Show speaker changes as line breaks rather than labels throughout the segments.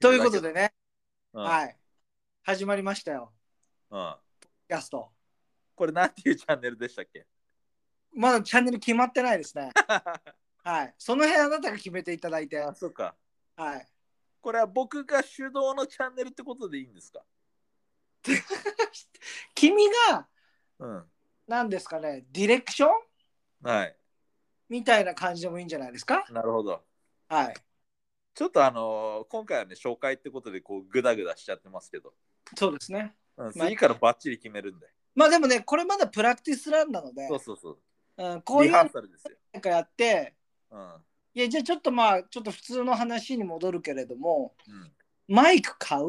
ということでね、
うん
はい。始まりましたよ、
うん、
キャスト。
これなんていうチャンネルでしたっけ
まだチャンネル決まってないで すね。はい。その辺あなたが決めていただいて、は
あそうか
い。
これは僕が主導のチャンネルってことでいいんですか
君が、
うん
何ですかね、ディレクション
はい
みたいな感じでもいいんじゃないですか
なるほど
はい。
ちょっとあのー今回はね紹介ってことでこうグダグダしちゃってますけど、
そうですね。
うん、
まあ
次からバッチリ決めるんで、
まあでもね、これまだプラクティスランなので、
そうそうそう
うん、こうい
リ
う
ハ
の
ーサルですよ、
なんかやって、
うん
いや、じゃあちょっとまあ、ちょっと普通の話に戻るけれども、
うん、
マイク買う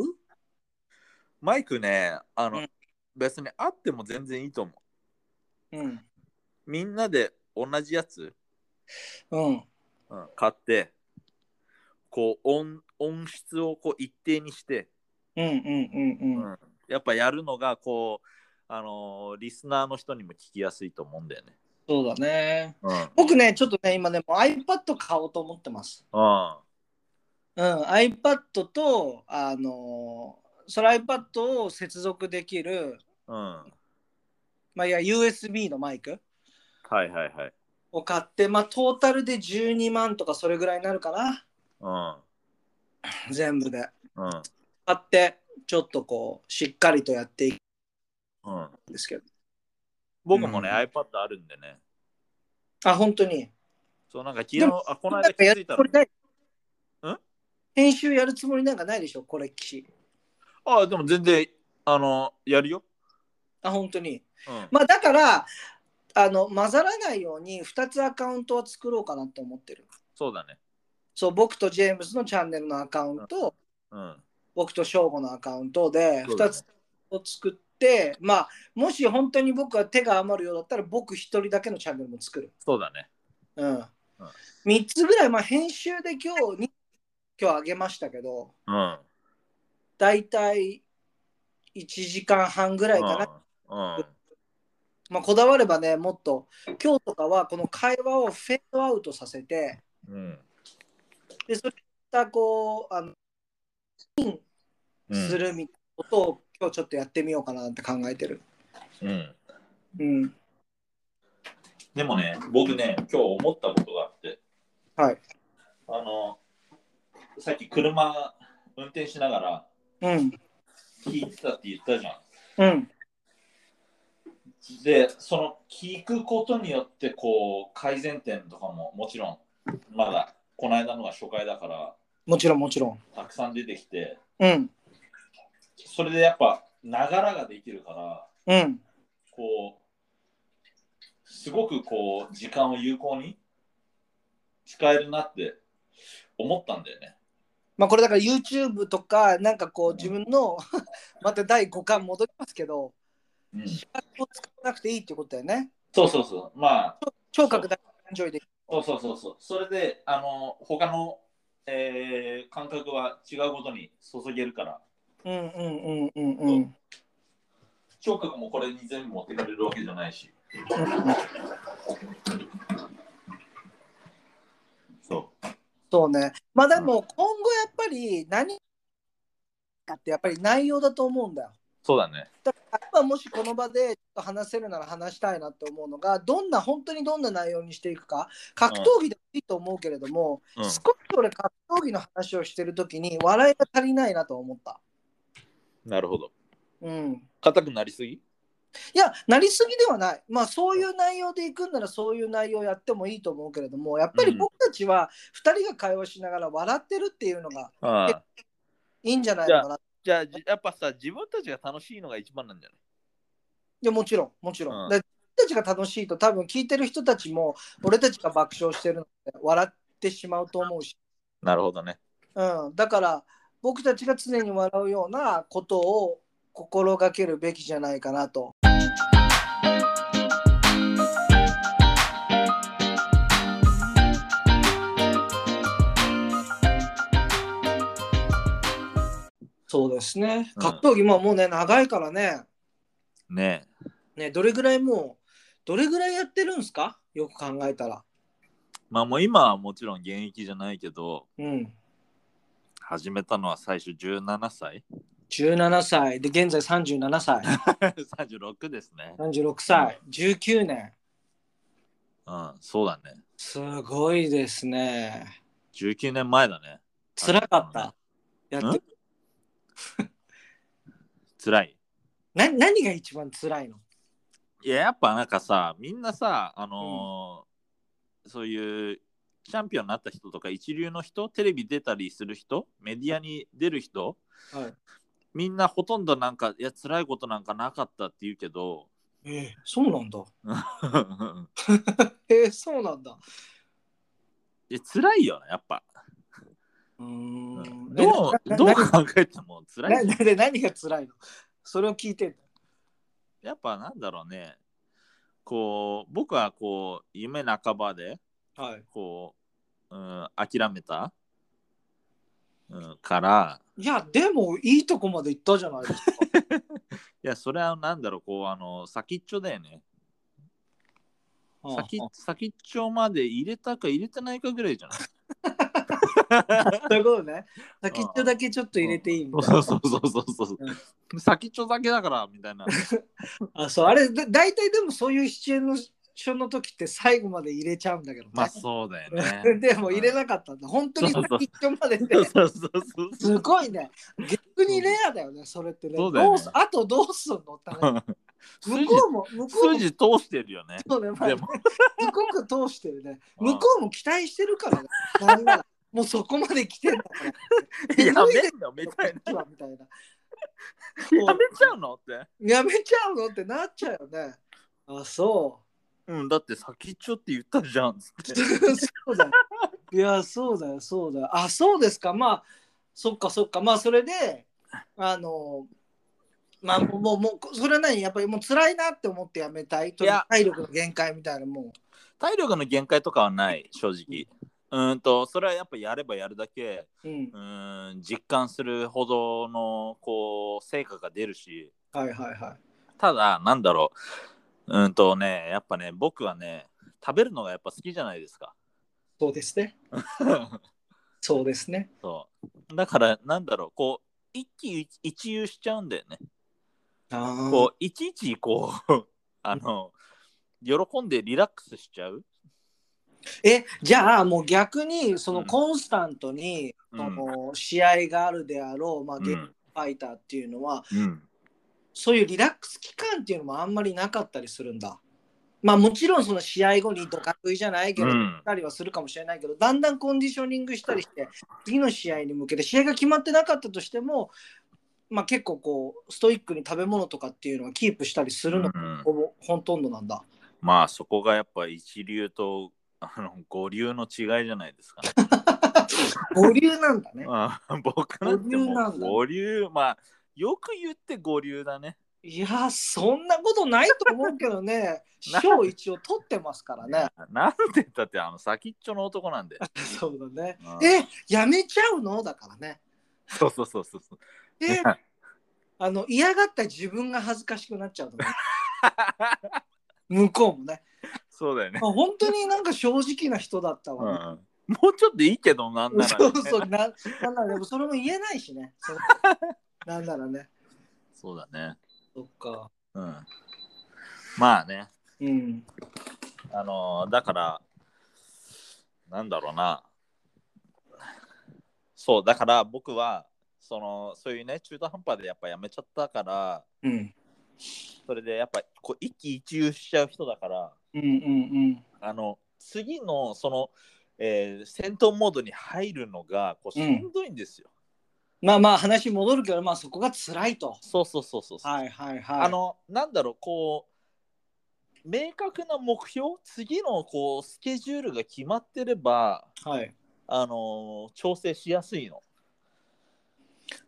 マイクねあの、
うん
別にあっても全然いいと思
うん。
うみんなで同じやつ、
うん。
うん、買ってこう音音質をこう一定にして、
うんうんうんうん。
やっぱやるのがこうあのーリスナーの人にも聞きやすいと思うんだよね。
そうだね。
うん。うん。
僕ね、ちょっとね、今ね、もう iPad 買おうと思ってます。うん、iPad と、あのーその iPad を接続できる、
うん。
まあ、いや、USB のマイク
はいはいはい。
を買って、まあ、トータルで12万とかそれぐらいになるかな。全部で。
うん。うん。
買って、ちょっとこう、しっかりとやっていく
うん。
んですけど。
僕もね、
うん
iPad あるんでね。
あ、本当に。
そうなんか昨
で
日、
も
あ、この
なん
間
か
気
や
づ
る
い
つ
たの
もり。ない。
ん
編集やるつもりなんかないでしょ、これっきし。
あ、でも全然、あの、やるよ。
あ、本当に。
うん。
まあだからあの混ざらないように2つアカウントを作ろうかなって思ってる。
そうだね。
そう僕とジェームズのチャンネルのアカウント、
うん。
僕とショーゴのアカウントで
そうだ
2
ね
つを作って、まあもし本当に僕は手が余るようだったら僕1人だけのチャンネルも作る。
そうだね。
うん3つぐらい、まあ、編集で今日に今日あげましたけど
うん。
だいたい1時間半ぐらいか
う
な、
ん。うん。
まあ、こだわればねもっと今日とかはこの会話をフェードアウトさせて、
うん。
でそれがこうあの
うん
す。るみたいなことを今日ちょっとやってみようかなって考えてる。
うん。
うん。
でもね、僕ね、今日思ったことがあって。
はい。
あの、さっき車運転しながら
うん。
聞いてたって言ったじゃ
うん。
ん。で、その聞くことによって、こう、改善点とかももちろん、まだ、この間のが初回だから、
もちろんもちろん。
たくさん出てきて、
うん。
それでやっぱ、ながらができるから、
うん。
こう、すごくこう、時間を有効に使えるなって思ったんだよね。
まあこれだから YouTube とかなんかこう自分の また第5巻戻りますけど
うん、
時間を使わなくていいってことだよね。
そうそうそう。まあ、
聴覚だけエンジョイできる。
そうそうそうそう。それで、あの、他の、えー感覚は違うことに注げるから、
うんうんうんうんうん。
聴覚もこれに全部持ってかれるわけじゃないし。そ
そうね。まあでも今後やっぱり何かってやっぱり内容だと思うんだよ。
う。そうだね。
だからやっぱもしこの場でちょっと話せるなら話したいなって思うのがどんな本当にどんな内容にしていくか格闘技でもいいと思うけれども、
うん
少し俺格闘技の話をしてる時に笑いが足りないなと思った。
なるほど。
うん、
硬くなりすぎ
いやなりすぎではない、まあ、そういう内容でいくんならそういう内容やってもいいと思うけれどもやっぱり僕たちは2人が会話しながら笑ってるっていうのが
ああ
いいんじゃないのかな。
じゃあ、じやっぱさ、自分たちが楽しいのが一番なんじゃない
いやもちろんもちろん。
うん
で自分たちが楽しいと多分聞いてる人たちも俺たちが爆笑してるので笑ってしまうと思うし、
なるほどね。
うん、だから僕たちが常に笑うようなことを心がけるべきじゃないかなと。そうですね
うん
格闘技ももうね長いからね、
ねえ。
ね、どれぐらいもう、どれぐらいやってるんですかよく考えたら。
まあもう今はもちろん現役じゃないけど、
うん。
始めたのは最初17歳
?17 歳で現在37歳
?36 ですね。
36歳19年
うん、そうだね。
すごいですね
19年前だね。
辛かったやって
辛い。
な何が一番辛いの
いや、やっぱなんかさ、みんなさ、あのーそういうチャンピオンになった人とか、一流の人、テレビ出たりする人、メディアに出る人、
はい
みんなほとんどなんか、いや、辛いことなんかなかったって言うけ ど、
ええそうなんだええそうなんだ
いや辛いよな、やっぱ。
うーん
ど
え
うどう
な
考えても辛。
ないなで何が辛いのそれを聞いてんだ
やっぱなんだろうね、こう、僕はこう、夢半ばで、
はい
こう、うん、諦めた、うん、から、
いやでもいいとこまで行ったじゃない ですか
いや、それはなんだろう、こう、あの、先っちょだよね。先
ああ
先っちょまで入れたか入れてないかぐらいじゃない
そういうことね先っちょだけちょっと入れていいみたい
そ
な
うそうそうそうそう、先っちょだけだから、みたいな。
あそうあれだ大体でもそういうシチュエーションの時って最後まで入れちゃうんだけどね、
まあ、そうだよね。
でも入れなかったんだ本当に
そうそう
先っちょまでね
そうそうそうそう。
すごいね逆にレアだよねそれってね
そうだよね
どうすあとどうすんのって話向こうも向こうも
筋筋通してるよね。
そうね、まあ
で
ね、
も、
すごく通して るね。
うん
向こうも期待してるからね。なんならもうそこまで来てんだ から。
や
急い
め
で
んのみ
こ
たい
っち
な。
はみたいな。
やめちゃうのって。
やめちゃうのってなっちゃうよね。あ、そ
うん、だって先っちょって言ったじゃん。つって
う。 そうだよ。いや、そうだよ、そうだよ。あ、そうですか。まあ、そっかそっか。まあ、それで、あの、まあ、もう、もうもう、それは何やっぱりもう辛いなって思ってやめたい。と
いや
体力の限界みたいなもん。
体力の限界とかはない、正直。うーんと、それはやっぱやればやるだけ、
うん
う。ーん、実感するほどの、こう、成果が出るし、
はいはいは
ただ、なんだろう。うーんとね、やっぱね、僕はね、食べるのがやっぱ好きじゃないですか。
い。そうですね。そうですね。
そう。だから、なんだろう、こう、一喜一憂しちゃうんだよね。
ああ。
こう、いちいち、こう、 あの、喜んでリラックスしちゃう。
えじゃあもう逆にそうの
ん
コンスタントに、
うん
その試合があるであろう、まあ、
うん
ゲームファイターっていうのは、
うん。
そういうリラックス期間っていうのもあんまりなかったりするんだ。まあもちろんその試合後にドカ食いじゃないけど、
うん
たりはするかもしれないけどだんだんコンディショニングしたりして次の試合に向けて試合が決まってなかったとしても、まあ、結構こうストイックに食べ物とかっていうのはキープしたりするのが
うん
ほぼほとんどなんだ。
まあそこがやっぱ一流とあの五流の違いじゃないですか、ね。
五流なんだね。
ああ僕なんて
五流
も
なん
う
だ
五流、まあよく言って五流だね。
いやーそんなことないと思うけどね 賞一応取ってますからね
なんてだってあの先っちょの男なんで。
そうだね
うん
えやめちゃうのだからね
そうそうそうそうそう。
えあの嫌がった自分が恥ずかしくなっちゃうとね向こうもね
そうだよね。
あ本当になんか正直な人だった
うん、
わ、
もうちょっといいけどなんなら、
そ
ね
う。そうななんならでもそれも言えないしねそうなんならね
そうだね。
そっか
うん。まあね。
うん
あのーだから、なんだろうな。そう、だから僕は、その、そういうね、中途半端でやっぱやめちゃったから、
うん
それでやっぱこう一喜一憂しちゃう人だから、
うんうん
あの、次の、その、えー戦闘モードに入るのが、こう、
う
し
ん
んどいんですよ。
まあまあ話戻るけどまあそこが辛いと
そうそうそうそうそう。
はいはいはい
あの、なんだろう、こう、明確な目標、次のこうスケジュールが決まってれば、
はい
あのー調整しやすいの。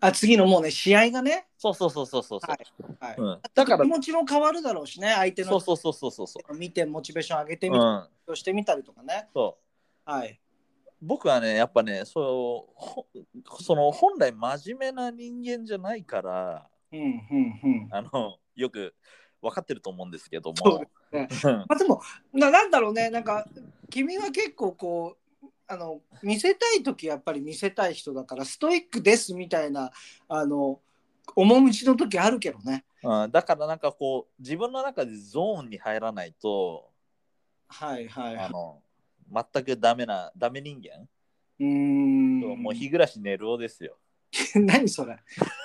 あ次のもうね試合がね、
そうそうそうそうそう。
はいはい
うん、だから
気、持ちも変わるだろうしね相手
そ
の
うそうそうそうそうそ
見てモチベーション上げて
う。
みたり
ん、
としてみたりとかね、
そう
はい
僕はね、やっぱね、そうほその本来真面目な人間じゃないから、
うんうんうん
あのよく分かってると思うんですけど
そう
も。
で
うん
まあでもななんだろうねなんか君は結構こうあの見せたい時やっぱり見せたい人だからストイックですみたいなあの面ちの時あるけどね
うん、だからなんかこう自分の中でゾーンに入らないと
はいはい
あ
は
の全くダメなダメ人間、
い。うーん。
もう日暮らし寝るおですよ
何それ。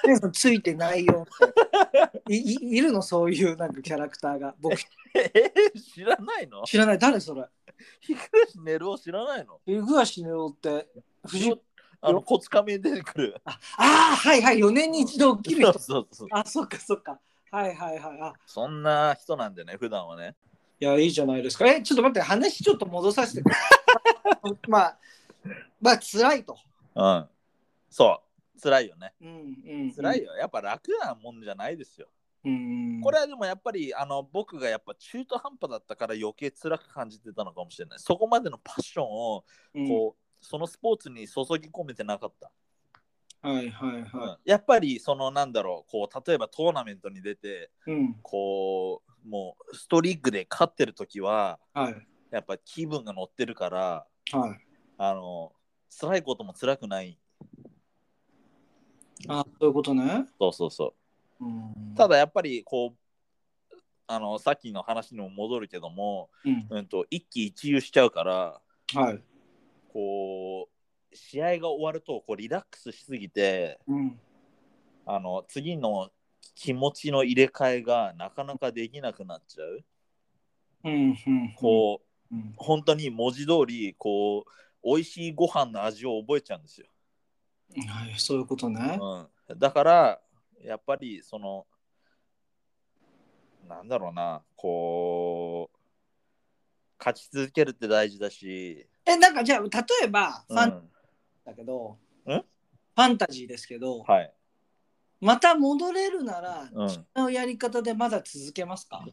何そのついてないよって。いいいるのそういうなんかキャラクターが。僕
え知らないの
知らない。誰それ。
日暮らし寝るお知らないの
湯暮らしのよって。藤
あのこつかみに出てくる
ああーはいはい。4年に一度起きる
そう
人。
そうそう
あそっかそっか。はいはいはい。あ
そんな人なんでね普段はね
いやいいじゃないですか。えちょっと待って話ちょっと戻させてください。 まあまあ辛いと。
うんそう辛いよね
うんうん。
辛い。よやっぱ楽なもんじゃないですよ
うん。
これはでもやっぱりあの僕がやっぱ中途半端だったから余計辛く感じてたのかもしれないそこまでのパッションを
うん、
こう、そのスポーツに注ぎ込めてなかった、
はいはいは
やっぱりそのなんだろうこう例えばトーナメントに出て
い。うん。
こうもうストリークで勝ってる時は
はい
やっぱ気分が乗ってるから
はい。
あの辛いことも辛くない
あそういうことね。
そうそうそう
うん
ただやっぱりこうあのさっきの話にも戻るけども、
うん
うん、と一喜一憂しちゃうから
はい。
こう試合が終わるとこうリラックスしすぎて
うん。
あの次の気持ちの入れ替えがなかなかできなくなっちゃう。
うん。うん。
こう
うん。うん。
本当に文字通りこう美味しいご飯の味を覚えちゃうんですよ。
はい、そういうことね。
うん、だからやっぱりそのなんだろうなこう勝ち続けるって大事だし、
え、なんかじゃあ、例えば、フ
う
ァン
ん、
だけど、
うん
ファンタジーですけど、
はい、
また戻れるなら、
うん
違うやり方でまだ続けますか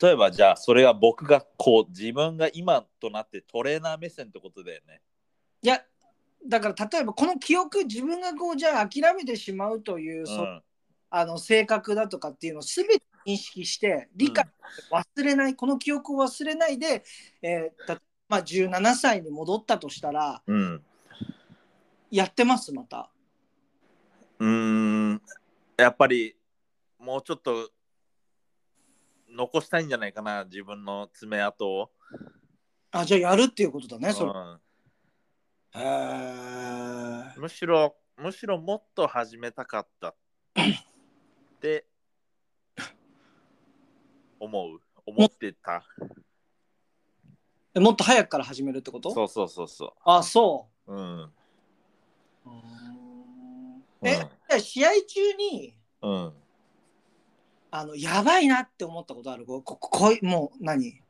例えばじゃあそれが僕がこう自分が今となってトレーナー目線ってことだよね。
いや、だから例えば、この記憶、自分がこう、じゃあ諦めてしまうという、
う
そうんあの性格だとかっていうのを全て認識して、理解、忘れない、この記憶を忘れないで、えーたまあ、17歳に戻ったとしたら、
うん
やってます、また。
うーんやっぱりもうちょっと残したいんじゃないかな自分の爪痕を。
あじゃあやるっていうことだね、それ。
うん
へー
むしろむしろもっと始めたかったって思う思ってた
えもっと早くから始めるってこと
そうそうそうそ
あそう
うん
う。うーんえ、じゃあ試合中に
うん、うん、
あのやばいなって思ったことあるこここいもう何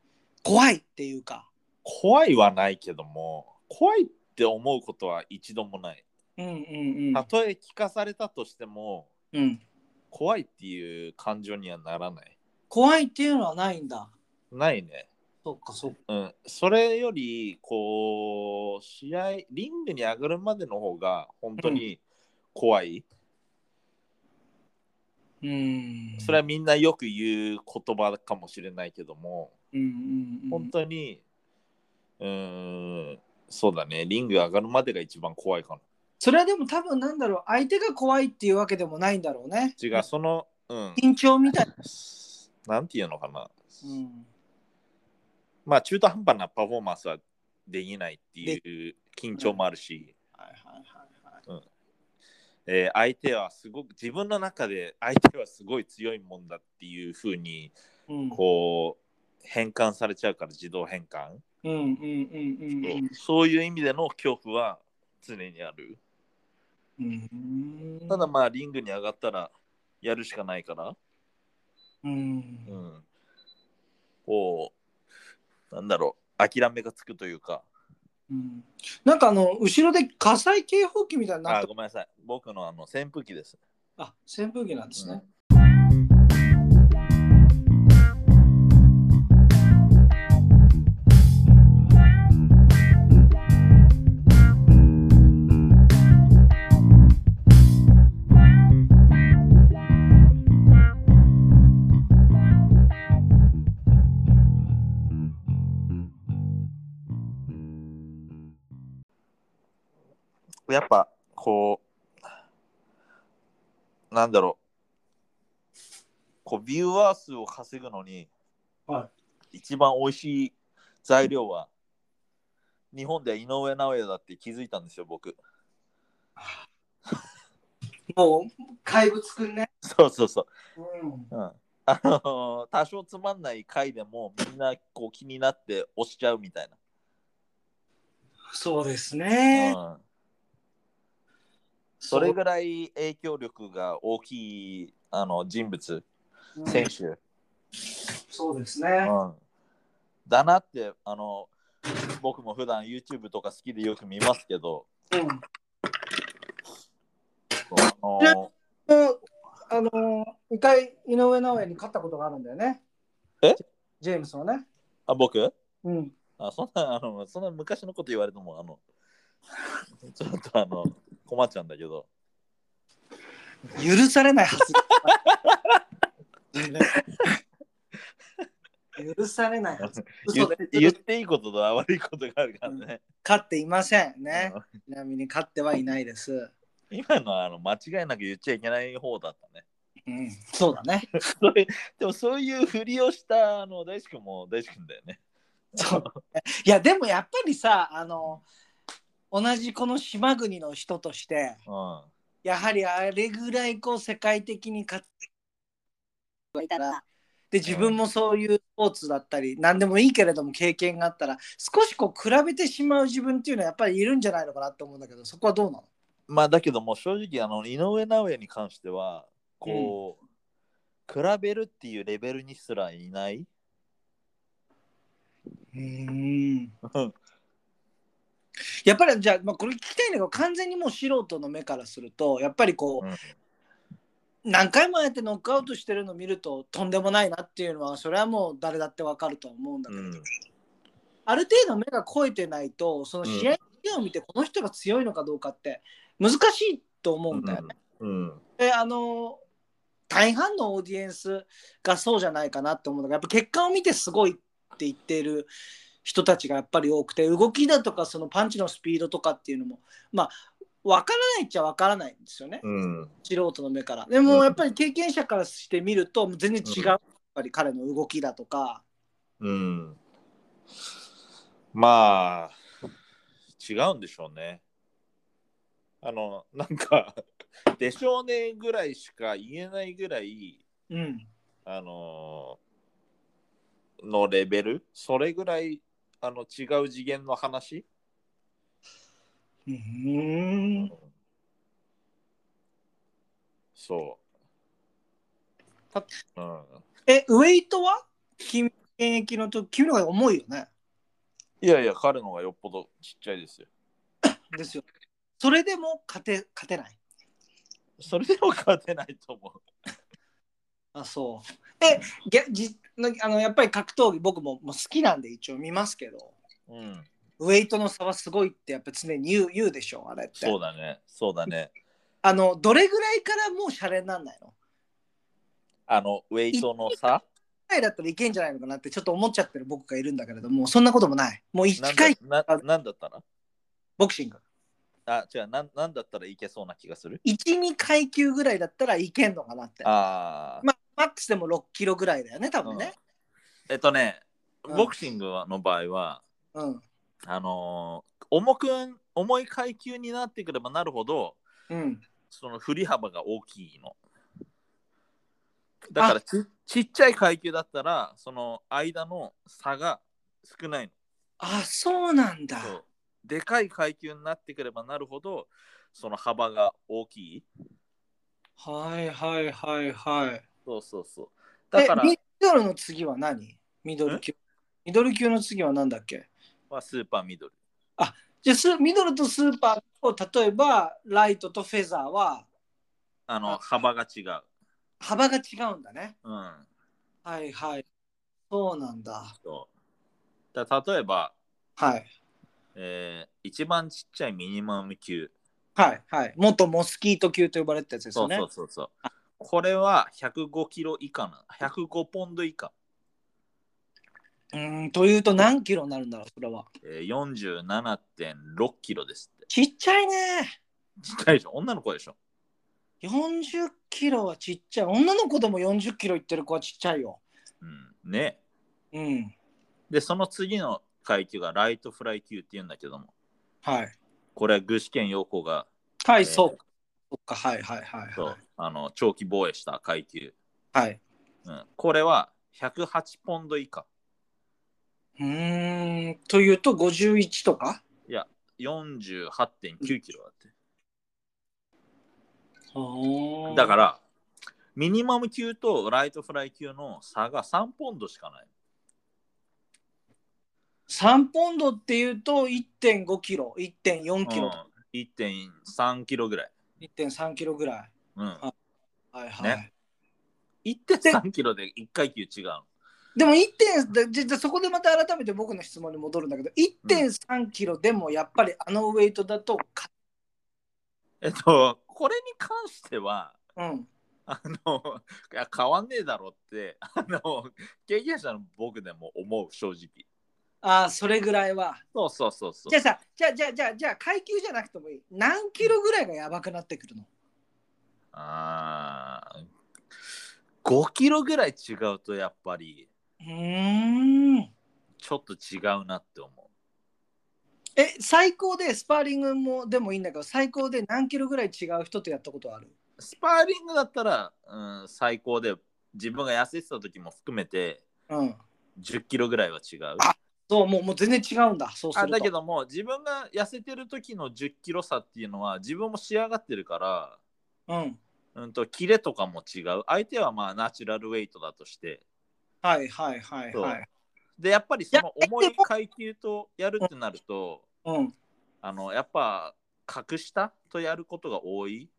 怖いっていうか。
怖いはないけども怖いって思うことは一度もない
うんうん
たとえ聞かされたとしても
うん。うん、
怖いっていう感情にはならない
怖いっていうのはないんだ。
ないね
そっかそっか。
うん、それよりこう試合リングに上がるまでの方が本当に怖い、
うーん。
それはみんなよく言う言葉かもしれないけども、
うんうんうん、
本当にうーんそうだねリング上がるまでが一番怖いか
それはでも多分なんだろう相手が怖いっていうわけでもないんだろうね。
な違うそのうん
緊張みたいな。
なんていうのかな、
うん
まあ中途半端なパフォーマンスはできないっていう緊張もあるし、
はいはいはいはい。
えー相手はすごく自分の中で相手はすごい強いもんだっていうふうに
うん
こう変換されちゃうから自動変換、
うんうんうんうんうん。
そういう意味での恐怖は常にある、
うん
ただまあリングに上がったらやるしかないから、
うん
う、ん、こうなんだろう諦めがつくというか
うんなんかあの後ろで火災警報器みたいにな
あ
って
ごめんなさい僕のあの扇風機です、
あ扇風機なんですね、
やっぱこうなんだろうこうビューワー数を稼ぐのに、
は
一番美味しい材料は日本では井上尚弥だって気づいたんですよ僕
もう怪物くんね。
そうそうそう
うん、
うんあのー多少つまんない回でもみんなこう気になって押しちゃうみたい
そうです
な、
ね。
うん、それぐらい影響力が大きいあの人物
そう
選
うん
手、
そうですね。
うん、だなってあの僕も普段 YouTube とか好きでよく見ますけど
うん、
あの
もうあのー一回井上尚弥に勝ったことがあるんだよね。
え
ジェームスはね。
あ僕
うん。
あそんなあのそんな昔のこと言われてもあの ちょっとあの困っちゃうんだけど
許されないはず。許されないはず。
言
嘘
っ
で
言っていいことと悪いことがあるからね。
勝っていませんね
う。ん
ちなみに勝ってはいないです。
今のはあの間違いなく言っちゃいけない方だったね。
うん、そうだね。
それでもそういうふりをしたあの大志くんも大志くんだよね。
そういやでもやっぱりさあの同じこの島国の人として
うん
やはりあれぐらいこう世界的に活躍したらで自分もそういうスポーツだったり何でもいいけれども経験があったら少しこう比べてしまう自分っていうのはやっぱりいるんじゃないのかなと思うんだけどそこはどうなの
まあだけども正直あの井上尚弥に関してはこう、比べるっていうレベルにすらいない、
うん
うん
やっぱりじゃあ、まあ、これ聞きたいんだけど完全にもう素人の目からするとやっぱりこう、何回もやってノックアウトしてるの見るととんでもないなっていうのはそれはもう誰だってわかると思うんだけど、
うん
ある程度目が肥えてないとその試合を見てこの人が強いのかどうかって難しいと思うんだよね。
うん
であの大半のオーディエンスがそうじゃないかなって思うんだけどやっぱ結果を見てすごいって言っている人たちがやっぱり多くて動きだとかそのパンチのスピードとかっていうのもまあ分からないっちゃ分からないんですよね。
うん
素人の目から。で
うん
もやっぱり経験者からしてみるともう全然違
う
う、
ん
やっぱり彼の動きだとか。
うんまあ違うんでしょうね。あのなんか 「でしょうね」ぐらいしか言えないぐらい
うん、
あのーのレベルそれぐらいあの違う次元の話、
うーん
そう。
た
うん、
えウェイトは君現役の時君の方が重いよね。
いやいや、彼の方がよっぽどちっちゃいですよ。
ですよ。それでも勝て勝てない。
それでも勝てないと思う。
あそう。えげじなあのやっぱり格闘技僕ももう好きなんで一応見ますけど
うん、
ウェイトの差はすごいってやっぱ常に言う言うでしょあれって。
そうだね、そうだね。
あのどれぐらいからもうシャレになんないの
あの、ウェイトの差
ぐらいだったらいけんじゃないのかなってちょっと思っちゃってる僕がいるんだけれどもそんなこともないもう
な
1
んだ
回
ななんだったら
ボクシング
あ、違うなん、なんだったらいけそうな気がする
12階級ぐらいだったらいけんのかなって
ああ、
まあマックスでも6キロぐらいだよね多分ね
えっとね、
うん
ボクシングの場合は、
うん
あのー重くん、重い階級になってくればなるほど、
うん
その振り幅が大きいの。だからちちっちゃい階級だったらその間の差が少ない
あそうなん
の。
だ
そうでかい階級になってくればなるほどその幅が大きい。
はいはいはいはい
そうそうそう。だ
だ
か
かららミドルの次は何ミドル級ミドル級の次は何だっけ
はスーパーミドル。
じゃあスミドルとスーパーと例えばライトとフェザーは
あの
あ
幅が違う。
幅が違うんだね
うん。
はいはいそうなんだ
そうだから例えば、
はい
えー一番ちっちゃいミニマム級。
はいはい。元モスキート級と呼ばれてたやつです
そ
よ
う
ね。
そうそうそう。これは105キロ以下な105ポンド以下。
うーんというと何キロになるんだろう、それは。
えー47.6キロですって。
ちっちゃいね。
ちっちゃいでしょ女の子でしょ
40キロはちっちゃい。女の子でも40キロいってる子はちっちゃいよ。
うんね
うん。
でその次の階級がライトフライ級っていうんだけども
はい。
これは具志堅用高が
は
えー
い、そうか。そっか、はいはいはい
そ
は
う
い。
あの長期防衛した階級、
はい。
うん、これは108ポンド以下
うーん。というと、51とか
48.9キロだって、だ
だ。
かららミニマム級とライトフライ級の差が3ポンドしかない
3ポンドっていうと、1.5キロ、1.4キロ、
うん、1.3キロぐらい、
1.3キロぐらい。
うん、
はいはい。
ね1.3キロで1階級違うの
でも1点でじゃじゃそこでまた改めて僕の質問に戻るんだけど1.3キロでもやっぱりあのウェイトだとか
えっとこれに関しては
うん
あのいや変わんねえだろってあの経験者の僕でも思う正直
ああそれぐらいは
そうそうそうそう
じゃあさじゃあじゃあじゃあじゃあ階級じゃなくてもいい何キロぐらいがやばくなってくるの
あー5キロぐらい違うとやっぱり
うーん
ちょっと違うなって思う
え最高でスパーリングもでもいいんだけど最高で何キロぐらい違う人とやったことある
スパーリングだったら、うん、最高で自分が痩せてた時も含めて
うん
10キロぐらいは違う
あそうもうもう全然違うんだそうす
あ
ると
だけども自分が痩せてる時の10キロ差っていうのは自分も仕上がってるか
うん
ら、うん、とキレとかも違う相手はまあナチュラルウェイトだとして
はいはいはい
そう
はい
でやっぱりその重
いや
い
でも
階級とやるってなると
うん
あのやっぱ格下とやることが多い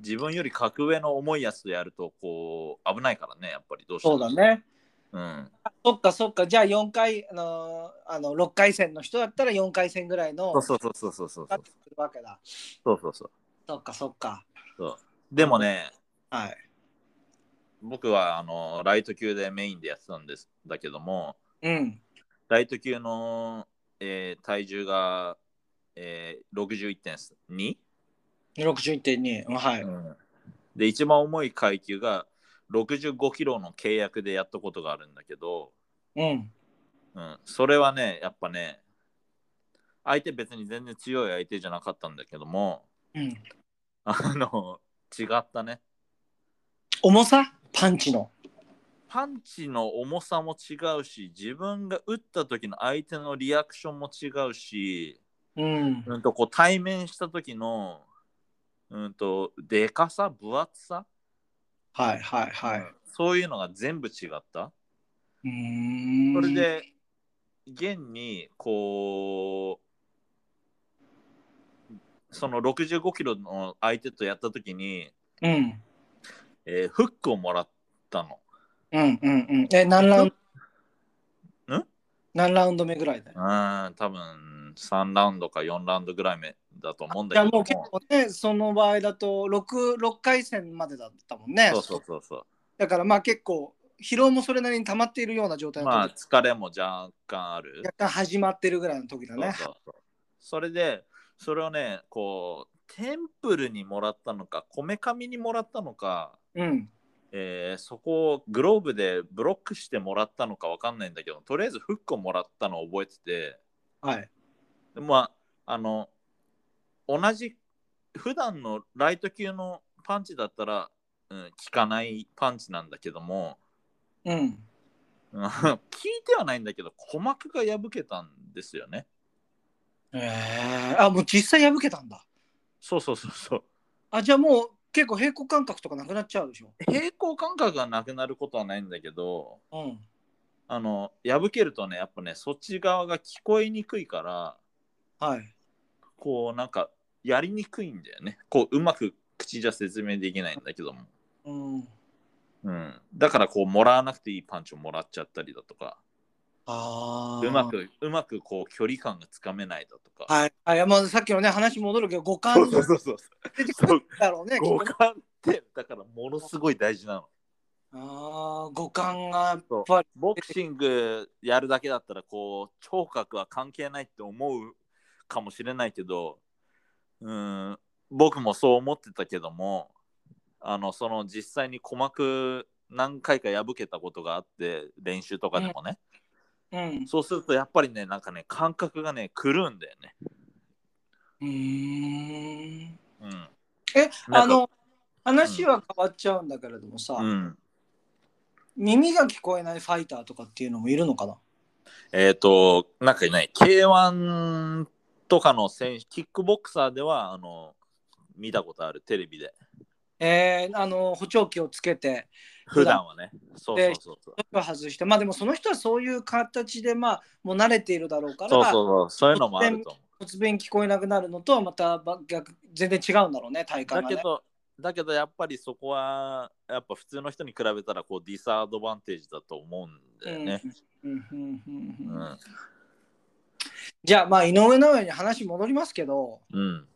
自分より格上の重いやつとやるとこう危ないからねやっぱりどうして
そ
も
うだね
うん
そっかそっかじゃあ4回あのーあの6回戦の人だったら4回戦ぐらいの
そうそうそうそうそうそう
なってくるわけだ
そうそうそう
そっかそっか
でもね
はい
僕はあのライト級でメインでやってたんですだけども
うん
ライト級の、えー体重が、えー、61.2、
61.2うんはい、
うんで一番重い階級が65キロの契約でやったことがあるんだけど、
うん、
うん、それはねやっぱね相手別に全然強い相手じゃなかったんだけども
うん、
あの違ったね
重さパンチの
パンチの重さも違うし自分が打った時の相手のリアクションも違うし、
うん
うん、とこう対面した時の、うん、とでかさ分厚さ、
はいはいは
うん
い
そういうのが全部違った
うーん
それで現にこうその65キロの相手とやった時に、
うん
えーフックをもらったの
うんうんうんえ何ラウンド
ん
何ラウンド目ぐらいだよ
うん多分3ラウンドか4ラウンドぐらい目だと思うん
じ
だ
ゃあ
けど
もう
も
結構ねその場合だと 6, 6回戦までだったもんね
そうそうそうそう
だからまあ結構疲労もそれなりに溜まっているような状態の時
まあ疲れも若干ある
若干始まってるぐらいの時だね。
そうそうそうそれでそれをねこうテンプルにもらったのかこめかみにもらったのか、
うん。
えーそこをグローブでブロックしてもらったのかわかんないんだけどとりあえずフックをもらったのを覚えてて
はい。
でまああの同じ普段のライト級のパンチだったら、うん、効かないパンチなんだけども
うん。
うん効いてはないんだけど鼓膜が破けたんですよね
えー、あもう実際破けたんだ。
そうそうそうそう
あじゃあもう結構平行感覚とかなくなっちゃうでしょ。
平行感覚がなくなることはないんだけど
うん。
あの破けるとねやっぱねそっち側が聞こえにくいから
はい。
こうなんかやりにくいんだよねこううまく口じゃ説明できないんだけども、
うん。
うん、だからこうもらわなくていいパンチをもらっちゃったりだとか
ああ。
うま。くうまくこう距離感がつかめないだとか、
はい。あいやまあさっきのね話戻るけど五
そ
感
うそうそうそう
出て
そ
くる
うん
だろうね。
五
きっとね
感ってだからものすごい大事なの
ああ五感がやっ
そう
ぱり。
ボクシングやるだけだったらこう聴覚は関係ないって思うかもしれないけど、うん僕もそう思ってたけどもあのその実際に鼓膜何回か破けたことがあって練習とかでもね、
うん。
そうするとやっぱりねなんかね感覚がね狂うんだよね、
うーん。
うん、
え、
なんか
あの、話は変わっちゃうんだけれどもさ、
うん、
耳が聞こえないファイターとかっていうのもいるのかな
えっ、となんかね K1 とかの選手キックボクサーではあの見たことあるテレビで
えー、あの補聴器をつけて
普段はねそうそうそうそう
外してまあでもその人はそういう形でまあもう慣れているだろうから
そうそうそうそういうのもあると思う
突然聞こえなくなるのとはまたば逆全然違うんだろうね体感
だ
が
け
ね。
ど、だけどやっぱりそこは、やっぱ普通の人に比べたらこうディサアドバンテージだと思うんだよね。
うんうんうん
う
うんうん
ん。
じゃあまあ井上尚弥に話戻りますけど
うん。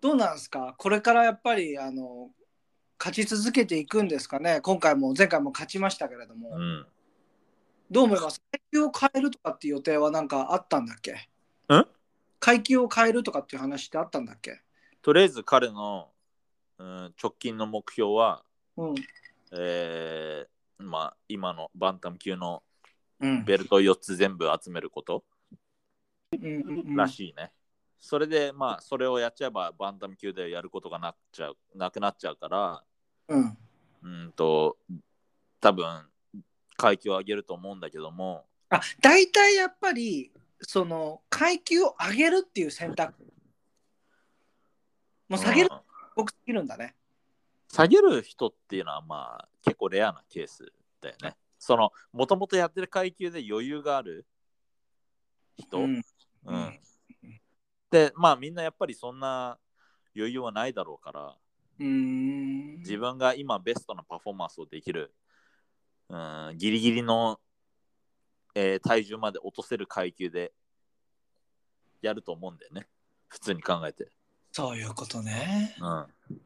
どうなんですかこれからやっぱりあの勝ち続けていくんですかね今回も前回も勝ちましたけれども、
うん。
どう思います階級を変えるとかっていう予定はなんかあったんだっけ
ん
階級を変えるとかっていう話ってあったんだっけ
とりあえず彼の、うん、直近の目標は、
うん。
えー、まあ今のバンタム級の
うん。
ベルト4つ全部集めること
うんうん
らしいね。それでまあそれをやっちゃえばバンタム級でやることがなっちゃうなくなっちゃうから、
うん。
うんと、多分階級を上げると思うんだけども、
あ、大体やっぱり、その、階級を上げるっていう選択。もう下げる
うん
僕すぎるんだね。
下げる人っていうのはまあ結構レアなケースだよね。そのもともとやってる階級で余裕がある人、
うん。
うんでまあみんなやっぱりそんな余裕はないだろうから
うーん。
自分が今ベストなパフォーマンスをできる、うん、ギリギリの、えー体重まで落とせる階級でやると思うんだよね普通に考えて。
そういうことね。
うん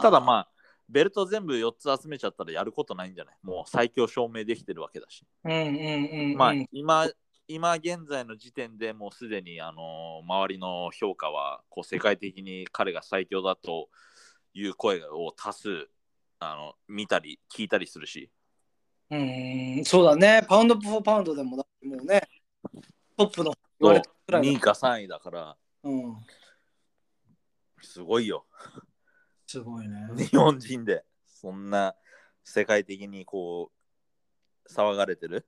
ただ
あ
まあ、ベルト全部4つ集めちゃったらやることないんじゃないもう最強証明できてるわけだし。
ー。うんうんうん、うん。
まあ、今、今現在の時点でもうすでに、あのー周りの評価はこう世界的に彼が最強だという声を多数あの見たり聞いたりするし、
うーん。そうだね。パウンド・フォー・パウンドでもだってもうね、トップの言われたくら
2位
いだ
か3位だから
うん。
すごいよ、
すごいね。
日本人でそんな世界的にこう騒がれてる、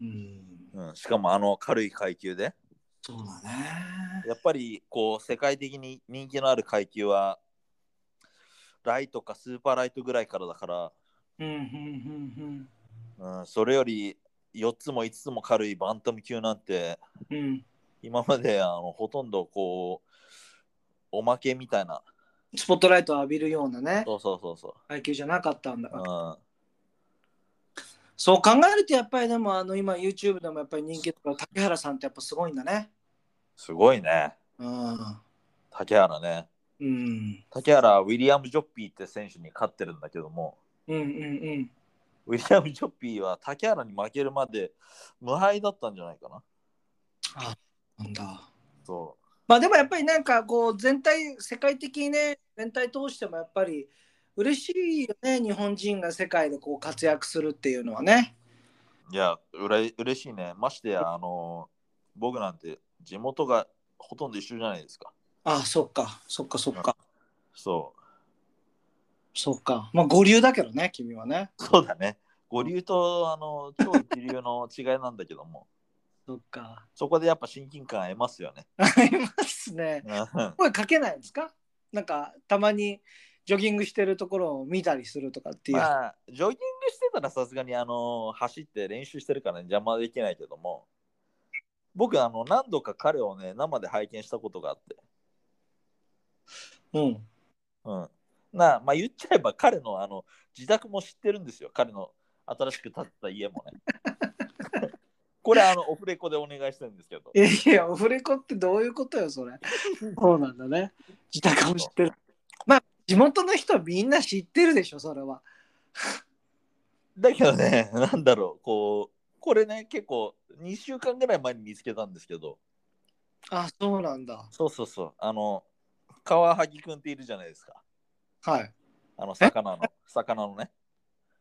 うん。
うん、しかもあの軽い階級で。
そうだね。
やっぱりこう世界的に人気のある階級はライトかスーパーライトぐらいからだか
うんうん
ら、うん、それより4つも5つも軽いバンタム級なんて
うんうん。うん。
今まであのほとんどこうおまけみたいな
スポットライトを浴びるようなね、
そうそうそうそ
階級じゃなかったんだ。
う、うん、
そう考えるとやっぱりでもあの今 YouTube でもやっぱり人気とか竹原さんってやっぱすごいんだね。
すごいね
うん。
竹原ね
うん。
竹原はウィリアム・ジョッピーって選手に勝ってるんだけども
うんうん
ウィリアム・ジョッピーは竹原に負けるまで無敗だったんじゃないかな
うん。なんだ。
そ
まあでもやっぱりなんかこう全体世界的にね全体通してもやっぱり嬉しいよね日本人が世界でこう活躍するっていうのはね。
いや、うれ嬉しいね。ましてや、あの僕なんて地元がほとんど一緒じゃないですか。
ああそっかそっかそっか
そ
そっか。まあ五流だけどね君はね。
う。そうだね。五流とあの超一流の違いなんだけども、
そっか。
そこでやっぱ親近感得ますよね。
ありますね。
うん
声かけないんですかなんかたまにジョギングしてるところを見たりするとかっていう。
まあ、ジョギングしてたらさすがにあの走って練習してるから、ね、邪魔できないけども、僕あの何度か彼をね、生で拝見したことがあって、
うん
うん。なあ、まあ言っちゃえば彼のあの自宅も知ってるんですよ。彼の新しく建った家もね。 これあのオフレコでお願いしてるんですけど。
いやいや、オフレコってどういうことよ、 それ。そうなんだね。自宅も知ってる。まあ、地元の人はみんな知ってるでしょ、それは。
だけどね、 なんだろう、こう、これね、結構2週間ぐらい前に見つけたんですけど、
あ、そうなんだ。
そうそうそう、あの、カワハギくんっているじゃないですか。
はい。
あの、魚の、魚のね、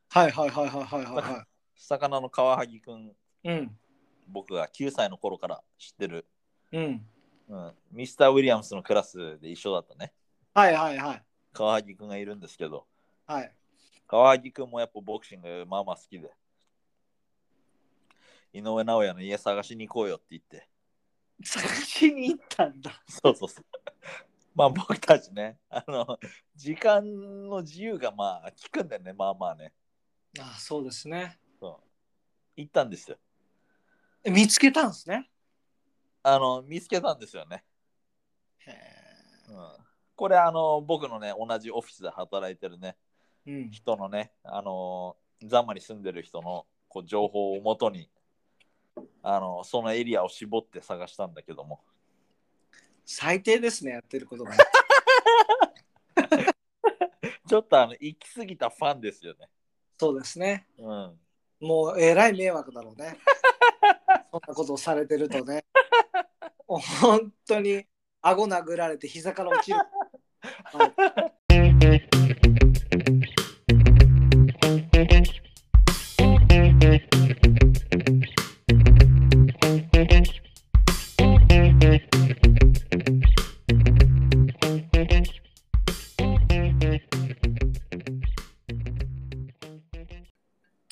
はいはいはいはいはいはいは
魚のカワハギくん、
い。うん。
僕が9歳の頃から知ってる、
うん。
うん、ミスター・ウィリアムスのクラスで一緒だったね。
はいはいはい。
カワハギくんがいるんですけど、
はい。
カワハギくんもやっぱボクシングまあまあ好きで、井上尚弥の家探しに行こうよって言って、
探しに行ったんだ。
そうそう そう。まあ僕たちね、あの、時間の自由がまあ効くんだよね、まあまあね。
あそうですね。
行ったんですよ。
え見つけたんですね。
あの、見つけたんですよね。
へ
うん、これ、あの、僕のね、同じオフィスで働いてるね、
え。うん。
人のね、あの、ザンマに住んでる人のこう情報をもとに、あの、そのエリアを絞って探したんだけども。
最低ですね、やってることが。
ちょっとあの、行き過ぎたファンですよね。
そうですね。
うん。
もうえらい迷惑だろう ね。そんなことをされてるとね。本当に顎殴られて膝から落ちる。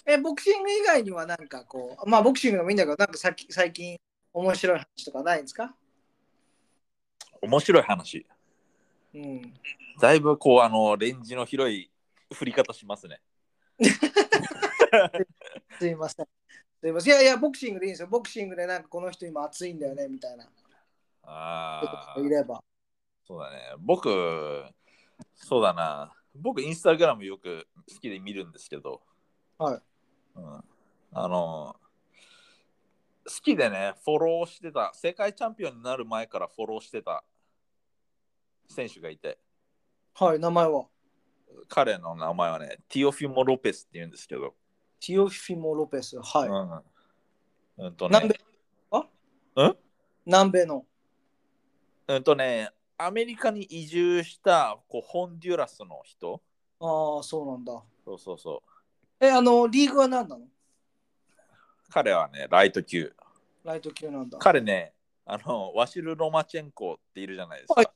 えボクシング以外にはなんかこうまあボクシングでもいいんだけどなんかさっき最近面白い話とかないんですか、
面白い話。
うん、
だいぶこう、あの、レンジの広い振り方しますね。
すいませんすいませんいやいやボクシングでいいんですよボクシングでなんかこの人今熱いんだよねみたいな
ああ
人。いれば
そうだね。僕、そうだな。僕、インスタグラムよく好きで見るんですけど、
はい。
うん、あの、好きでね、フォローしてた、世界チャンピオンになる前からフォローしてた選手がいて、
はい名前は
彼の名前はね、ティオフィモ・ロペスって言うんですけど、
ティオフィモ・ロペスはい、
うん。うんとね
南、米
あん
南米の
うんとね、アメリカに移住したこうホンデュラスの人、
ああそうなんだ
そうそうそう、
えあのリーグは何なの
彼はね、ライト級。
ライト級なんだ
彼ね、あの、ワシル・ロマチェンコっているじゃないですか。
はい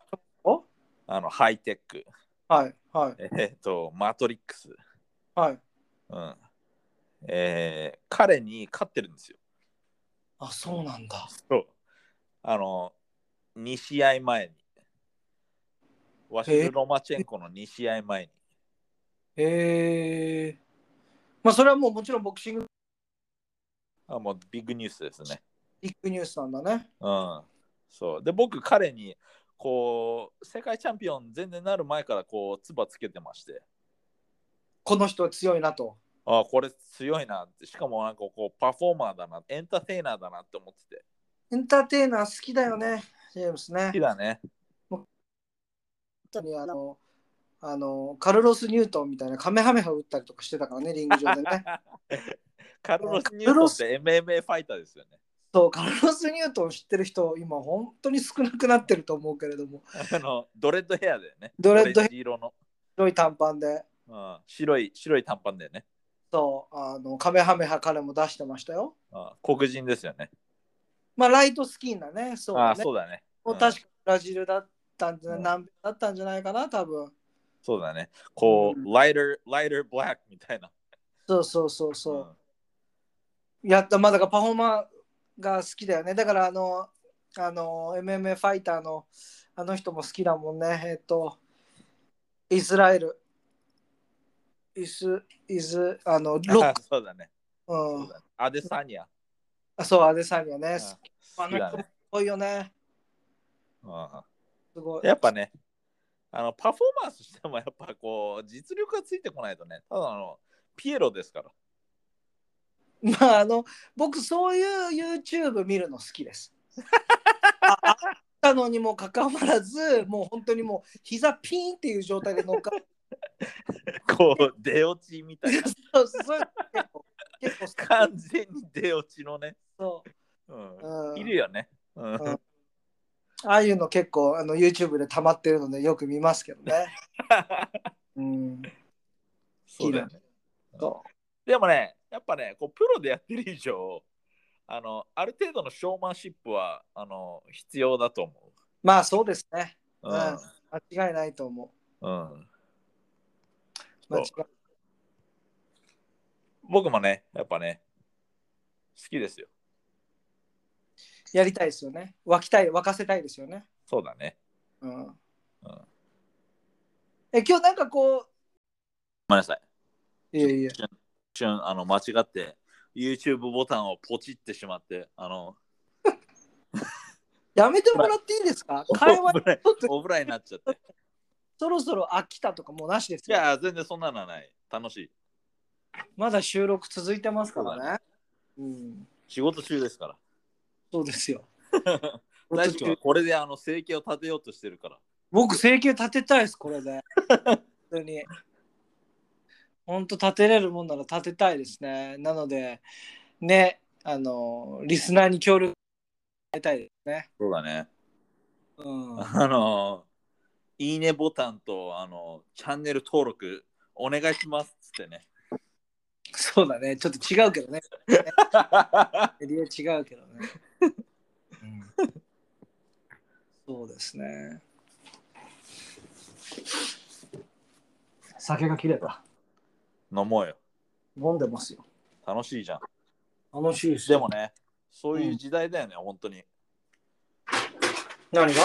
お
あの、ハイテック。
はいはい
えーっと、マトリックス。
はい
うん。えー彼に勝ってるんですよ。
あそうなんだ
そう。あの、2試合前に。ワシル・ロマチェンコの2試合前に。
へえまあそれはもうもちろんボクシング
あもうビッグニュースですね。
ビッグニュースなんだね
うん。そう。で、僕、彼に、こう、世界チャンピオン全然なる前から、こう、つばつけてまして。
この人は強いなと
あこれ強いなって。しかもなんかこうパフォーマーだな、エンターテイナーだなって思ってて。
エンターテイナー好きだよね、ジェームスね
好き。だね。
本当にあの、あの、カルロス・ニュートンみたいなカメハメハ打ったりとかしてたからね、リング上でね。
カルロス・ニュートンって MMA ファイターですよね。
そう、カルロス・ニュートン知ってる人、今本当に少なくなってると思うけれども、
あの、ドレッドヘアだよね。
ドレッドヘ
オ
ア
ジ色の、
白い短パンで、
うん。白い、白い短パンだよね。
そう、あの、カメハメハ彼も出してましたよ。
うん黒人ですよね。
まあ、ライトスキンだね、そう
あ
だね。
そうだね。う
もうん確かブラジルだったんじゃない、
うん
南米だったんじゃないかな、多分。
そうだね。こう、
うん
ライダー、ライダーブラックみたいな。
そうそうそうそう。
ん
やった、まあだからパフォーマーが好きだよね。だからあの、あの、MMA ファイターのあの人も好きだもんね。えっと、イスラエル。イス、イス、あの、ロック。
そうだね。
う
そうんだねアデサニア。
あ。そう、アデサニア
う
ね
ん。
あ
好
の
きだ
人もす
ね
ごいよね。
うん
すごい。
やっぱね、あのパフォーマンスしてもやっぱこう、実力がついてこないとね、ただのピエロですから。
まあ、あの、僕、そういう YouTube 見るの好 きです。ああったのにもかかわらず、もう本当にもう、膝ピーンっていう状態で乗っかっ
こう、出落ちみたい
て
な。
る。そうそう結構、結構好き
完全に出落ちのね。
そうう。うん
ん、いるよね。うん
んああいうの結構あの YouTube で溜まってるのでよく見ますけどね。うん、
そうだよね。
そ
でもね、やっぱね、こうプロでやってる以上、あの、ある程度のショーマンシップは、あの、必要だと思
うまあそうですね。
う。
うん、間違いないと思
うん。うん。
う。間違い
そう僕もね、やっぱね、好きですよ。
やりたいですよね。沸きたい、沸かせたいですよね。
そうだね。
うん。え、今日なんかこ
ごめんなさい。
う、いやいや、
一瞬、あの、間違って、YouTube ボタンをポチってしまって、あの、
やめてもらっていいですか
オ
会話
フライン
ちょっと
オフラインになっちゃって。
そろそろ飽きたとかもうなしで
い
すよ。
や、全然そんなのはない。楽しい。
まだ収録続いてますからね。うん、
仕事中ですから。
そうですよ。
大地君はこれであの生計を立てようとしてるから。
僕、整形立てたいです、これで。本当に。本当、立てれるもんなら立てたいですね。なので、ね、あの、リスナーに協力いただきたいですね。
そうだね。
うん、
あのー、いいねボタンと、あのー、チャンネル登録お願いしますっつってね。
そうだね。ちょっと違うけど ね。理由違うけどね。そうですね。酒が切れた。
飲もうよ。
飲んでますよ。
楽しいじゃん。
楽しいです
で
よ。
もね、そういう時代だよね、本当に。
何が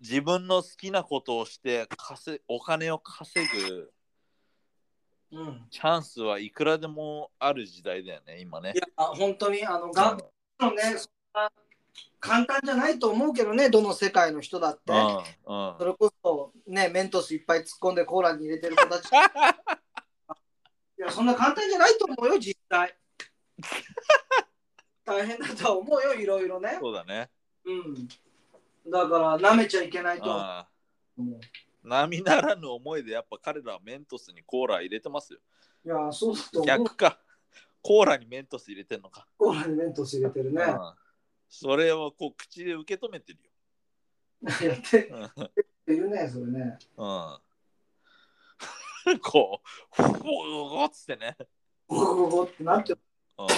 自分の好きなことをして稼お金を稼ぐ
うん。
チャンスはいくらでもある時代だよね、今ね
い。や、本当に、あの、が、のね、そんな簡単じゃないと思うけどね、どの世界の人だって
う。ん、うん。
それこそ、ね、メントスいっぱい突っ込んでコーラに入れてる 子たち。いや、そんな簡単じゃないと思うよ、実際。大変だとは思うよ、いろいろね。
そうだね。
うん。だから、舐めちゃいけないとは
あ
思う。
並ならぬ思いでやっぱ彼らはメントスにコーラ入れてますよ。
いや、そうだと思う
逆。か。コーラにメントス入れてんのか。
コーラにメントス入れてるね。
うんそれをこう口で受け止めてる
やって
よ。
るね、それね。
うん。うん、 こう、ふおっつってね。
ゴゴゴゴってなってる。
うん、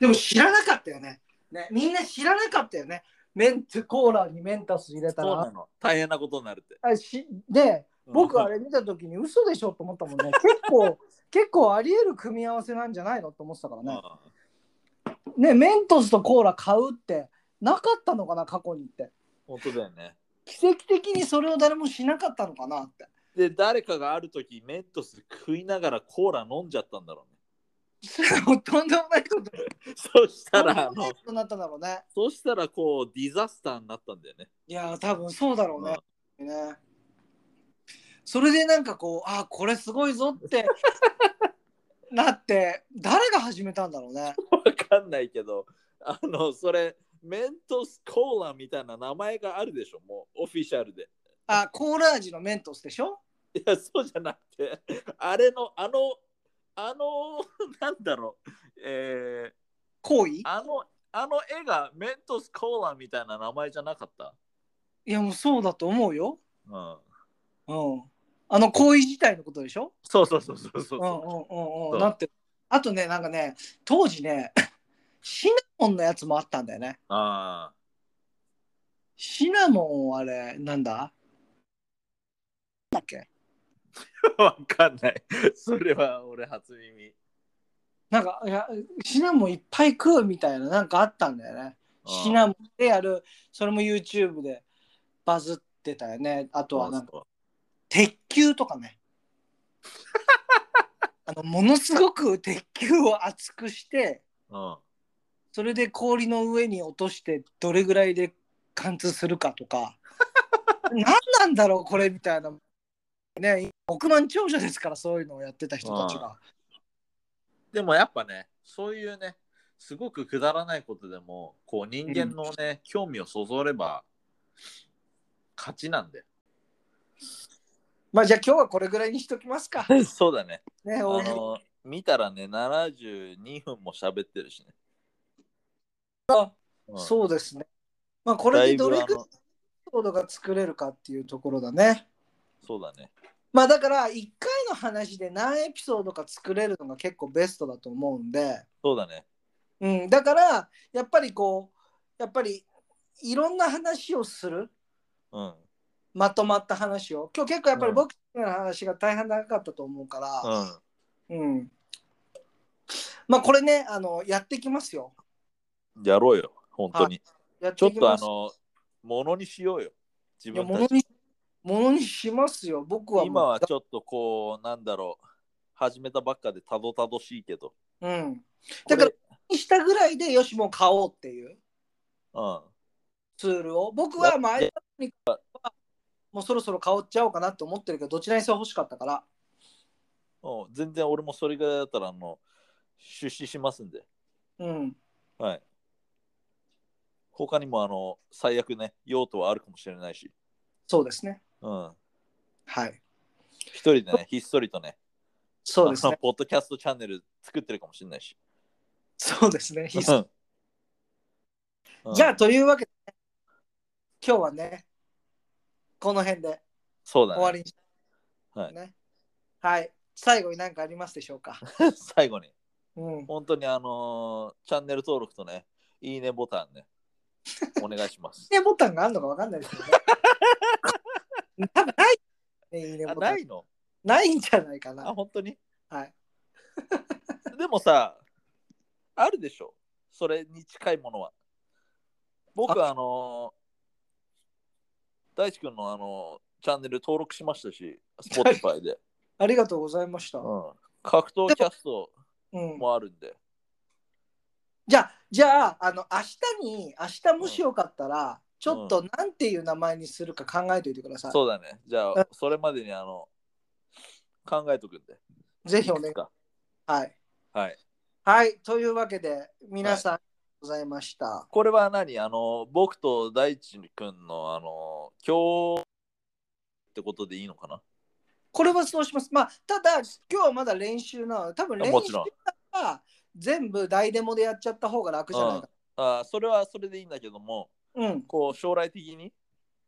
でも知らなかったよね。ね、みんな知らなかったよね。メンツコーラにメンタス入れた
そうな
ら。
の。大変なことになるって。
あしで、
うん
僕あれ見た時に嘘でしょと思っ たもんね。結構、結構あり得る組み合わせなんじゃないのと思ってたから
うん
ね。ね、メントスとコーラ買うってなかったのかな、過去にって。
本当だよね。
奇跡的にそれを誰もしなかったのかな って。
で、誰かがある時メントス食いながらコーラ飲んじゃったんだろ
とんでもないこと。
うね。そした
と
ら、あ
んでもな
の
い、ことになったんだろうね。
そしたらこう、ディザスターになったんだよね。
いやー、多分そうだろう
うん
ね。ねそれでなんかこう、あーこれすごいぞって なって、誰が始めたんだろうね。
わ、かんないけど、あの、それ、メントスコーラみたいな名前があるでしょ、もう、オフィシャルで。
あーコーラ味のメントスでしょ
いや、そうじゃなくて、あれの、あの、あの、なんだろう、えー、
行為い
あの、あの絵がメントスコーラみたいな名前じゃなかった。
や、もうそうだと思うよ。
うん。
うん。あの行為自体のことでしょ
そうそうそうそうそうう。
んうんうん。
そううん
なってるあとね、なんかね、当時ね、 シナモンのやつもあったんだよね。
ああ。
シナモンあれなんだだっけ
わかんない。それは俺初耳。
なんかいやシナモンいっぱい食うみたいななんかあったんだよねシナ
モ
モンでやるそれも YouTube でバズってたよねあとはなんか
か。
鉄球とかね あのものすごく鉄球を厚くして
うん。
それで氷の上に落としてどれぐらいで貫通するかと か何なんだろうこれみたいなね億万長者ですからそういうのをやってた人たちが
でもやっぱね、そういうね、すごくくだらないことでも、こう人間のね、興味をそそれば、勝ちなん で。
まあじゃあ今日はこれぐらいにしときますか
そうだね。
ね
あ
大喜利
の見たらね、72分も喋ってるしね。うん
そうですねまあ、これでどれ
だい
く
ぶ
ら
あ
い
の
コードが作れるかっていうところだね。
そうだね。
まあだから1回の話で何エピソードか作れるのが結構ベストだと思うんで、
そうだね。
うん、だからやっぱりこうやっぱりいろんな話をする
うん。
まとまった話を今日結構やっぱり
うん
僕の話が大変長かったと思うから、
うん。
うんまあこれねあのやってきますよ
やろうよ、本当に。
やっ
ちょ
て
っ
き
とあ
ます
の、ものにしようよ。自
いや
分
も
た
の
ち。
にものにしますよ僕はもう
今はちょっとこう、なんだろう、始めたばっかでたどたどしいけど。
うん
これ
だからしたぐらいでよしもう買おうっていう
うん。
ツールを僕は
や
まあ間にもうそろそろ買おっちゃおうかなと思ってるけどどちらにせよ欲しかったから
うん、全然俺もそれぐらいだったら、あの、出資しますんで。
うん
はい。他にも、あの、最悪ね、用途はあるかもしれないし。
そうですね
うん。
はい
一人でね、ひっそりとね、
そうです
あの
ね
ポッドキャストチャンネル作ってるかもしれないし。
そうで すね必須
うん
じゃあ、というわけで、今日はね、この辺で
そうだ
終
ね。
わりにしま
は
す
い
ね。はい、最後に何かありますでしょ うか。
最後に、
うん、。
本当にあのーチャンネル登録とね、いいねボタンね、お願いします
いいねボタンがあるのかわかんないですけど ね。多分ない、ね、いいね
あ
ボタン
ないの
ないんじゃないか
あ、
な。
本当に
はい。
でもさ、あるでしょそれに近いものは。僕はあのー大地君のあのーチャンネル登録しましたし、Spotify で。
ありがとうございました。
うん、格闘キャスト
うん、
もあるんで。
じゃあ、じゃあ、あの明日に、明日もしよかったら、ちょっとなんていう名前にするか考えておいてください。
そうだね。じゃ あ、それまでにあの、考えとくんで。
ぜひお
いく
願い
つ。か
はい。
はい。
はい、というわけで、皆さん、ありがとうございました。
これは何あの、僕と大地君の、あの、今日ってことでいいのかな
これはそうします。まあ、ただ、今日はまだ練習なので、多分練
もち
習
ろん
は全部大デモでやっちゃった方が楽じゃないか。
あーそれはそれでいいんだけども、
うん、
こう、将来的に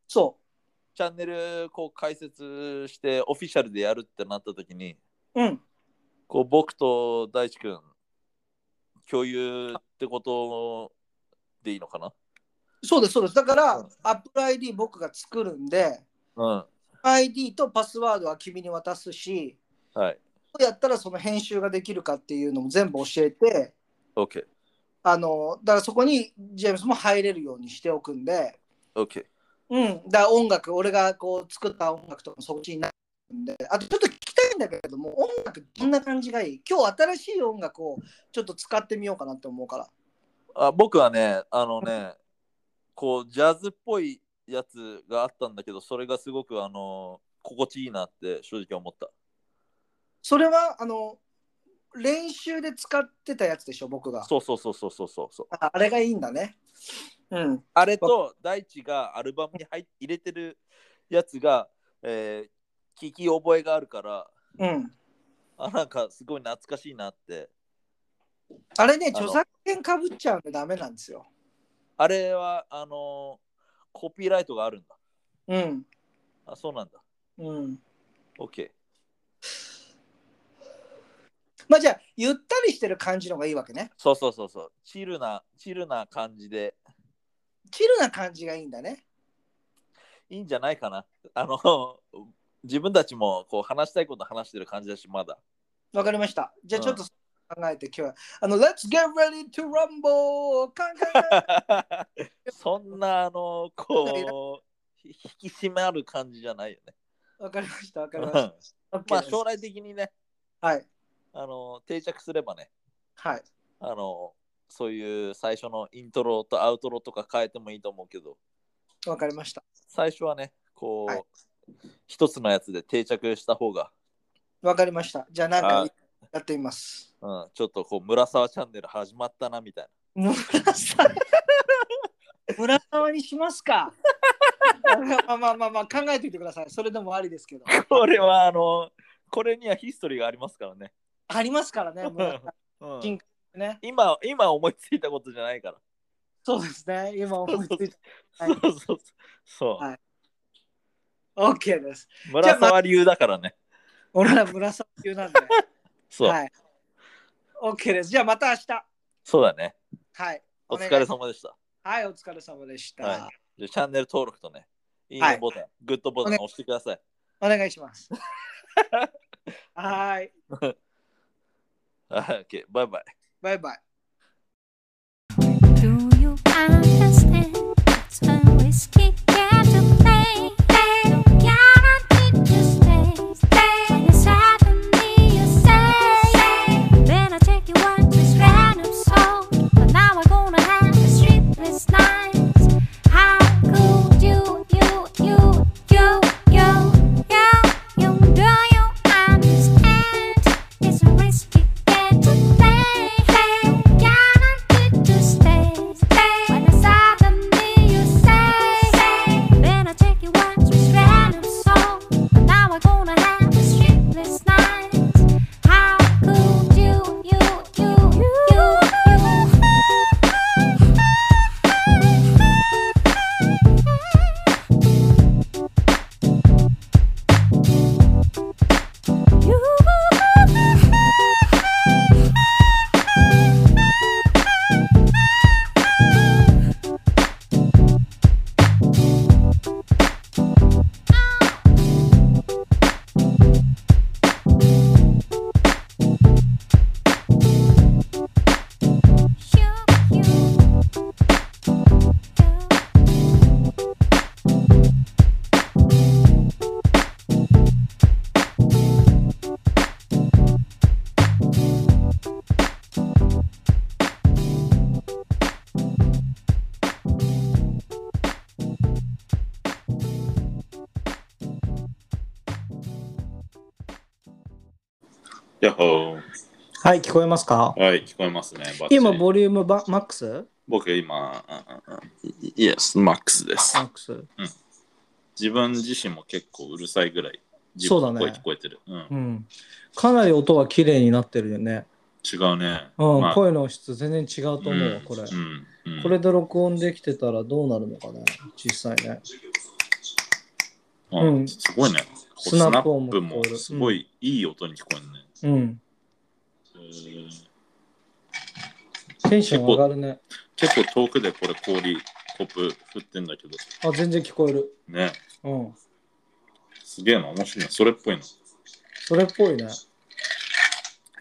そ
チャンネル、こう、開設して、オフィシャルでやるってなった時に、
う。うん、
こう、僕と大地君、共有ってことでいいのかな
そうです、そうです。だから、
うん
アップル ID 僕が作るんで、
うん。
ID とパスワードは君に渡すし、
はい。
どうやったらその編集ができるかっていうのも全部教えて、
OK。
あの、だからそこにジェームスも入れるようにしておくんで、
OK。
うん、だから音楽、俺がこう作った音楽とかもそっちになるんで、あとちょっと聞きたいんだけども、音楽どんな感じがいい今日新しい音楽をちょっと使ってみようかなって思うから。
あ僕はねあのねこうジャズっぽいやつがあったんだけどそれがすごくあの心地いいなって正直思った
それは、あの、練習で使ってたやつでしょ、僕が。
そうそうそうそうそうそうそう
ああれがいいんだね。うん。
あれと大地がアルバムに入っ入れてるやつが、えー聞き覚えがあるから
うん。
あなんかすごい懐かしいなって
あれね、
あの
著作権かぶっちゃうんでダメなんですよ。
あれはあのコピーライトがあるんだ
うん。
あそうなんだ
うん。
OK
まあじゃあ、ゆったりしてる感じのがいいわけね。
そうそうそうそうチルなチルな感じで
チルな感じがいいんだね。
いいんじゃないかな。あの、自分たちもこう話したいこと話してる感じだし、ま だ。
わかりました。じゃあちょっと考えて、今日は。あの、Let's get ready to rumble! カンカン カン
そんな、あの、こう、ひ引き締まる感じじゃないよね。
わかりました、わかりました。
ま
OK
あ、
です
将来的にね、
はい、
あの、定着すればね、
はい。
あの、そういう最初のイントロとアウトロとか変えてもいいと思うけど、
わかりました。
最初はね、こう、
はい
一つのやつで定着した方が、
わかりました。じゃあなん
は
か
い
やってみます。
うん、ちょっとこう、村沢チャンネル始まったなみたいな。
村沢村沢にしますか。まあまあまあまあ考えておいてください。それでもありですけど。
これはあの、これにはヒストリーがありますからね。
ありますからね。村沢
うん
人ね
今、今思いついたことじゃないから。
そうですね。今思いついた。はい
そうそうそう
はい OK です。
村沢流だからね。
俺ら紫級なんで。
そう、
はい。OK です。じゃあまた明日。
そうだね。
はい。
お
お願
疲
い
れ様でした。
はい、お疲れ様でした。
はでチャンネル登録とね、いい
は
ね
い
ボタン、グッドボタン
お願
押してくださ い。
お願いします。はーい。
はい、OK、バイバイ。
バイバイ。
Do you understand? It's a risky game to play. Guaranteed to stay, stay. And suddenly you say, "Then I take you out this random song, but now we're gonna have a sleepless night." How could you, you, you, you, you, you, you? Do you understand? It's a risky game to play. Guaranteed to stay. When I suddenly you say, then I take you out to this random song, but now we're gonna have a sleepless night. How could you, you, you, you, you? You.
やっほ
はい、聞こえますか
ー。はい、聞こえますね。バッチリ
今、ボリュームばマックス
僕今、イエス、マックスです
マ。ックス。
自分自身も結構うるさいぐらい、自
そうだ
分
ね
の声聞こえてる。うん
うん。かなり音は綺麗になってるよね。
違うね。
うん、
まあ
声の質全然違うと思うわ、
ん
これ。
うんうん
これで録音できてたらどうなるのかね、実際ね。
あ
うん
すごいね。
スナップ
こう
音
スナ
も
ップ
聞こ
も
える
すごいいい音に聞こえるね。
うん。
へー
テンション上がるね。
結構遠くでこれ氷、コップ振ってんだけど、
あ、全然聞こえる。
ね。
うん。
すげえな、面白いな。それっぽいな。
それっぽいね。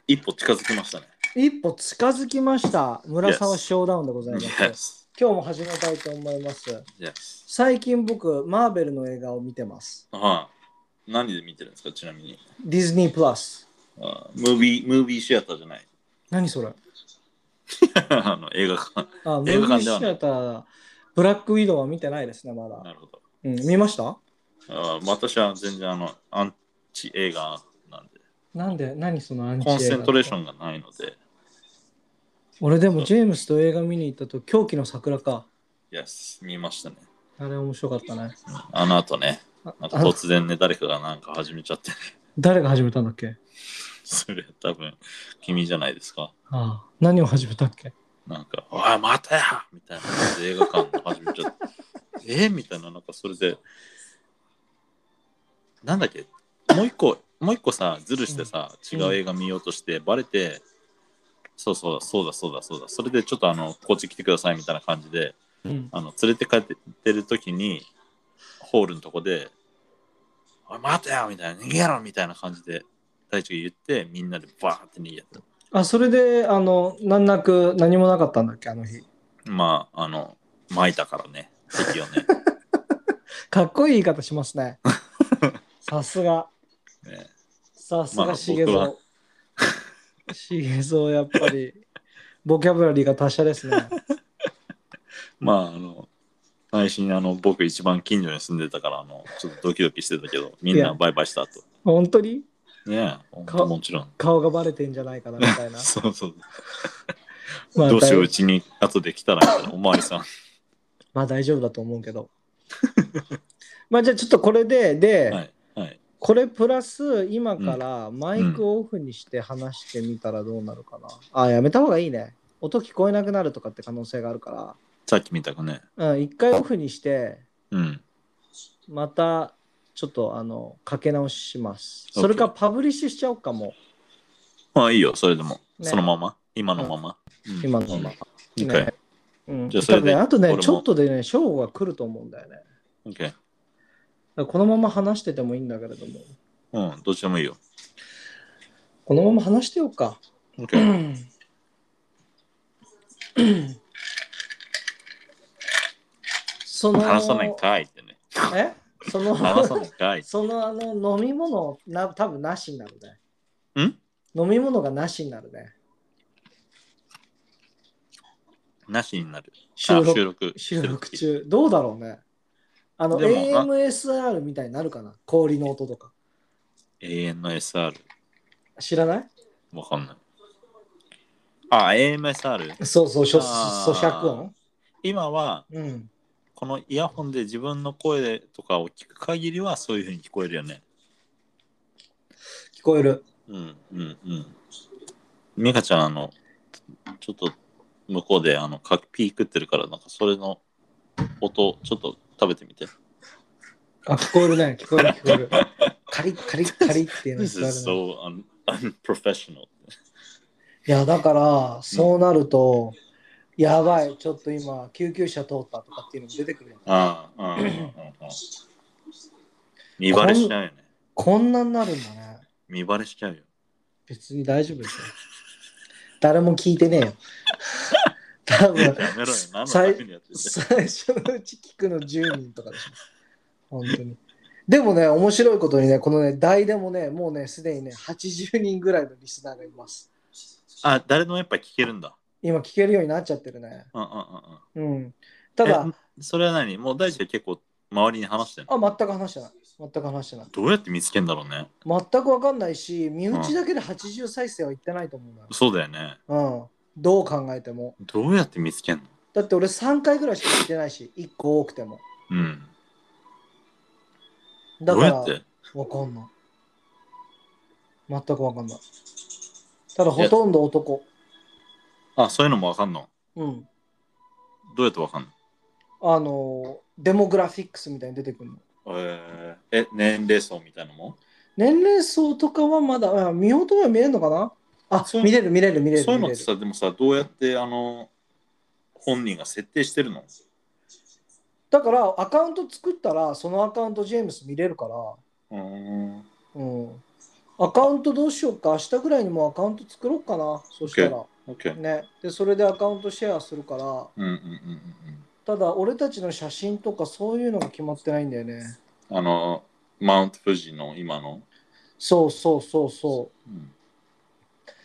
一歩近づきましたね。
一歩近づきました。村沢
Yes
ショーダウンでございます。
Yes.
今日も始めたいと思います。
Yes.
最近僕、マーベルの映画を見てます。
はい。何で見てるんですか、ちなみに。
ディズニープラス。
あムービー、ムービーシアターじゃない。
何それ
あの映画館。
あ、ム
映
ービ
画
ー
館では
シ
ない
アター、ブラックウィドウは見てないですね、まだ。
なるほど。
うん、見ました
あ私は全然あの、アンチ映画なんで、
なんで、何そのアンチ
コンセントレーシ
ン。
ョンがないので、
俺でもジェームスと映画見に行ったと、狂気の桜か。
Yes、見ましたね。
あれ面白かったね。
あの後ね、なんか
あの
突然ね、誰かがなんか始めちゃって、
誰が始めたんだっけ
それ多分、君じゃないですか。
ああ何を始めたっけ
なんか、おい、またやみたいな感じで映画館始めちゃって、 えみたいな、なんかそれで、なんだっけ、もう一個、もう一個さ、ずるしてさ、
うん
違う映画見ようとして、バレて、そうそう、そうだ、そうだ、そうだ、それでちょっとあの、こっち来てくださいみたいな感じで、
うん。
あの連れて帰ってる時にホールのとこで「おい待てよ!」みたいな「逃げろ!」みたいな感じで大地が言ってみんなでバーって逃げた
あ、それで、あの、難なく何もなかったんだっけあの日。
まああの巻いたからね敵をね
かっこいい言い方します ね。さすが。
ね
さす
ま
が
あ
しげ
僕は
ぞう。しげぞう、やっぱり、ボキャブラリーが達者ですね。
まああの内心あの僕一番近所に住んでたからあのちょっとドキドキしてたけどみん
い
な
や
バイバイした後
本当に
ねえほんともちろん
顔がバレてんじゃないかな、み たいな。
そうそう、
まあ、
どうしよう
だ
う
い
ちに後で来たらみたいなおまわりさん
まあ大丈夫だと思うけど。 まあ、じゃあちょっとこれで、で、
はいはい
これプラス今からマイクをオフにして話してみたらどうなるかな。あ、やめた方がいいね。音聞こえなくなるとかって可能性があるから。
さっきみたくね。
うん、一回オフにして、
うん。
またちょっとあのかけ直しします。
OK
それかパブリッシュしちゃおうかも
まあいいよ、それでも。
ね
そのまま今のまま。うん
う、今のまま。。
OK
ねうん、
じゃあそれで
多分ねあと
俺
ね、
も
ちょっとでね、ショーが来ると思うんだよね。だか
OK。
らこのまま話しててもいいんだけれども、
うん、どっちでもいいよ。
このまま話してようか。
OK。
その、
話さないんかいってね。
えその、
話さないんかいって。
そのあの飲み物な、多分なしになるね。
ん
飲み物がなしになるね。
なしになる。
収
あ
録
収録。
収録。中。どうだろうね。あの、
でもな
AMSR みたいになるかな氷の音とか。
永遠の SR。
知らない
わかんない。あ、AMSR。
そうそう、咀
あー
咀嚼音。
今は、
うん。
このイヤホンで自分の声とかを聞く限りはそういうふうに聞こえるよね。
聞こえる。
うんうんうん。美香ちゃん、あの、ちょっと向こうであのカピー食ってるから、なんかそれの音、ちょっと食べてみて。
あ、聞こえるね。聞こえる、聞こえる。カリッカリッカリッっていうの
This
聞 こえ
is
るね。
so un- unprofessional.
いや、だから、そうなると、やばい、ちょっと今、救急車通ったとかっていうのも出てくるよ。
ああ、うんうんうんうん。見バレしちゃうよね。
こんなになるんだね。
見バレしちゃうよ。
別に大丈夫ですよ。誰も聞いてねえ よ。多分
やめろよ。何のた
最
めにやってて。
最初のうち聞くの10人とかでしょ。本当に。でもね、面白いことにね、このね、代でもね、もうね、すでにね、80人ぐらいのリスナーがいます。
あ、誰でもやっぱ聞けるんだ。
今聞けるようになっちゃってるね。
うんうんうんうん。
うん。ただ、
えそれは何もう大地結構周りに話してんの
あ、全く話してない。全く話してない。
どうやって見つけんだろうね。
全くわかんないし、身内だけで80再生はいってないと思うんだよ。
そうだよね。
うん。どう考えても。
どうやって見つけんの
だって俺3回ぐらいしか聞いてないし、1個多くても。
うん。
だ
ど
か
う
ら、
やって
わかんない。全くわかんない。ただほとんど男。
あ、そういうのもわかんの
うん。
どうやってわかん
あのー、デモグラフィックスみたいに出てくるの。
のえー、え、年齢層みたいなのも
年齢層とかはまだ、あ見ようとは見えるのかなあ
そう、
見れる見れる見れる。
そういうのって
見れる
さ、でもさ、どうやってあの、本人が設定してるの
だからアカウント作ったら、そのアカウントジェームス見れるから、
うーん。
うん。アカウントどうしようか、明日ぐらいにもうアカウント作ろうかな、そしたら。
OK。
ね。で、それでアカウントシェアするか
う
ら、
んうんうんうん
ただ俺たちの写真とかそういうのが決まってないんだよね。
うん。あの、マウント富士の今の。
そうそうそうそ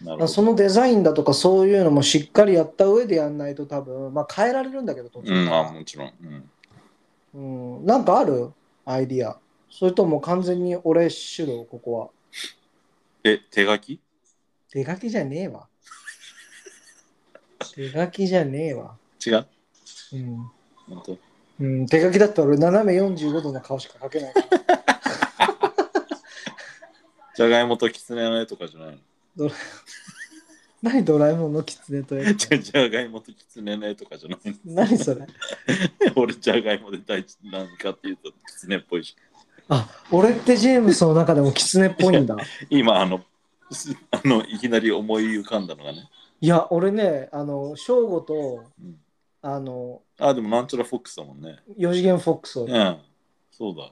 うん。な
う。そのデザインだとかそういうのもしっかりやった上でやんないと多分、まあ変えられるんだけど、途
う
中
ん、
か
あ
ら
もちろん。うん、
うん。なんかあるアイディア。それとも完全に俺主導、ここは。
え、手書き
手書きじゃねえ わ。手書きじゃねえわ。
違う
うん。
本当
うん、手書きだったら俺斜め45度の顔しか描け ないから。
じゃがいもときつねの絵とかじゃないの
何ドラえもんの狐と絵って
じゃじゃがいもときつねの絵とかじゃないの
何それ
俺じゃがいもで大事なんかっていうときつねっぽいし。
あ、俺ってジェームスの中でも狐っぽいんだ。
今あの、す あのいきなり思い浮かんだのがね。
いや、俺ね、あの、正吾と、
うん
あの、
あ、でもなんちゃらフォックスだもんね。
四次元フォックスを。
うん。そうだ。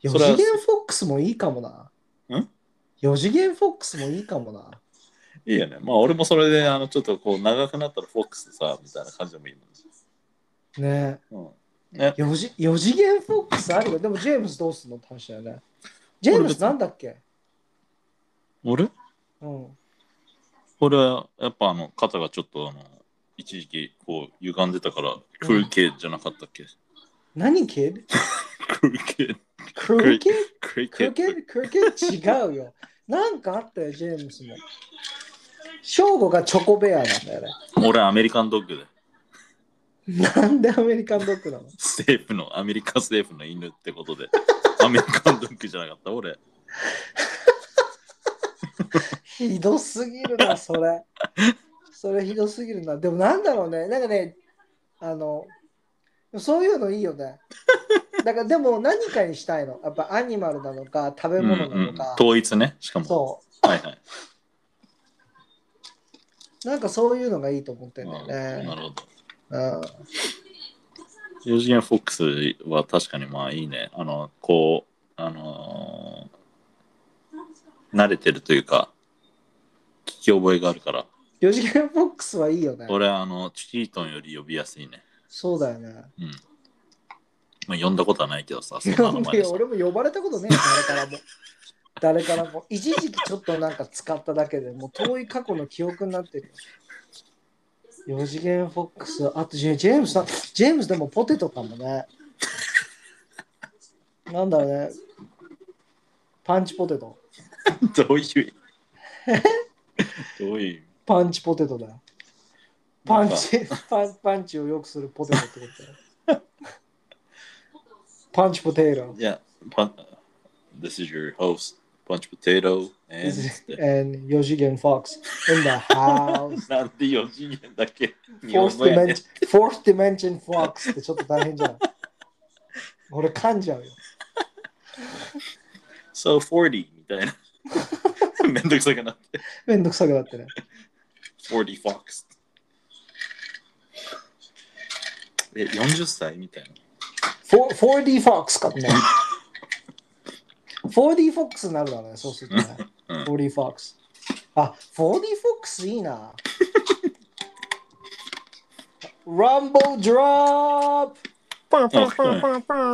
四
それは
次元フォックスもいいかもな。
ん
四次元フォックスもいいかもな。
いいよね。まあ俺もそれで、あの、ちょっとこう長くなったらフォックスさ、みたいな感じでもいい
ね
もん。うん。ね、
四次四次元フォックスあるよ。でも、ジェームスどうすんのって話だよね。ジェームスなんだっけ
俺
うん。
俺はやっぱあの、肩がちょっとあの、一時期こう歪んでたから、クルーケーじゃなかったっけ、
何系
クルーケー。
クルケ
クリ
ク
ケット。
ルケクルケ違うよ。 なんかあったよ、ジェームスも。正吾がチョコベアなんだよね。
俺アメリカンドッグで。
なんでアメリカンドッグなの
政府の、アメリカ政府の犬ってことで。アメリカンドッグじゃなかった俺。
ひ どすぎるな、それ。それひどすぎるな。でもなんだろうね。なんかね、あのそういうのいいよね。だからでも何かにしたいの。やっぱアニマルなのか食べ
うんう
物なの
ん
か。
統一ね、しかも。
そ
はいはい。
う。なんかそういうのがいいと思ってんだよ
あな
ね。
るほど。
うん。
4次元フォックスは確かにまあいいね。あの、こう、あのー慣れてるというか、聞き覚えがあるから、
4次元ボックスはいいよね。
俺はあの、チキートンより呼びやすいね。
そうだよね。
うん。まあ、呼んだことはないけど さ、そんな名
な
前
んで
で
よ
さ
俺も呼ばれたことねえよ誰からも。誰からも。一時期ちょっとなんか使っただけでもう遠い過去の記憶になってる。4次元フォックス、あとジェジェームスさん、ジェームスでもポテトかもね。なんだろうね。パンチポテト。
どういう意味 どういう意味
パンチポテトだよ。パンチ、パンパンチをよくするポテトってことだよ。パンチポテト。
Yeah, pun- this is your host, Punch Potato. And
and 4次元 Fox in the house.
なんで4次元だけ日本
Fourth
語やねん
dimension, fourth dimension Fox ってちょっと大変じゃん。 俺噛んじゃうよ。
So 40みたいな。 めんどくさくなって。
めんどくさくなってね。
40 Fox。え、40歳みたいな。
4- 4D Fox かも ね。4D Fox になるだね、そうするとね。
うん
4D Fox。あ、4D Fox いいな。ランボードロップパンパンパンパンパ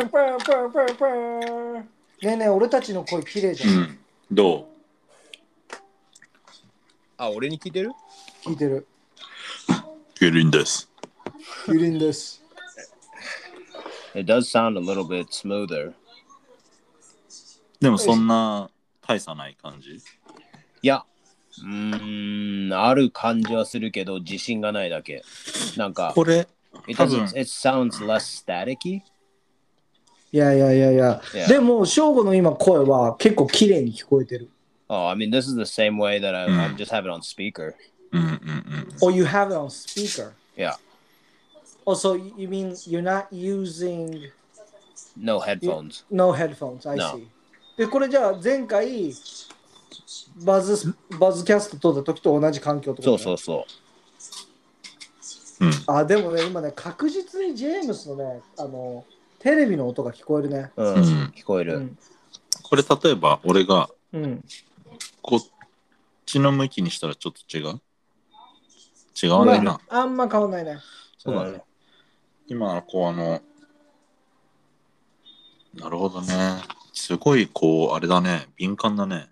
ンねえねえ、俺たちの声綺麗じゃ。
うんん。ど
あ、俺に聞いてる
聞いてる。
うキリンです。
キリンです。
It does sound a little bit smoother.
でもそんな大差ない感じ。
いや、うーん、ある感じはするけど、自信がないだけ。なんか、
これ、
it,
多分
doesn't- it sounds less staticky.
いやいやいやいや。
Yeah.
でも、翔吾の今声は結構綺麗に聞こえてる。
Oh, I mean, this is the same way that I,
うん
I'm just having on speaker.
うんうんうん。
Oh, you have it on speaker.
Yeah,
Oh, so you mean you're not using
no headphones.
no headphones, I
No.
see. で、これじゃあ前回バズス、バズキャスト撮った時と同じ環境ってこと
そ
ね
うそうそう。
あ、でもね、今ね、確実にジェームスのね、あの、テレビの音が聞こえるね。
うん、
うん
聞こえ
う
る。
ん。
これ例えば俺が
うん、
こっちの向きにしたらちょっと違う違わないな。
まあ。あんま変わんないね。
そうだね。今、こう、あの、なるほどね。すごい、こう、あれだね。敏感だね。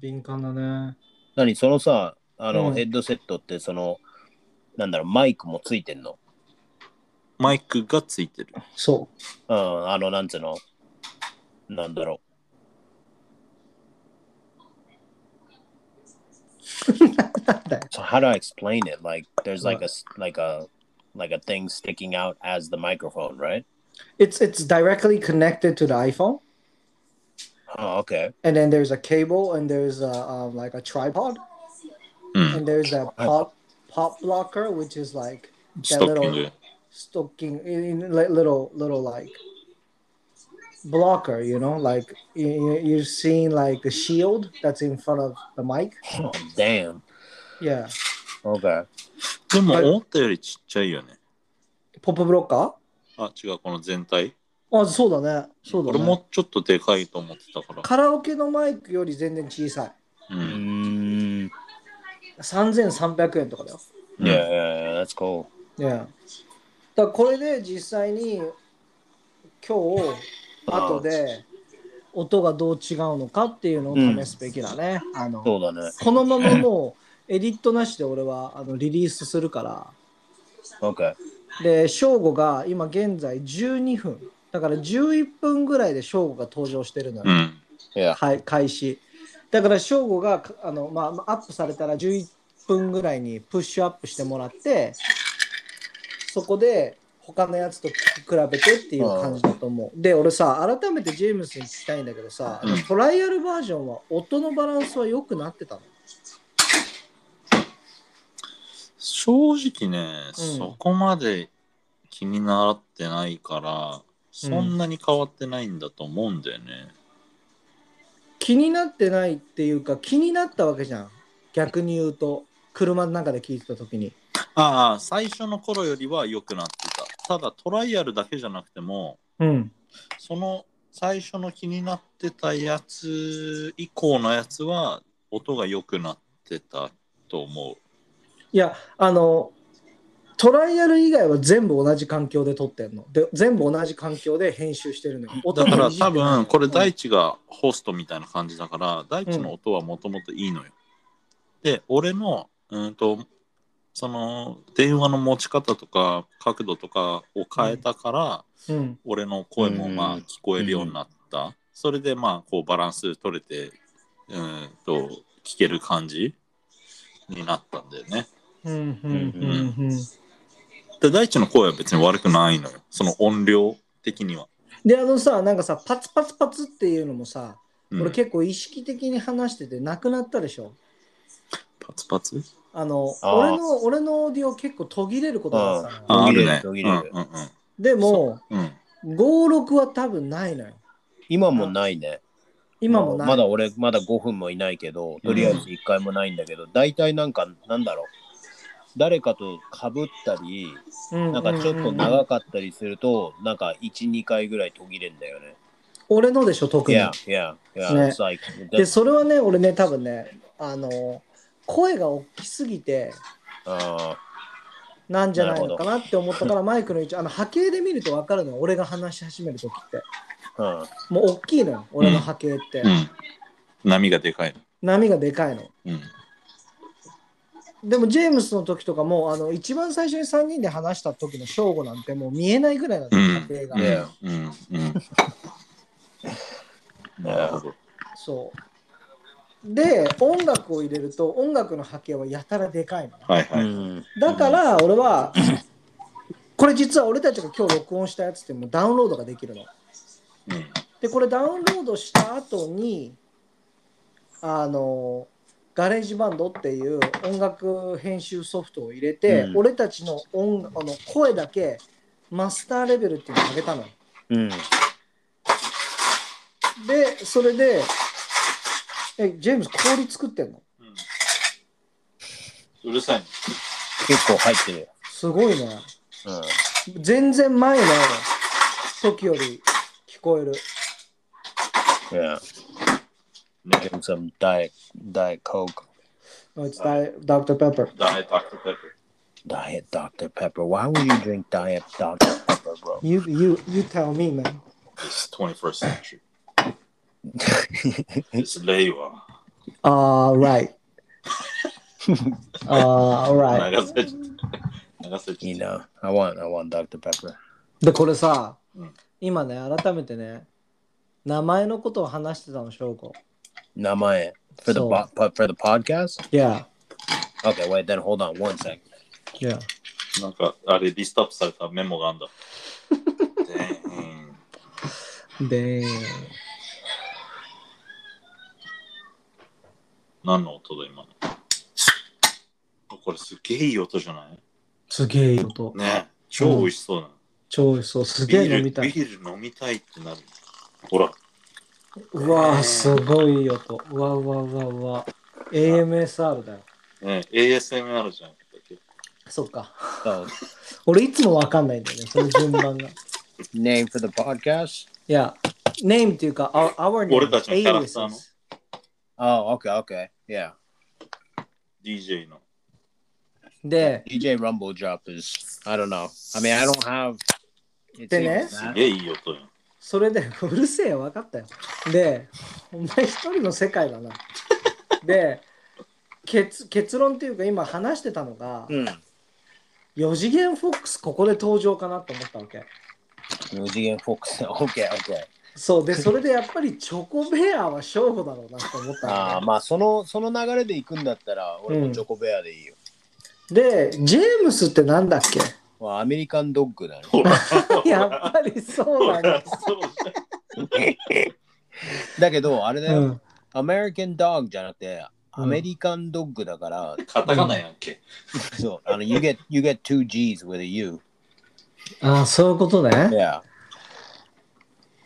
敏感だね。
何そのさ、あの、
うん
ヘッドセットって、その、なんだろう、マイクもついてんの。
マイクがついてる。
そ
うん、あの、なんつうの、なんだろ
う。 なんだよ。
う。So how do I explain it? Like, there's like a, like a, like a thing sticking out as the microphone, right?
It's, it's directly connected to the iPhone.
Oh, okay.
and then there's a cable and there's a um, like a tripod
う
and
ん。
there's a pop pop blocker which is like
ストッキング。
stocking in, in li- little little like blocker you know like you, you- you're seeing like the shield that's in front of the mic
Oh, damn.
yeah
Okay.
でも、思ったよりちっちゃいよね。
pop blocker
あ、違う、この全体。
あそうだねそうだ
俺
ね
もちょっとでかいと思ってたから。
カラオケのマイクより全然小さ
う
Mm,
ん。
い3300円とかだよ
yeah, yeah, yeah, that's cool.
ねだからこれで実際に今日後で音がどう違うのかっていうのを試すべきだね、あの
そうだね。
このままもうエディットなしで俺はあのリリースするから
Okay.
で正午が今現在12分だから11分ぐらいで正午が登場してるのよ、
うん。
Yeah.
はい、開始だから正午がかあの、まあ、アップされたら11分ぐらいにプッシュアップしてもらってそこで他のやつと聞き比べてっていう感じだと思うで俺さ改めてジェームスに聞きたいんだけどさ、
うん
トライアルバージョンは音のバランスは良くなってたの
正直ね、
うん
そこまで気になってないから、そんなに変わってないんだと思うんだよね。
気になってないっていうか気になったわけじゃん逆に言うと車の中で聞いてた時に
ああ、最初の頃よりは良くなってた。ただトライアルだけじゃなくても、
うん
その最初の気になってたやつ以降のやつは音が良くなってたと思う。
いやあのトライアル以外は全部同じ環境で撮ってんので全部同じ環境で編集してるのよ音
だ
も
から
いじって
多
ないのよ
分これ
うん
大地がホストみたいな感じだから大地の音はもともといいのよ。で俺のうんとその電話の持ち方とか角度とかを変えたから
うん
俺の声もまあ
うん
聞こえるようになった。それでまあこうバランス取れてうんと聞ける感じになったんだよね。
うんうんうんうん
で大地の声は別に悪くないのよ。その音量的には。
であのさなんかさパツパツパツっていうのもさ、
うん
俺結構意識的に話しててなくなったでしょ
パツパツ
あの
あー
俺の俺のオーディオ結構途切れることがあったの
ああ
よ
途切
る
れる
ね。
途切れる
うんうん
でも
うんうん
56は多分ないのよ
今もないね。
今もない
まだ俺、まだ5分もいないけど、とりあえず1回もないんだけど、大体なんか、なんだろう。誰かと被ったり、
な
なんかちょっと長かったりすると、なんか1、2回ぐらい途切れんだよね。
俺のでしょ特に
Yeah, yeah, yeah.
ね
It's like,
でそれはね俺ね多分ねあの声が大きすぎて
あ
なんじゃない
な
の
る
か
ほ
なって思ったからマイクの位置あの波形で見ると分かるのよ俺が話し始める時って
ーうん
もう大きいのよ俺の波形って、
うん。波がでかい
波がでかいの
の。うん。
でもジェームスの時とかもあの一番最初に3人で話した時の正吾なんてもう見えないぐらいなんだ
うん
よ、家庭が、
ね
うん。うん。なるほど。
そうで音楽を入れると音楽の波形はやたらでかいの
はいは
う
い。
ん。
だから俺はこれ実は俺たちが今日録音したやつってもうダウンロードができるの
うん
でこれダウンロードした後にあのガレージバンドっていう音楽編集ソフトを入れて、
うん
俺たちの音あの声だけマスターレベルっていうのを上げたのよ
うん。
でそれでえジェームス氷作ってんの
うるさいね。
結構入ってるよ。
すごいね
うん。
全然前の時より聞こえる
Yeah. Give him some diet, diet coke,
あいつダイダクターペッパー
ダメタクタク。
diet Dr Pepper. Why would you drink diet Dr Pepper, bro?
You, you, you tell me, man.
It's 21st century. It's 令和。
あ l right. あ l right.
流せちゃ流せ
you
ちゃ
know, I want, I want Dr Pepper.
で、これさ、
うん
今ね、改めてね、名前のことを話してたの、証拠。
Namae for the
So-
po- po- for the podcast.
Yeah,
Okay, wait. Then hold on one sec.
yeah.
なんか、あれ、リストアップされたメモがあんだ。
で、
何の音だ、今の。これすげえいい音じゃない
すげえいい音。
ね超美味しそうな。
超美味しそう。す
ビー
げえ
ル
飲みた
ビ
い。
ール飲みたいってなる。ほら。
うわー、すごいいい音。うわうわうわうわ。AMSR だよ。
ね、ASMR じゃん。
そっか。
So,
俺いつもわかんないんだよね、その順番 が。い
name for the podcast.
や、name っていうか、our, our name.
俺たちのキャラクターの
aliases
Oh, okay, okay, yeah.
DJ の。
で、
DJ Rumble Drop is. I don't know. I mean, I don't have. It's
Then
either
S?
す
that-
げえいい音よ。
それで、うるせえよ、分かったよ。で、お前一人の世界だな。で、結結論っていうか、今話してたのが、
Hmm.
4次元フォックス、ここで登場かなと思ったわけ。
Mujigan Fox. Okay, okay.
そう、で、それでやっぱりチョコベアは勝負だろうなと思った
ああ
わ
まあそのその流れで行くんだったら俺もチョコベアでいいよ、
け。で、ジェームスってなんだっけ
まあ、アメリカンドッグだね
ほら。
やっぱりそうなんだ。
そうじ
だけどあれだ
う
よ、
ん、
アメリカンドッグじゃなくて
うん
アメリカンドッグだから、
カタカナやんけ。
そう、あの、you get, you get two G's with a U.
ああ、そういうことね。
Yeah.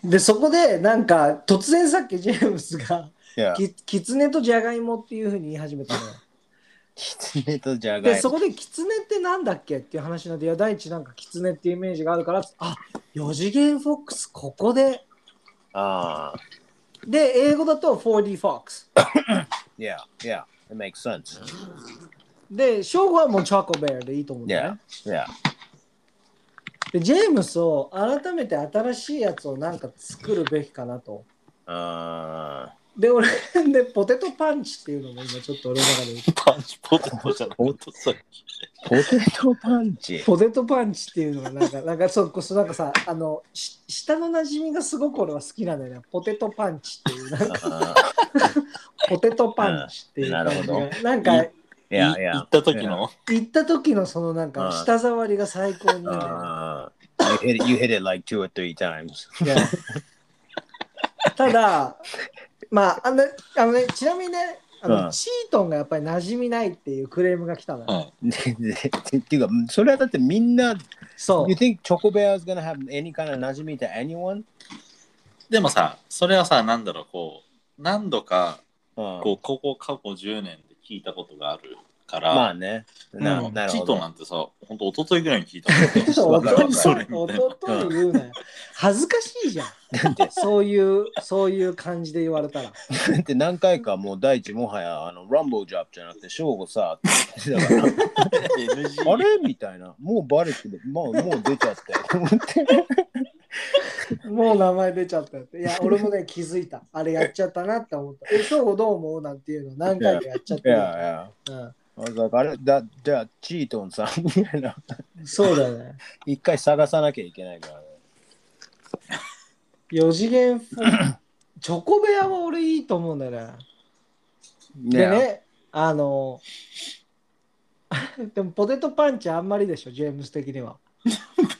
で、そこで、なんか、突然さっきジェームスが、
Yeah.
きキツネとジャガイモっていうふうに言い始めたのよ。
キツネとジャガ
で、
イ
そこでキツネってなんだっけっていう話になって、いや、第一なんかキツネっていうイメージがあるから、あ、4次元フォックス、ここで。
ああ。
で、英語だと 4D フォックス。
Yeah, yeah. It makes sense.
で、ショーゴはもうチョコベアでいいと思うんだよ
Yeah,
ね。
yeah.
で、ジェームスを改めて新しいやつをなんか作るべきかなと。
あ
で、俺、で、ポテトパンチっていうのも今ちょっと俺の中で。
パンチポテトじゃなくてさ。
ーポテトパンチ。
ポテトパンチっていうのはなんか、なんかそう、こうそうなんかさ、あの、し下の馴染みがすごく俺は好きなんだよね。ポテトパンチっていう、 なんか
あ
ポテトパンチ っていう
な
感
る
じ
ほ
が、
ど
なんか、
ーい
い
やい
行
や
っ。た時の
行った時のそのなんか、舌触りが最高にいいんだよね
ああ。You hit, it, you hit it like two or three times.
いやただ、まあ、あの、あのね、ちなみにね、あの、
うん
チートンがやっぱり馴染みないっていうクレームが来たのよ。
はい
ででっていうか、それはだってみんな、
そう
You。think Choco Bear is gonna have any kind of 馴染み to anyone?
でもさ、それはさ、なんだろう、こう、何度か、
うん
こう、ここ過去10年で聞いたことがあるから、
まあね。な
うん
なる
チー
ほ
ト
ど。
なんてさ、ほんと一昨日ぐらいに聞いたんだよ
お
わかる
と
わかる
とい、おととい言うなよ。 恥ずかしいじゃん。そういう、そういう感じで言われたら。
で何回かもう第一もはやあのランボージャップじゃなくてショー ゴさってだから
NG
あれみたいなもうバレてる、まあ、もう出ちゃったよと思って
もう名前出ちゃったよって。いや、俺も ね、気づいた。あれやっちゃったなって思った。え、翔吾どう思うなんていうの何回かやっちゃっ
い
てるよね
やいやあだからあれだじゃあチートンさんみたいな
うん。そうだよね。
一回探さなきゃいけないからね
4次元フォチョコ部屋は俺いいと思うんだよね。で
ね
ね、あの、 でもポテトパンチあんまりでしょ、ジェームス的には。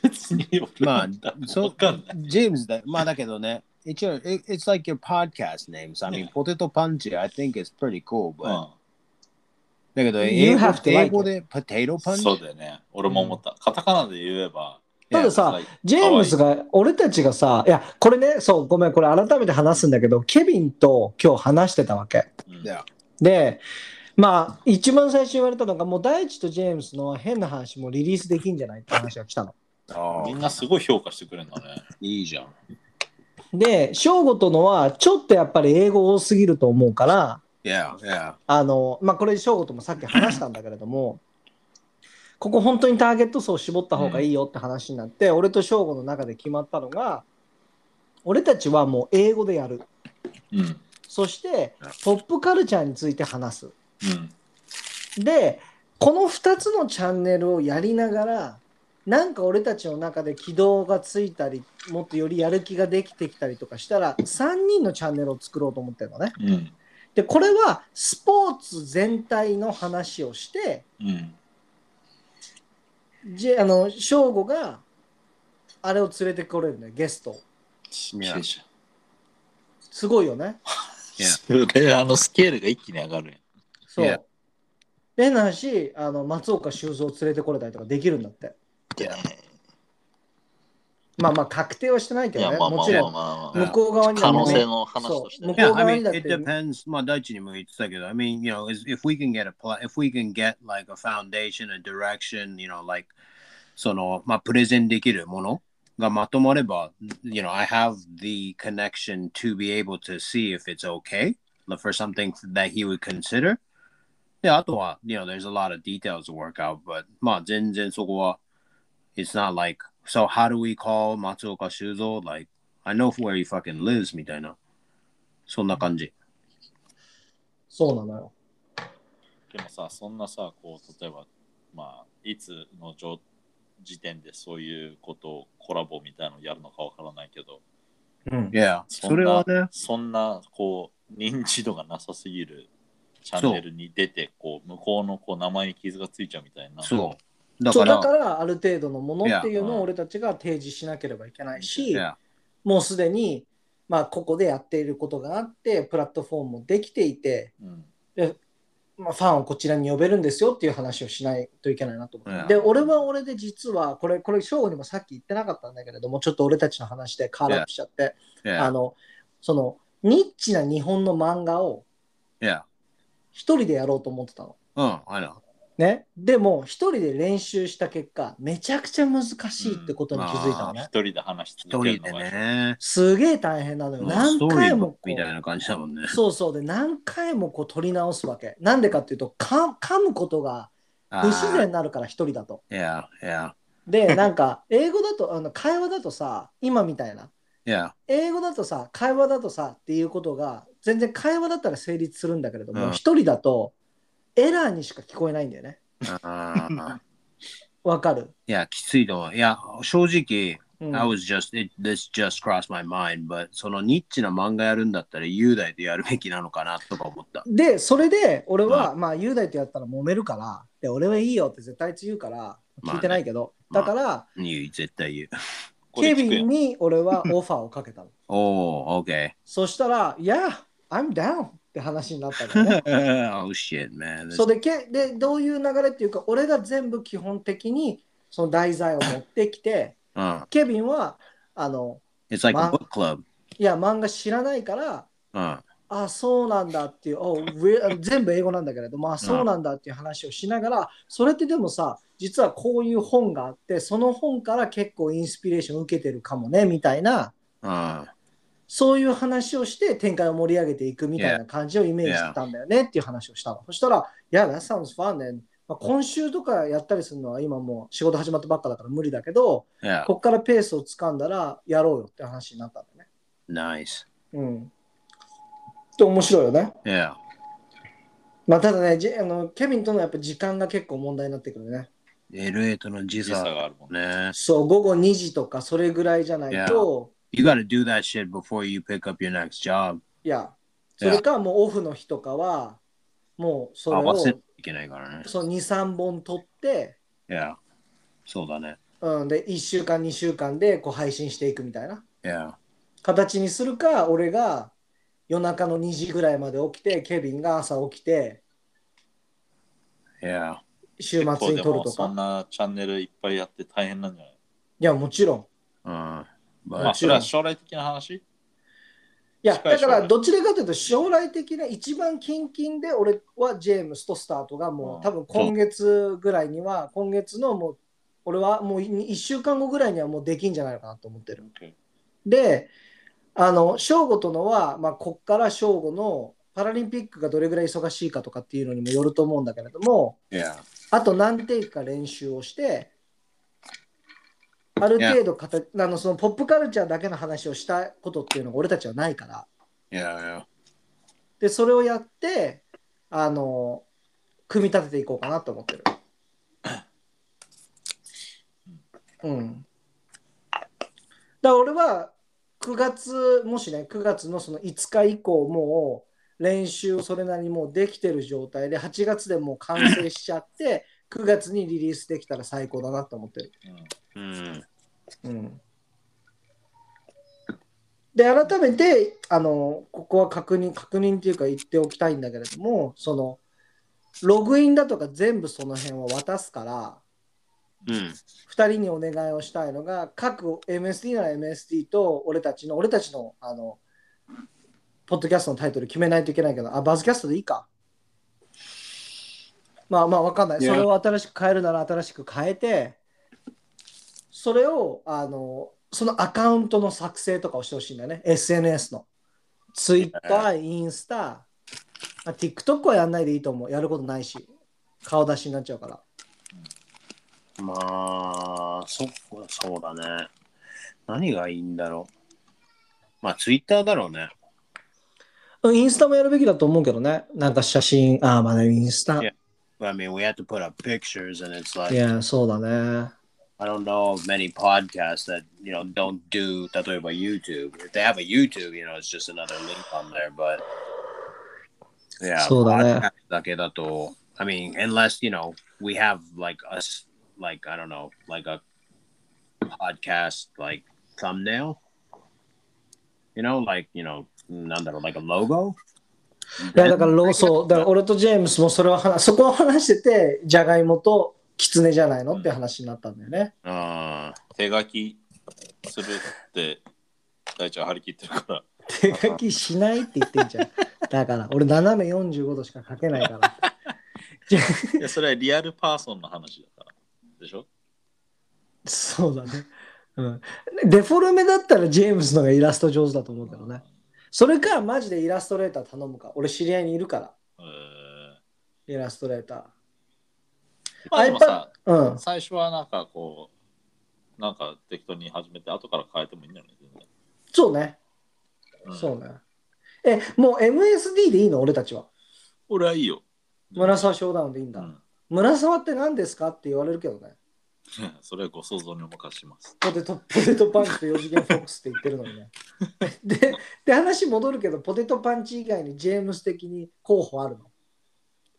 別に俺
まあ
わ
そ
かんない。
ジェームズだまあだけどね一応 it- it's like your podcast names I mean potato punch I think it's pretty cool but、だけど
You
英語
have to
英
like
語で potato
う
punch
んそうだよね。俺も思った。カタカナで言えば、
たださ、ジェームスが、俺たちがさ、いや、これね、そう、ごめん、これ改めて話すんだけど、ケビンと今日話してたわけ。
うん
だよ
で、まあ、一番最初言われたのが、もう大地とジェームスの変な話もリリースできんじゃないって話が来たの。
ああ
みんなすごい評価してくれるんだね。
いいじゃん
で、翔吾とのは、ちょっとやっぱり英語多すぎると思うから、
Yeah yeah
あの、まあ、これ、翔吾ともさっき話したんだけれども、ここ本当にターゲット層を絞った方がいいよって話になって、俺と翔吾の中で決まったのが、俺たちはもう英語でやる。
うん。
そして、ポップカルチャーについて話
うん。
す。で、この2つのチャンネルをやりながら、なんか俺たちの中で軌道がついたり、もっとよりやる気ができてきたりとかしたら、3人のチャンネルを作ろうと思ってるのね。
うん。
で、これはスポーツ全体の話をして、
うん。
じあの翔吾があれを連れてこれるねゲスト
すげえじ
すごいよね
ゃん。それ、あのスケールが一気に上がるやん。
そう、
Yeah.
変な話あの松岡修造を連れてこれたりとかできるんだってまあまあ確定はしてないけ
い
ど
や、
ね
まあま
も
あ
ち
まあ
ろん
まあま
向
あ。
こう側に
可
は
能
もう
性
ね
の話として
そ
ね
う向こ
Yeah,
う側
I
に
mean,
だって
it depends. まあ、第一にも言ってたけど、I mean, you know, is- if we can get a pla- if we can get like a foundation, a direction, you know, like その、まあ、プレゼンできるものがまとまれば、you know, I have the connection to be able to see if it's okay for something that he would consider. で、あとは、you know, there's a lot of details to work out, but まあ、全然そこは、it's not like, so how do we call 松岡修造 like, I know where he fucking lives みたいな。そんな感じ。
そうなのよ
でもさ、そんなさ、こう、例えば、まあ、いつの状時点でそういうことをコラボみたいなのやるのかわからないけど、
いや、
そ
そ
ん
れ
な
はね、
そんなこう認知度がなさすぎるチャンネルに出てこう向こうのこう名前に傷がついちゃうみたいな
そう。だ
そ
か
うだ
ら、
からある程度のものっていうの
いや
を俺たちが提示しなければいけない
い
し
や
もうすでにまあここでやっていることがあってプラットフォームもできていて
う、ん、
まあ、ファンをこちらに呼べるんですよっていう話をしないといけないなと思って、
うん
で俺は俺で実はこれこれ翔吾にもさっき言ってなかったんだけれどもちょっと俺たちの話でカールアップしちゃって、
Yeah.
あのそのニッチな日本の漫画を
yeah.
一人でやろうと思ってたの。
Oh, I know.
ね、でも一人で練習した結果めちゃくちゃ難しいってことに気づいたのね、
一人で話し
一
続ける
人
の
で
が
ね。
すげえ大変なのよ
まあス
何
トーリ
回
ーブ
も
ッ
こ
クみたいうな感じだもんね。
そうそうで何回もこう取り直すわけなんでかっていうとか噛むことが不自然になるから一人だと
いや、いや、
でなんか英語だとあの会話だとさ今みたいない
や、
英語だとさ会話だとさっていうことが全然会話だったら成立するんだけれど
う
も
ん
一、人だとエラーにしか聞こえないんだよねわかる
いや、きついと思う。いや、正
う
直、
ん
I was just, it, this just crossed my mind, but そのニッチな漫画やるんだったら雄大でやるべきなのかなとか思った。
でそれで俺は、まあ雄大とやったら揉めるからで俺はいいよって絶対あいつ言うから
まあね
聞いてないけど、
まあ
だから、
言う、絶対言う。
こ
ケ
れ聞く
ビ
や
ン
ん
に俺はオファーをかけたの
おお、OK。
そしたら「いや I'm down」って話になったのね
oh shit, man.
そうでけでどういう流れっていうか俺が全部基本的にその題材を持ってきて
Uh,
ケビンはあの
it's like
ま
a
あ
book club.
いや漫画知らないから
うん
あそうなんだっていう、お re- 全部英語なんだけれども、あそうなんだっていう話をしながら、それってでもさ、実はこういう本があって、その本から結構インスピレーション受けてるかもねみたいな、
うん
そういう話をして展開を盛り上げていくみたいな感じをイメージしたんだよねっていう話をしたの。そしたら、いや、that sounds fun ね。まあ、今週とかやったりするのは今もう仕事始まったばっかだから無理だけど、
Yeah,
こっからペースをつかんだらやろうよって話になったんだよね。
nice.
うん。で、面白いよね。
Yeah.
まあただね、じあのケビンとのやっぱ時間が結構問題になってくるね。
LA との
時
時
差
差
があるもんね。
ね。
そう、午後2時とかそれぐらいじゃないと、
You gotta do that shit before you pick up your next job.
いや、それかもうオフの日とかは、もうそれ
合わ
を
せなきゃいけないからね。
そう2、3本撮って、
Yeah. そうだね。
うん、で1週間、2週間でこう配信していくみたいな
Yeah.
形にするか、俺が夜中の2時ぐらいまで起きて、ケビンが朝起きて、
Yeah.
週末
結構
に
で
撮る
も
と
そん
か。
なチャンネルいっぱいやって大変なんじゃない
いや、もちろん。
うん。
まあ
But,
それは将来的な話
いや、
近い
だ
将
か
来
らどちらかというと将来的な一番近々で俺はジェームスとスタートが
う
もうん多分今月ぐらいには今月のもう俺はもう1週間後ぐらいにはもうできんじゃないのかなと思ってる。で、あの、正吾とのは、まあ、こっから正吾のパラリンピックがどれぐらい忙しいかとかっていうのにもよると思うんだけれども、
yeah.
あと何テイクか練習をして、ある程度形あのそのポップカルチャーだけの話をしたことっていうのが俺たちはないから。
Yeah.
でそれをやってあの組み立てていこうかなと思ってる。うん。だから俺は9月もしね9月のその5日以降もう練習をそれなりにもうできてる状態で8月でもう完成しちゃって9月にリリースできたら最高だなと思ってる。
うん。
うんで改めてあのここは確認確認というか言っておきたいんだけれどもそのログインだとか全部その辺を渡すから
うん。
2人にお願いをしたいのが各 MSD なら MSD と俺たちの俺たちのあのポッドキャストのタイトル決めないといけないけどあバズキャストでいいかまあまあわかんない
Yeah.
それを新しく変えるなら新しく変えてそれをあのそのアカウントの作成とかをしてほしいんだよね SNS の Twitter、インスタ、まあ、TikTok はやんないでいいと思うやることないし顔出しになっちゃうから
まあ、そっか、そうだね。何がいいんだろう。まあ、ツイッターだろうね。
うんインスタもやるべきだと思うけどね。なんか写真、ああ、まだインスタ。
い
い
や I mean, we had to put up pictures, and it's like,
や、そうだね。
I don't know of many podcasts that, you know, don't do, 例えば YouTube. If they have a YouTube, you know, it's just another link on there, but. Yeah,
そうだね
podcast だけだと、I mean, unless, you know, we have like us, like, I don't know, like a podcast, like thumbnail, you know, like, you know, なんだろう、like a logo?
いやだからローソーだから俺とジェームスもそれは話そこを話しててじゃがいもとキツネじゃないのって話になったんだよね。
あ
手書きするって大ちゃん張り切ってるから
手書きしないって言ってんじゃん。だから俺斜め45度しか書けないから。
いやそれはリアルパーソンの話だからでしょ
そうだね。うん、デフォルメだったらジェームスの方がイラスト上手だと思うけどね。それかマジでイラストレーター頼むか。俺知り合いにいるから、
え
イラストレータ
ーまあでもさ
ー。うん。
最初はなんかこうなんか適当に始めて後から変えてもいいんじゃない
そうね。
うん
そうね。え、もう MSD でいいの俺たちは。
俺はいいよ
村沢ショーダウンでいいん
う
だ。
ん
村沢って何ですかって言われるけどね。
それはご想像にお任せします
ポテトポテトパンチと4次元フォックスって言ってるのに ね。でで話戻るけどポテトパンチ以外にジェームス的に候補あるの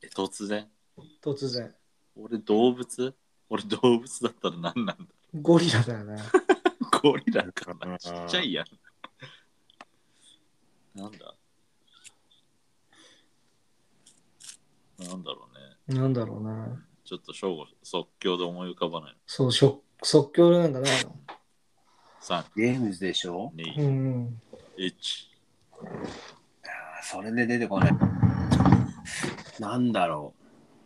え突然
突然。
俺動物俺動物だったら何なんだ
ゴリラだよね。
ゴリラか
う
なんちっちゃいやんなんだなんだろうね
なんだろうな。
ちょっと正吾即興で思い浮かばない
そう、しょ即興でなんかないの
3
ーゲームズでしょ
2
うん。
1
あーそれで出てこない。なんだろう。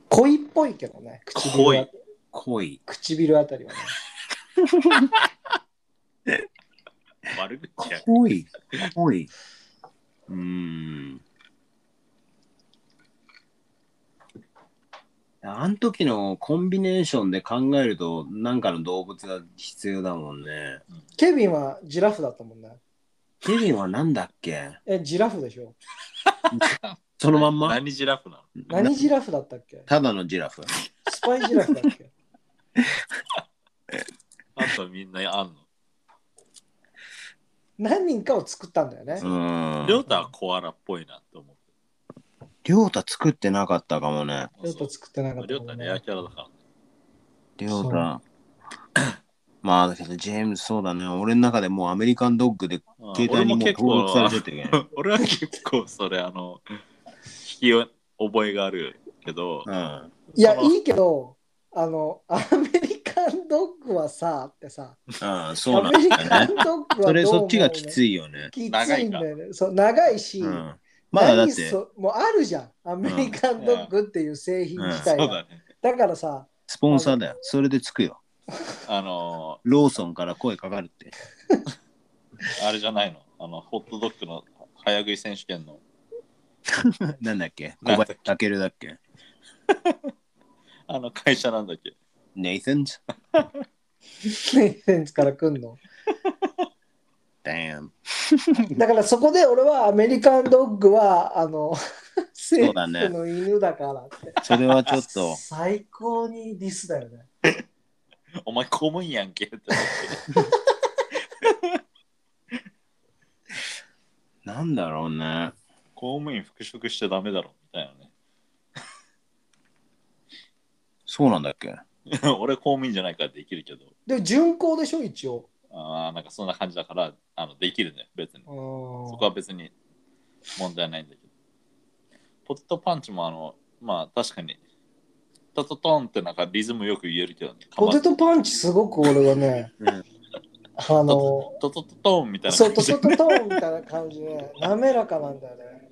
恋っぽいけどね。唇あ
恋
恋。
唇あたりはね。
悪口や
恋。恋。うーん。あの時のコンビネーションで考えると、なんかの動物が必要だもんね。
ケビンはジラフだったもんね。
ケビンはなんだっけ
え、ジラフでしょ
そのまんま
何ジラフなの
何ジラフだったっけ
ただのジラフ。
スパイジラフだっ け
あとみんなあんの
何人かを作ったんだよね
う。ー
りょ
ん
う。たはコアラっぽいなって思って
りょうた作ってなかったかもね。
ちょっと作ってなか
ま
っ
あり
た
ょ
も
うんた
ね、
レアキャラだからね
りょうた。 まあだけど、ジェームズそうだね。俺の中でもうアメリカンドッグで
うん
携帯にもう登録されててね。
俺は結構それあの聞き覚えがあるけど、
うん。
いや、
その
いいけど、あの、 アメリカンドッグはさ、ってさ、
うん、そう
ア
なんだ
メリ
よね
カ。ンドッグは
それ
どう思う
そっちがきつ
い。
いよね。
きついんだよね。そう長いし、
うん。まだだっ
何
て、
そもうあるじゃん。アメリカンドッグっていう製品自
そう
体が。
だね
だからさ、
スポンサーだよ。それでつくよ。
あの
ローソンから声かかるって。
あれじゃないのあのホットドッグの早食い選手権の
なんだっけ
なんだ
小
っけ
林健だっけ
あの会社なんだっけ
ネイ n ンズ
ネイセンズから来んの。
?Damn。
だからそこで俺はアメリカンドッグは、あの、
そ
政
うだね
府の犬だからって。
それはちょっ と、
最高にディスだよね。
お前公務員やんけって
なんだろうね。
公務員復職しちゃダメだろみたい
そうなんだっけ
なね 俺公務員じゃないからできるけど
でも巡航でしょ、一応。
あーなんかそんな感じだからあのできるね別に
うん
そこは別に問題ないんだけど。ポテトパンチもあの、まあ確かに、タタトンってなんかリズムよく言えるけどね。
ポテトパンチすごく俺はね、
うん
あ
パ
の、
トトトトンみたいな
そう
感
ト
じで。
トトトーンみたいな感じで、滑らかなんだよね。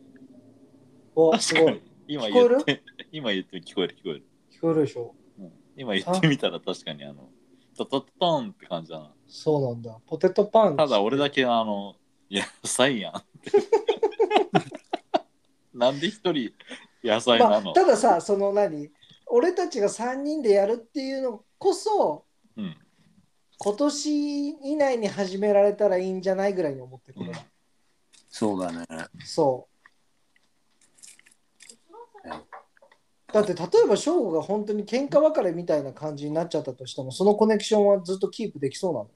お、すごい。
今
聞こえ
言
る
って、今言って聞こえる聞こえる。
聞こえるでしょ。
うん今言ってみたら確かにあの、タタトトンって感じだな。
そうなんだ。ポテトパンチ。
ただ俺だけあの、いや野菜やんって。 なんで一人野菜
ま
な
あ
の、
たださ、その何俺たちが3人でやるっていうのこそ、
うん
今年以内に始められたらいいんじゃないぐらいに思ってく
う
る
ん。
そうだね。
そう。だって例えば翔吾が本当に喧嘩別れみたいな感じになっちゃったとしてもそのコネクションはずっとキープできそうなの。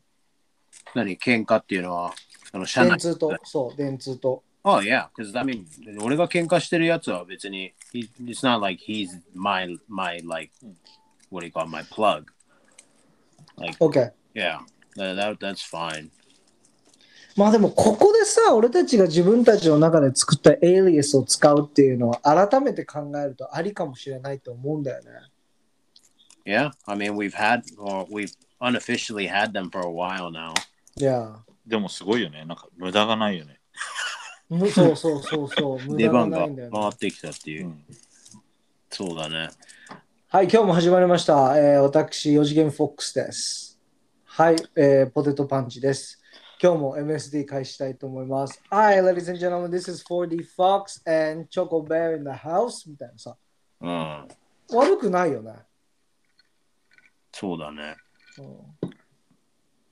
何喧嘩っていうのは、その社
電
内。
通と。そう、電通と。
Oh, yeah, because I mean, 俺が喧嘩してるやつは別に、he, it's not like he's my, my, like, what do you call it, my plug. Like,
OK。
yeah, that, that, that's fine.
まあでもここでさ俺たちが自分たちの中で作ったエイリアスを使うっていうのは改めて考えるとありかもしれないと思うんだよね。
Yeah, I mean we've had or we've unofficially had them for a while now.
いや
でもすごいよね。なんか無駄がないよね。
むそうそうそうそう 無
出
駄が
番
な
が
いんだ
回
よね。
ってきたっていう。
うん
そうだね。
はい今日も始まりました。えー私4次元フォックスです。はい、えーポテトパンチです。今日も MSD 開始したいと思います。Hi, ladies and gentlemen, this is 4D Fox and Choco Bear in the house みたいなさ。
うん。
悪くないよね。
そうだね。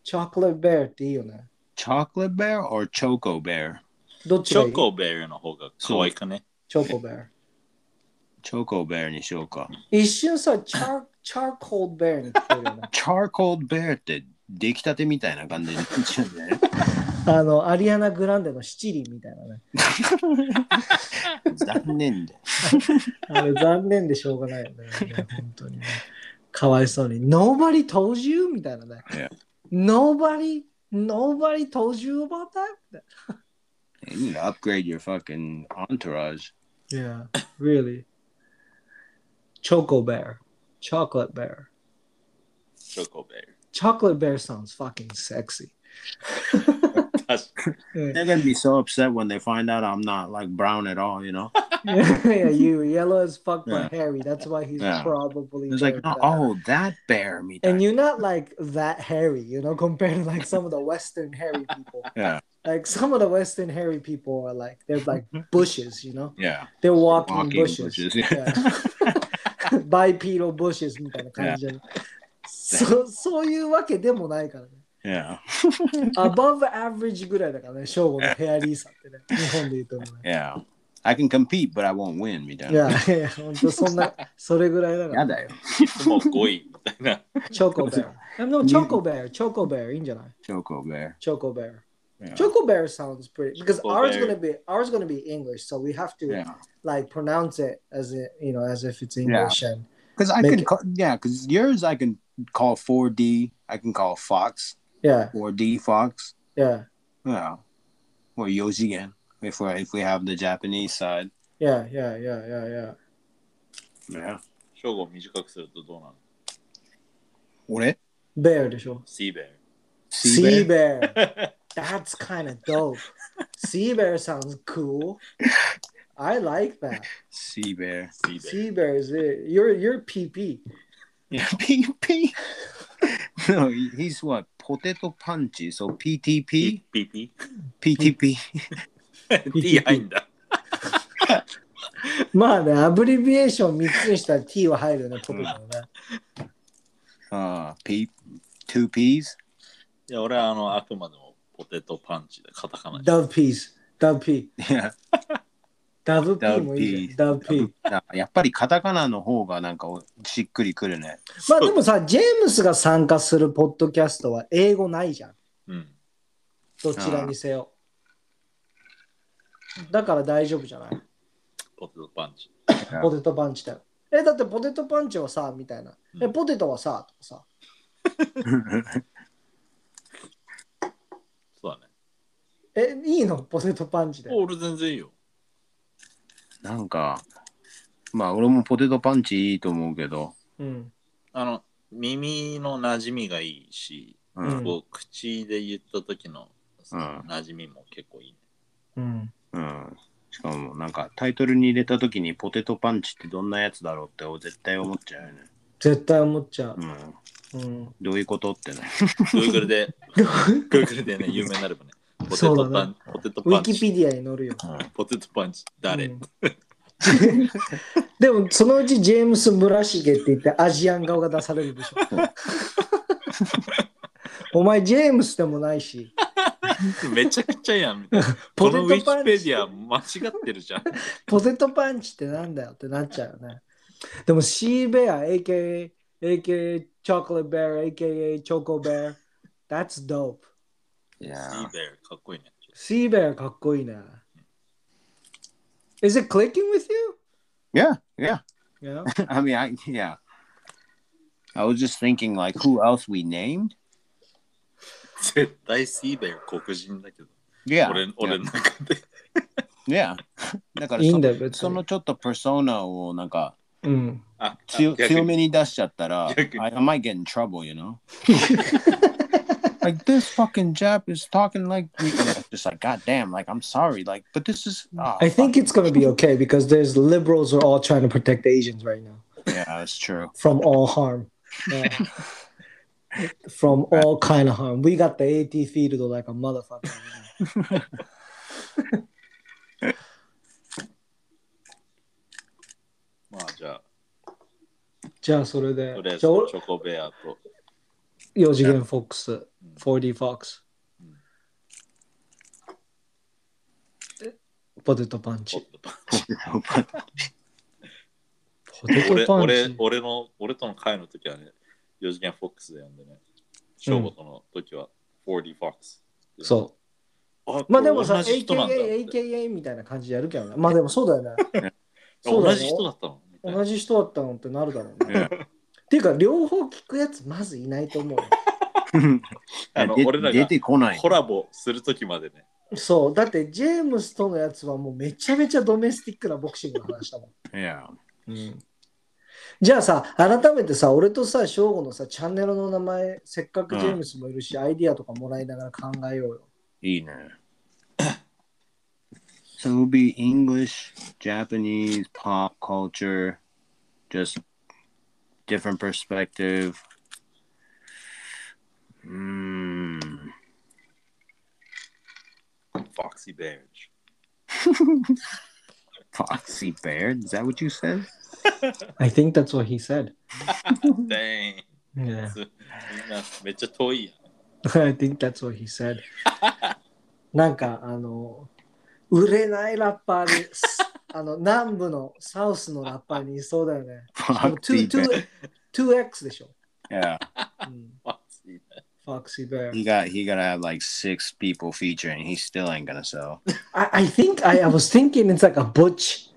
チョコレートベアっていいよね。
Chocolate bear or choco bear?
どっち
チ
がいい
ョコベルの方が可愛くね。
チョコベア。
Choco bear にしようか。。
一瞬さ、チャーチャーコールベアに聞こえるよね
Charcoal bear って出来たてみたいな感じになっちゃうんだよね。
あの、アリアナ・グランデの七輪みたいなね。
残念だよ。
あれ残念でしょうがないよね。ね本当にね。かわいそうに。Nobody told you? みたいなね。
Yeah.
Nobody, nobody told you about that?
You need to upgrade your fucking entourage.
Yeah, really. Choco Bear. Chocolate Bear.
チョコベル。
Chocolate Bear sounds fucking sexy.
確か
They're gonna be so upset when they find out I'm not like brown at all, you know?
yeah, you yellow as fuck
Yeah.
but hairy. That's why he's
Yeah.
probably.
It's like,
very
"No,
fat.
oh, that bear みたい
And
な。
you're not like that hairy, you know, compared to like some of the Western hairy people.
Yeah.
Like some of the Western hairy people are like they're like bushes, you know.
Yeah.
They're walking,
Walking
bushes.
bushes,
Yeah. Bipedal bushes みたいな感じじゃない。そそういうわけでもないからね。
Yeah.
Above average ぐらいだからね、正午の ヘアリーさってね。日本で言うとね。
Yeah. I can compete, but I won't win み たい
いや
な。
いや、本当そんな、それぐらいだから
や。だよ。
にいつも5位みたいな。
チョコベア。でもチョコベア、チョコベアいいんじゃない
Choco bear.
チョコベア。
Yeah.
チョコベア sounds pretty because ours
Choco
gonna be ours gonna be English, so we have to
Yeah.
like pronounce it as it you know as if it's English and
Because I
Make it-
can call, yeah, because yours I can call 4D. I can call Fox,
yeah,
4D Fox.
yeah,
Yeah. Or Yojigen, if we if we have the Japanese side.
yeah, yeah, yeah, yeah, yeah.
Yeah.
チョコを短くするとどうなの
What?
ベアでしょ。
シーベル。
シー
Sea
ベア。That's kind of dope. Sea bear sounds cool. I like that.
Sea bear.
シーベル。
Sea bear is it. You're you're PP.
Yeah. PP. no, he- he's what? Potato punchy. So PTP?
PP?
PTP.
T 入んだ。
まあね、アブリビエーション3つにしたら T は入るよね、ポケモンね。
Uh, P. Two P's.
いや、俺はあの、あくまでもポテトパンチでカタカナで。
ダブピース、ダブピー。
Yeah.
ダブピーもいいじゃん。ダブピー。
やっぱりカタカナの方がなんかしっくりくるね。
まあでもさ、ジェームスが参加するポッドキャストは英語ないじゃん。
うん。
どちらにせよ。だから大丈夫じゃない
ポテトパンチ。
あ
ポテトパンチだよ。え、だってポテトパンチはさ、みたいな。え、ポテトはさ、とかさ。
そうだね。
え、いいのポテトパンチで。
俺全然いいよ。
なんか、まあ俺もポテトパンチいいと思うけど、
うん。
あの、耳の馴染みがいいし、
うんん、
こう口で言った時の
うん
馴染みも結構いい、ね。
うん。
うん。しかもなんかタイトルに入れた時にポテトパンチってどんなやつだろうって絶対思っちゃうよね。
絶対思っちゃう
う。ん。
うん。
どういうことってね。
Google で、Google でね、有名になればね。ポテ
そう
ト
だ
パ
ね
ン、ポテト
ウ
パ
ィ
ン
キ
チ。
ペディアに載るよ。
ポテトパンチ、誰、
うんでもそのうちジェームス・村重って言ってアジアン顔が出されるでしょ。お前ジェームスでもないし、
めちゃくちゃやん。みたいな
ポ
こ
テ
のウィ
トパンチ
キペディア間違ってるじゃん。
ポテトパンチってなんだよってなっちゃうよね。でもシーベア、AKA、AKA チョコレートベア、AKA チョコベア、That's dope。
い
シ
や
ーベル、かっこいいね。
シーベアかっこいいな。Is it clicking with
ー。Yeah, yeah.
you? Yeah.
I mean, I, yeah. I was just thinking like who else we named?
絶対シーベル黒人だけど。
Yeah.
俺俺の
yeah.
中で。
Yeah. だから
いいん
そ
だよ、別
そ
に
の。ちょっとパソナをなんか
うん。
あ
強
逆に
強めに出しちゃったら、I,
逆に
I might get in trouble, you know? like this fucking Jap is talking like just like god damn, like I'm sorry, like but this is ah,
I think it's gonna be okay because there's liberals are all trying to protect Asians right now
fuck. yeah, that's true.
from all harm. Yeah. from all kind of harm. We got the AT field like a motherfucker.
まあじゃあ、
じゃあそれで
とりあえ、ず
じ
チ
ゃあお
ョコベアと。
4次元フォックス、4D フォックス、ポテトパンチ。ポテ
俺
トパン
俺
チ。
俺の俺との会の時はね、4次元フォックスで呼んでね、正午との時は 4D フォックス。
そう。
あ
まあでもさ、
同じ人なんだって
AKA、AKA みたいな感じでやるけどね。まあでもそうだよね。そうだ
同
よ
じ人だったのみたいな
同じ人だったのってなるだろうね。っていうか、両方聞くやつまずいないと思うよ。
あの
で
俺ら
出
が
てこない
コ。ラボする時までね。
そう、だってジェームスとのやつはもうめちゃめちゃドメスティックなボクシングの話だもん。
Yeah.
じゃあさ、改めてさ、俺とさ、正吾のさ、チャンネルの名前、せっかくジェームスもいるし、アイディアとかもらいながら考えようよ。
いい ね。So it'll be English, Japanese, pop culture, just different perspective.
Hmm.
Mm.
フォックスベア。
Foxy Bear? Is that what you said?
I think that's what he said.
でん。
Yeah.
みんなめっちゃ遠いやん。
I think that's what he said. なんか、あの、売れないラッパーに、すあの、南部のサウスのラッパーにいそうだよね。でも 2-
Foxy Bear.
2 2X でしょ。
Yeah.
うん、
フォックスベア
Foxy Bear.
He got he gotta have like six people featuring. He still ain't gonna sell.
I, I think I, I was thinking it's like a butch.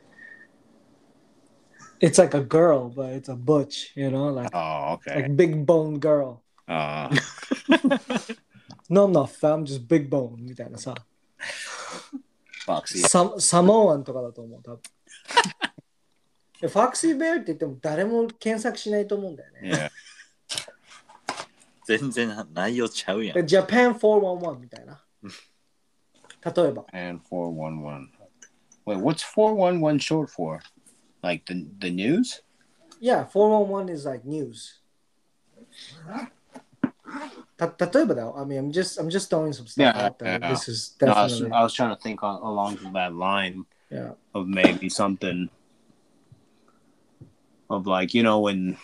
It's like a girl, but it's a butch, you know, like
Oh, okay.
like big bone girl.
Uh,
No, I'm not fat, I'm just big bone みたいなさ。
Foxy.
ササモアンとかだと思う、多分。でファクシーベアって言っても誰も検索しないと思うんだよね。
Yeah.
全然内容ちゃうやん。
で Japan 411みたいな。例えば、
And 411. Wait, what's 411 short for? Like the the news?
Yeah, 411 is like news. た例えばだよ。I mean, I'm just, I'm just throwing some stuff
Yeah,
out there.
yeah.
This is
No, I, was,
definitely.
I was trying to think on, along that line
Yeah.
of maybe something of like, you know, when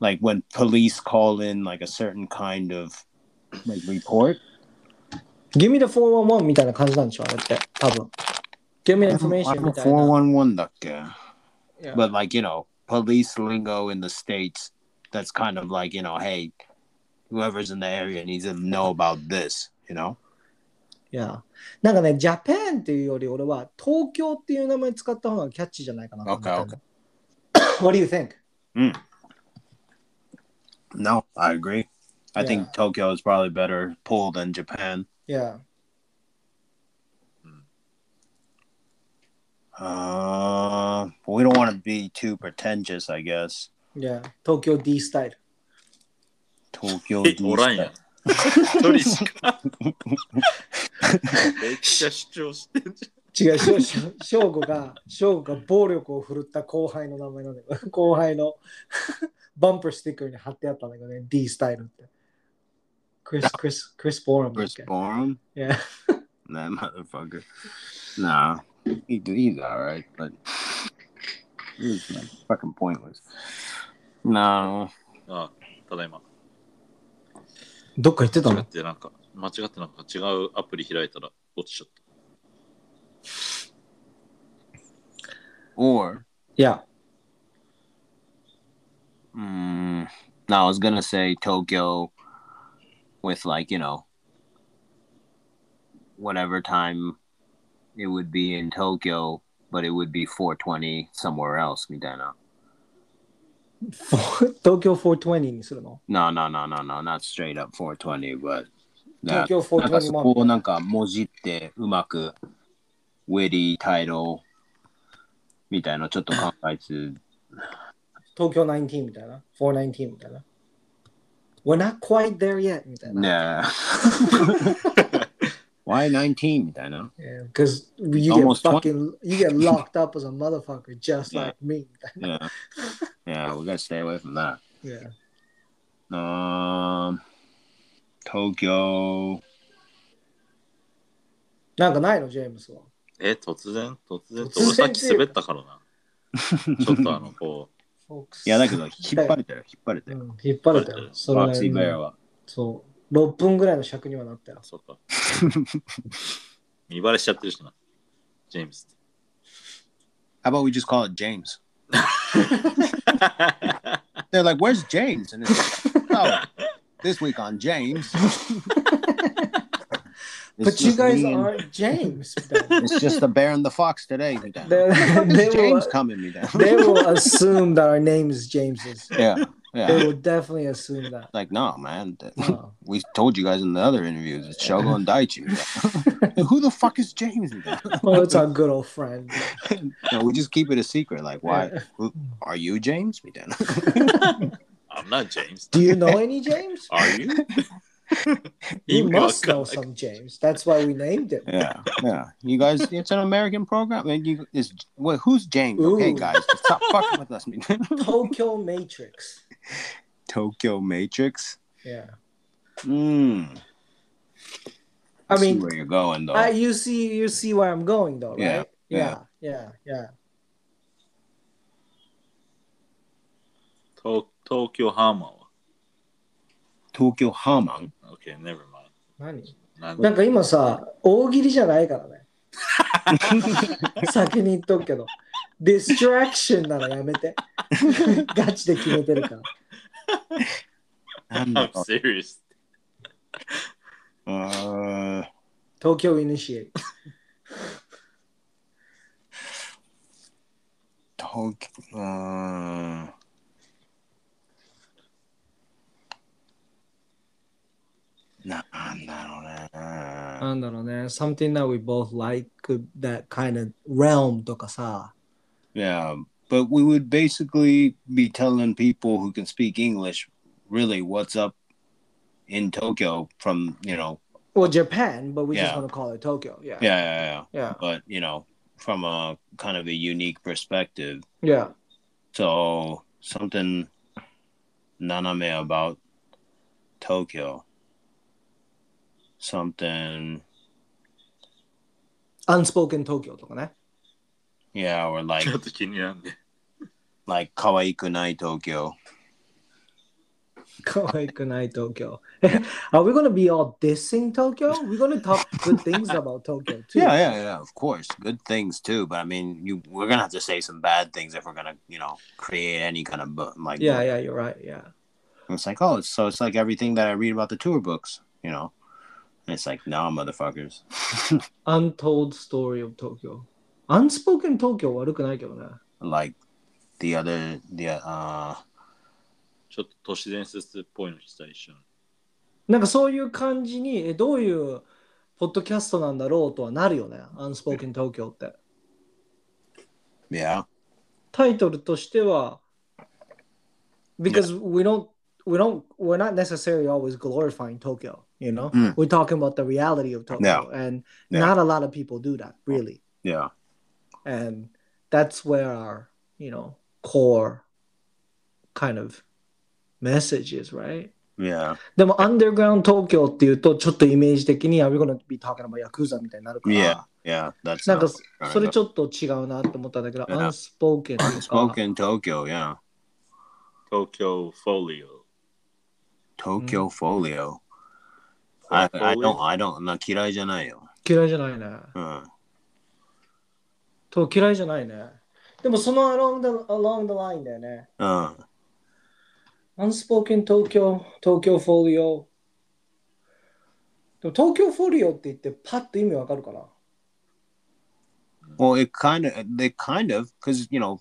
like when police call in like a certain kind of like report.
Give me the 411みたいな感じなんでしょあれって、多分。Give me the information みたいな。
411だっけ
Yeah.
but like you know police lingo in the states that's kind of like you know hey whoever's in the area needs to know about this you know
Yeah. なんかね、Japan っていうより俺は東京っていう名前使った方がキャッチーじゃないかなと思ったの。
Okay,
What do you think?
no i agree i
Yeah.
think tokyo is probably better pull than japan
Yeah.
uh we don't want to be too pretentious i guess
Yeah. 東京 D スタイル。
tokyo
え
D
おらんやん
style.。
一人しか。 めっちゃ主張してんじ
違う、しょしょ翔吾が、翔吾が暴力を振るった後輩の名前なんだけど、 後輩のバンパースティッカーに貼ってあったんだけどね、D スタイルって。クリス、クリス、クリス・ボーラムだっ
chris
け。
Borum?
Yeah.
that motherfucker nah he, he's all right but he's like, fucking pointless no
ゃん。あただいま。
どっか行ってた
間違
の
ってなんか、間違ってなんか違うアプリ開いたら落ちちゃった。
or
いや、
Mm, no, I was gonna say Tokyo with like, you know, whatever time it would be in Tokyo, but it would be 420 somewhere else, Midana.
東京420にするの
No, no, no, no, no, not straight up 420, but が
東京
なんか
421
そこをなんかもじってうまくウェディタイトルみたいなのちょっと考えつ
東京19みたいな、419みたいな。We're not quite there yet みたいな。
ねえ Y19 みたいな
Because you get
Almost
fucking, you get locked up as a motherfucker just like me.
Yeah. Yeah, we gotta stay away from that.
Yeah.
Um, Tokyo.
なんかないの、ジェームスは。
え、突然突然って
突然
俺さっき滑ったからな。ちょっとあの、こう、
いや、だけど、引っ張れてる、引っ張れて
う
る。
ん引っ張れたよ。そ
ロ
れ
クシー・ベアは。
そう。6分ぐらいの尺にはなったよ。
そっか。見バレしちゃってるしな。ジェームス。
How about we just call it James? They're like, where's James? And it's like, oh, this week on James.
But
It's
you
just
guys
me and-
are James みたい
It's just the bear and the fox today. みたいな
な。
Where's
They, they, will,
James coming? みたい な
they will assume that our name is James's.
Yeah.
They
Yeah.
will definitely assume that.
Like, no, man. that-
まあ
We told you guys in the other interviews, it's Shogo and Daichi. みたいな Who the fuck is James? みたいな
well, it's our good old friend.
No, we just keep it a secret. Like, why? Who, are you James? みたいな。
I'm not James.
Do you know any James?
Are you?
You
意味わ
must
かん
know
ない
some James. That's why we named it.
Yeah, yeah. You guys, it's an American program. And you, it's, well, who's James?
Ooh.
Okay, guys, just stop fucking with us.
Tokyo Matrix.
Tokyo Matrix.
Yeah.
Mm.
Hmm. I
see
mean,
where you're going though.
I, you see, you see where I'm going, though,
Yeah,
right? Yeah.
yeah.
Yeah. Yeah.
東東京ハーマンは。
Tokyo Haman.
Okay, never mind.
何
なん
なんか今さ、大喜利じゃないからね。先に言っとくけど。ディストラクションならやめて。ガチで決めてるから。
なんだ
I'm
か
serious.
uh, うーん
東京イニシエイ。
東京うーんなんだろうね。
なんだろうね。Something that we both like that kind of realm とかさ。
Yeah, Um, but we would basically be telling people who can speak English really what's up in Tokyo from, you know,
Well, Japan, but we just
Yeah.
want to call it Tokyo. Yeah.
yeah, yeah,
Yeah.
yeah. But, you know, from a kind of a unique perspective.
Yeah.
So something naname about Tokyo. Something,
Unspoken Tokyo とかね。
yeah, or like
ちょっと気になるね。
like kawaii Tokyo.
可愛くない東京。Are we gonna be all dissing Tokyo? We're gonna talk good things about Tokyo too.
Yeah, yeah, yeah. Of course, good things too. But I mean, you we're gonna have to say some bad things if we're gonna, you know, create any kind of book. Like,
Yeah, yeah, you're right. Yeah.
And it's like, oh, it's, so it's like everything that I read about the tour books, you know. And it's like, nah, motherfuckers.
Untold Story of Tokyo. Unspoken Tokyo 悪くないけどね。
Like the other, the uh,
ちょっと都市伝説っぽいのした一緒に。
なんかそういう感じに、え、どういうポッドキャストなんだろうとはなるよね。Unspoken Tokyo って。
yeah,
タイトルとしては、because we don't We don't, we're not necessarily always glorifying Tokyo, you know?
Mm.
We're talking about the reality of Tokyo. And
Yeah.
not a lot of people do that, really.
yeah,
and that's where our you know core kind of message is right
yeah,
でも underground 東京っていうとちょっとイメージ的に Are we gonna be talking about ヤクザみたいになるから
yeah, yeah. That's
なんか
not-
それちょっと違うなって思ったんだけど
Yeah.
unspoken とか
Spoken Tokyo, yeah.
東京フォリオ。
Tokyo
Mm.
Folio. I, I don't, I don't, Uh, な嫌いじゃないよ。
嫌いじゃないね
うん。
と嫌いじゃないねでもその along the, along the line だよね
うん。
unspoken 東京東京フォリオでも東京フォリオって言ってパッと意味わかるかな
Well, it kind of, they kind of, because you know,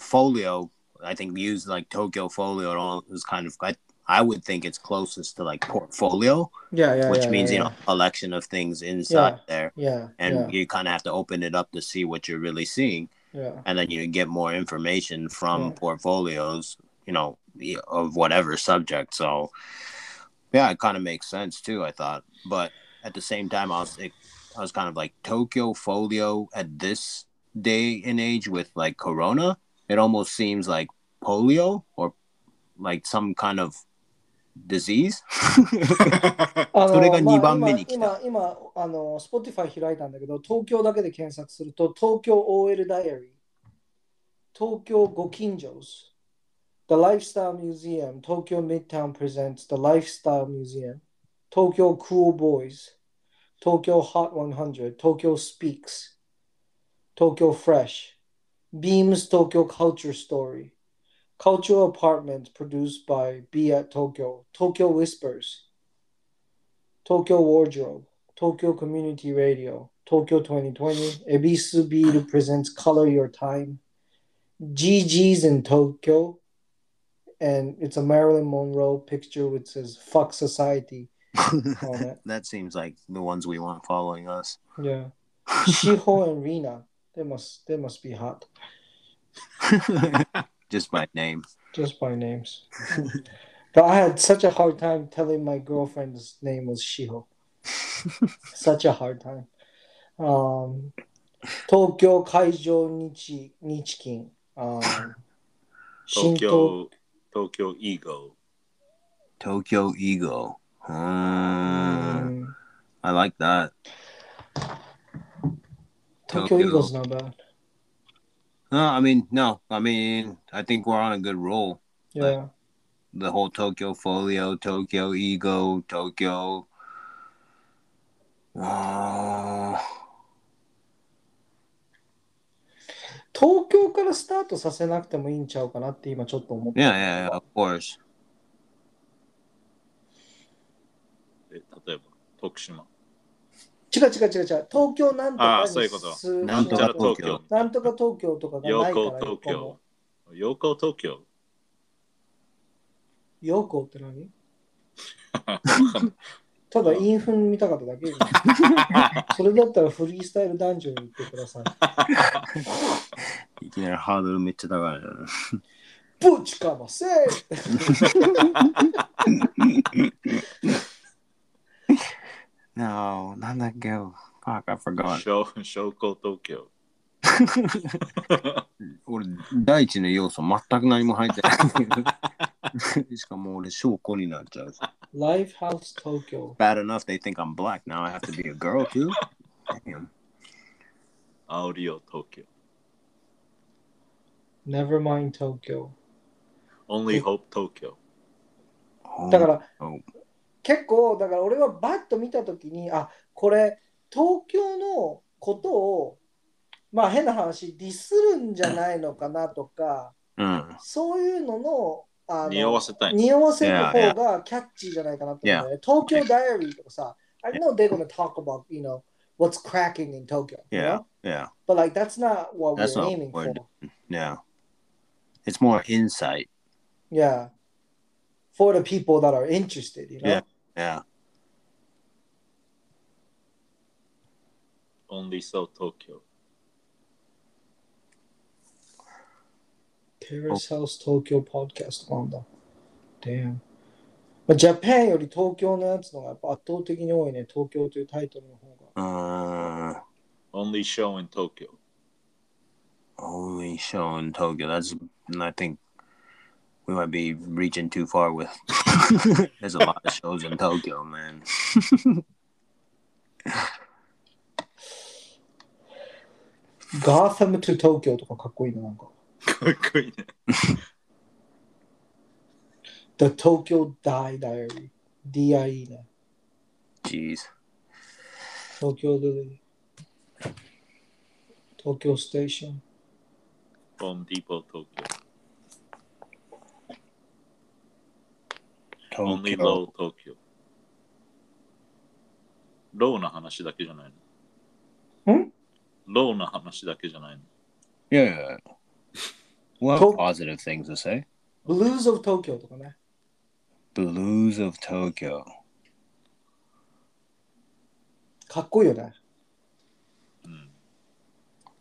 folio. I think used like Tokyo folio and all is kind of. I, I would think it's closest to like portfolio,
Yeah, yeah.
which
yeah,
means
yeah,
you know collection of things inside there,
Yeah.
and
yeah,
you kind of have to open it up to see what you're really seeing,
yeah.
and then you get more information from
Yeah.
portfolios, you know, of whatever subject. So, yeah, it kind of makes sense too. I thought, but at the same time, I was it, I was kind of like Tokyo Folio at this day and age with like Corona. It almost seems like polio or like some kind of disease.
あの
それが
まあ
2番目に来
今、
た
今、今あの、Spotify 開いたんだけど、東京だけで検索すると、東京 OL ダイアリー、東京ご近所 s The Lifestyle Museum, Tokyo Midtown Presents The Lifestyle Museum, Tokyo Cool Boys, Tokyo Hot 100, Tokyo Speaks, Tokyo Fresh, Beams Tokyo Culture Story, Cultural Apartment produced by Be at Tokyo, Tokyo Whispers, Tokyo Wardrobe, Tokyo Community Radio, Tokyo 2020, Ebisu Beer presents Color Your Time, GG's in Tokyo, and it's a Marilyn Monroe picture which says "Fuck Society" on it.
that seems like the ones we want following us.
Yeah, Shiho and Rina, they must they must be hot
Just by name.
just by names. but I had such a hard time telling my girlfriend's name was Shiho. such a hard time. Um, Tokyo Kaijo Nichi Nichikin. Um,
東京、
Shinto-
東京イーゴ
Tokyo Ego. Hmm.
Mm,
I like that.
Tokyo
Tokyo.
Eagles not bad.
No, I mean, no. I mean, I think we're on a good roll.
Yeah.
The whole Tokyo Folio, Tokyo Ego, Tokyo. Uh,
東京からスタートさせなくてもいいんちゃうかなって今ちょっと思って。
yeah, yeah, yeah, of course.
ー。で例えば、徳島。
違う違う違う違う。東京なんとか
あ
に
ーそういうこと
す
なんと
じゃ
か
あ東京。
なんとか東京とかがな
陽
いから
光東京。陽光東京。
陽光って何ただインフン見たかっただけよそれだったらフリースタイルダンジョンに行ってください。
いきなりハードルめっちゃ高いな。
ぶちかませ
No, not that go. Fuck, I forgot.
商商工東京。
俺、第一の要素全く何も入って ない。しかも俺、証拠になっちゃう。
Life House Tokyo。
Bad enough they think I'm black. Now I have to be a girl too? Damn.
青リオ東京。
Nevermind Tokyo。
Only Hope 東京。
Oh,
だから、
Oh.
結構だから俺はバッと見た時にあこれ東京のことをまあ変な話ディスるんじゃないのかなとか
うん。
そういうののあの
匂わせたい。
匂わせる方がキャッチーじゃないかなと思うんだよね。東京ダイアリーとかさ、I know they're gonna talk about, you know, what's cracking in Tokyo. you
Yeah,
know?
yeah,
But like that's not what
That's
we're
not
aiming
what
for.
we're yeah. It's more insight.
Yeah. For the people that are interested, you know?
Yeah. Yeah.
Only So 東京。
Terrace House Tokyo Podcast なんだ。Damn。まあ、ジャパンより東京のやつのがやっぱ圧倒的に多いね。東京というタイトルの方が。
Uh,
Only Show in Tokyo。
only show in Tokyo. That's, and I think we might be reaching too far with. There's a lot of shows in Tokyo, man.
ガーサムと東京とかかっこいいな。なんか。
かっこいいね。
The Tokyo Die Diary。DIE ね。
Jeez.
東京で。東京ステーション。
Home Depot 東京。Only
Tokyo.
Low 東京。ローな話だけじゃないの。
ん
ローな話だけじゃないの。
Yeah. Well,
Tok-
positive things to say.
Blues of Tokyo とかね。
Blues of Tokyo.
かっこいいよね。
うん。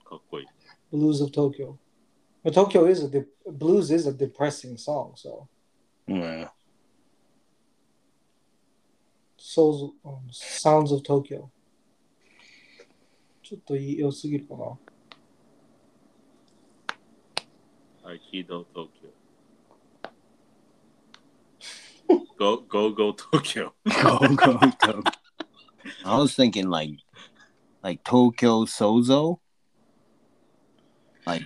かっこいい。
Blues of Tokyo。But Tokyo is a de- blues is a depressing song, so
うん。
souls、um, sounds of Tokyo。ちょっと良すぎるかな。
I k i d o Tokyo. go, go, go Tokyo.
Go, go, Tokyo. I was thinking like, like Tokyo Sozo. Like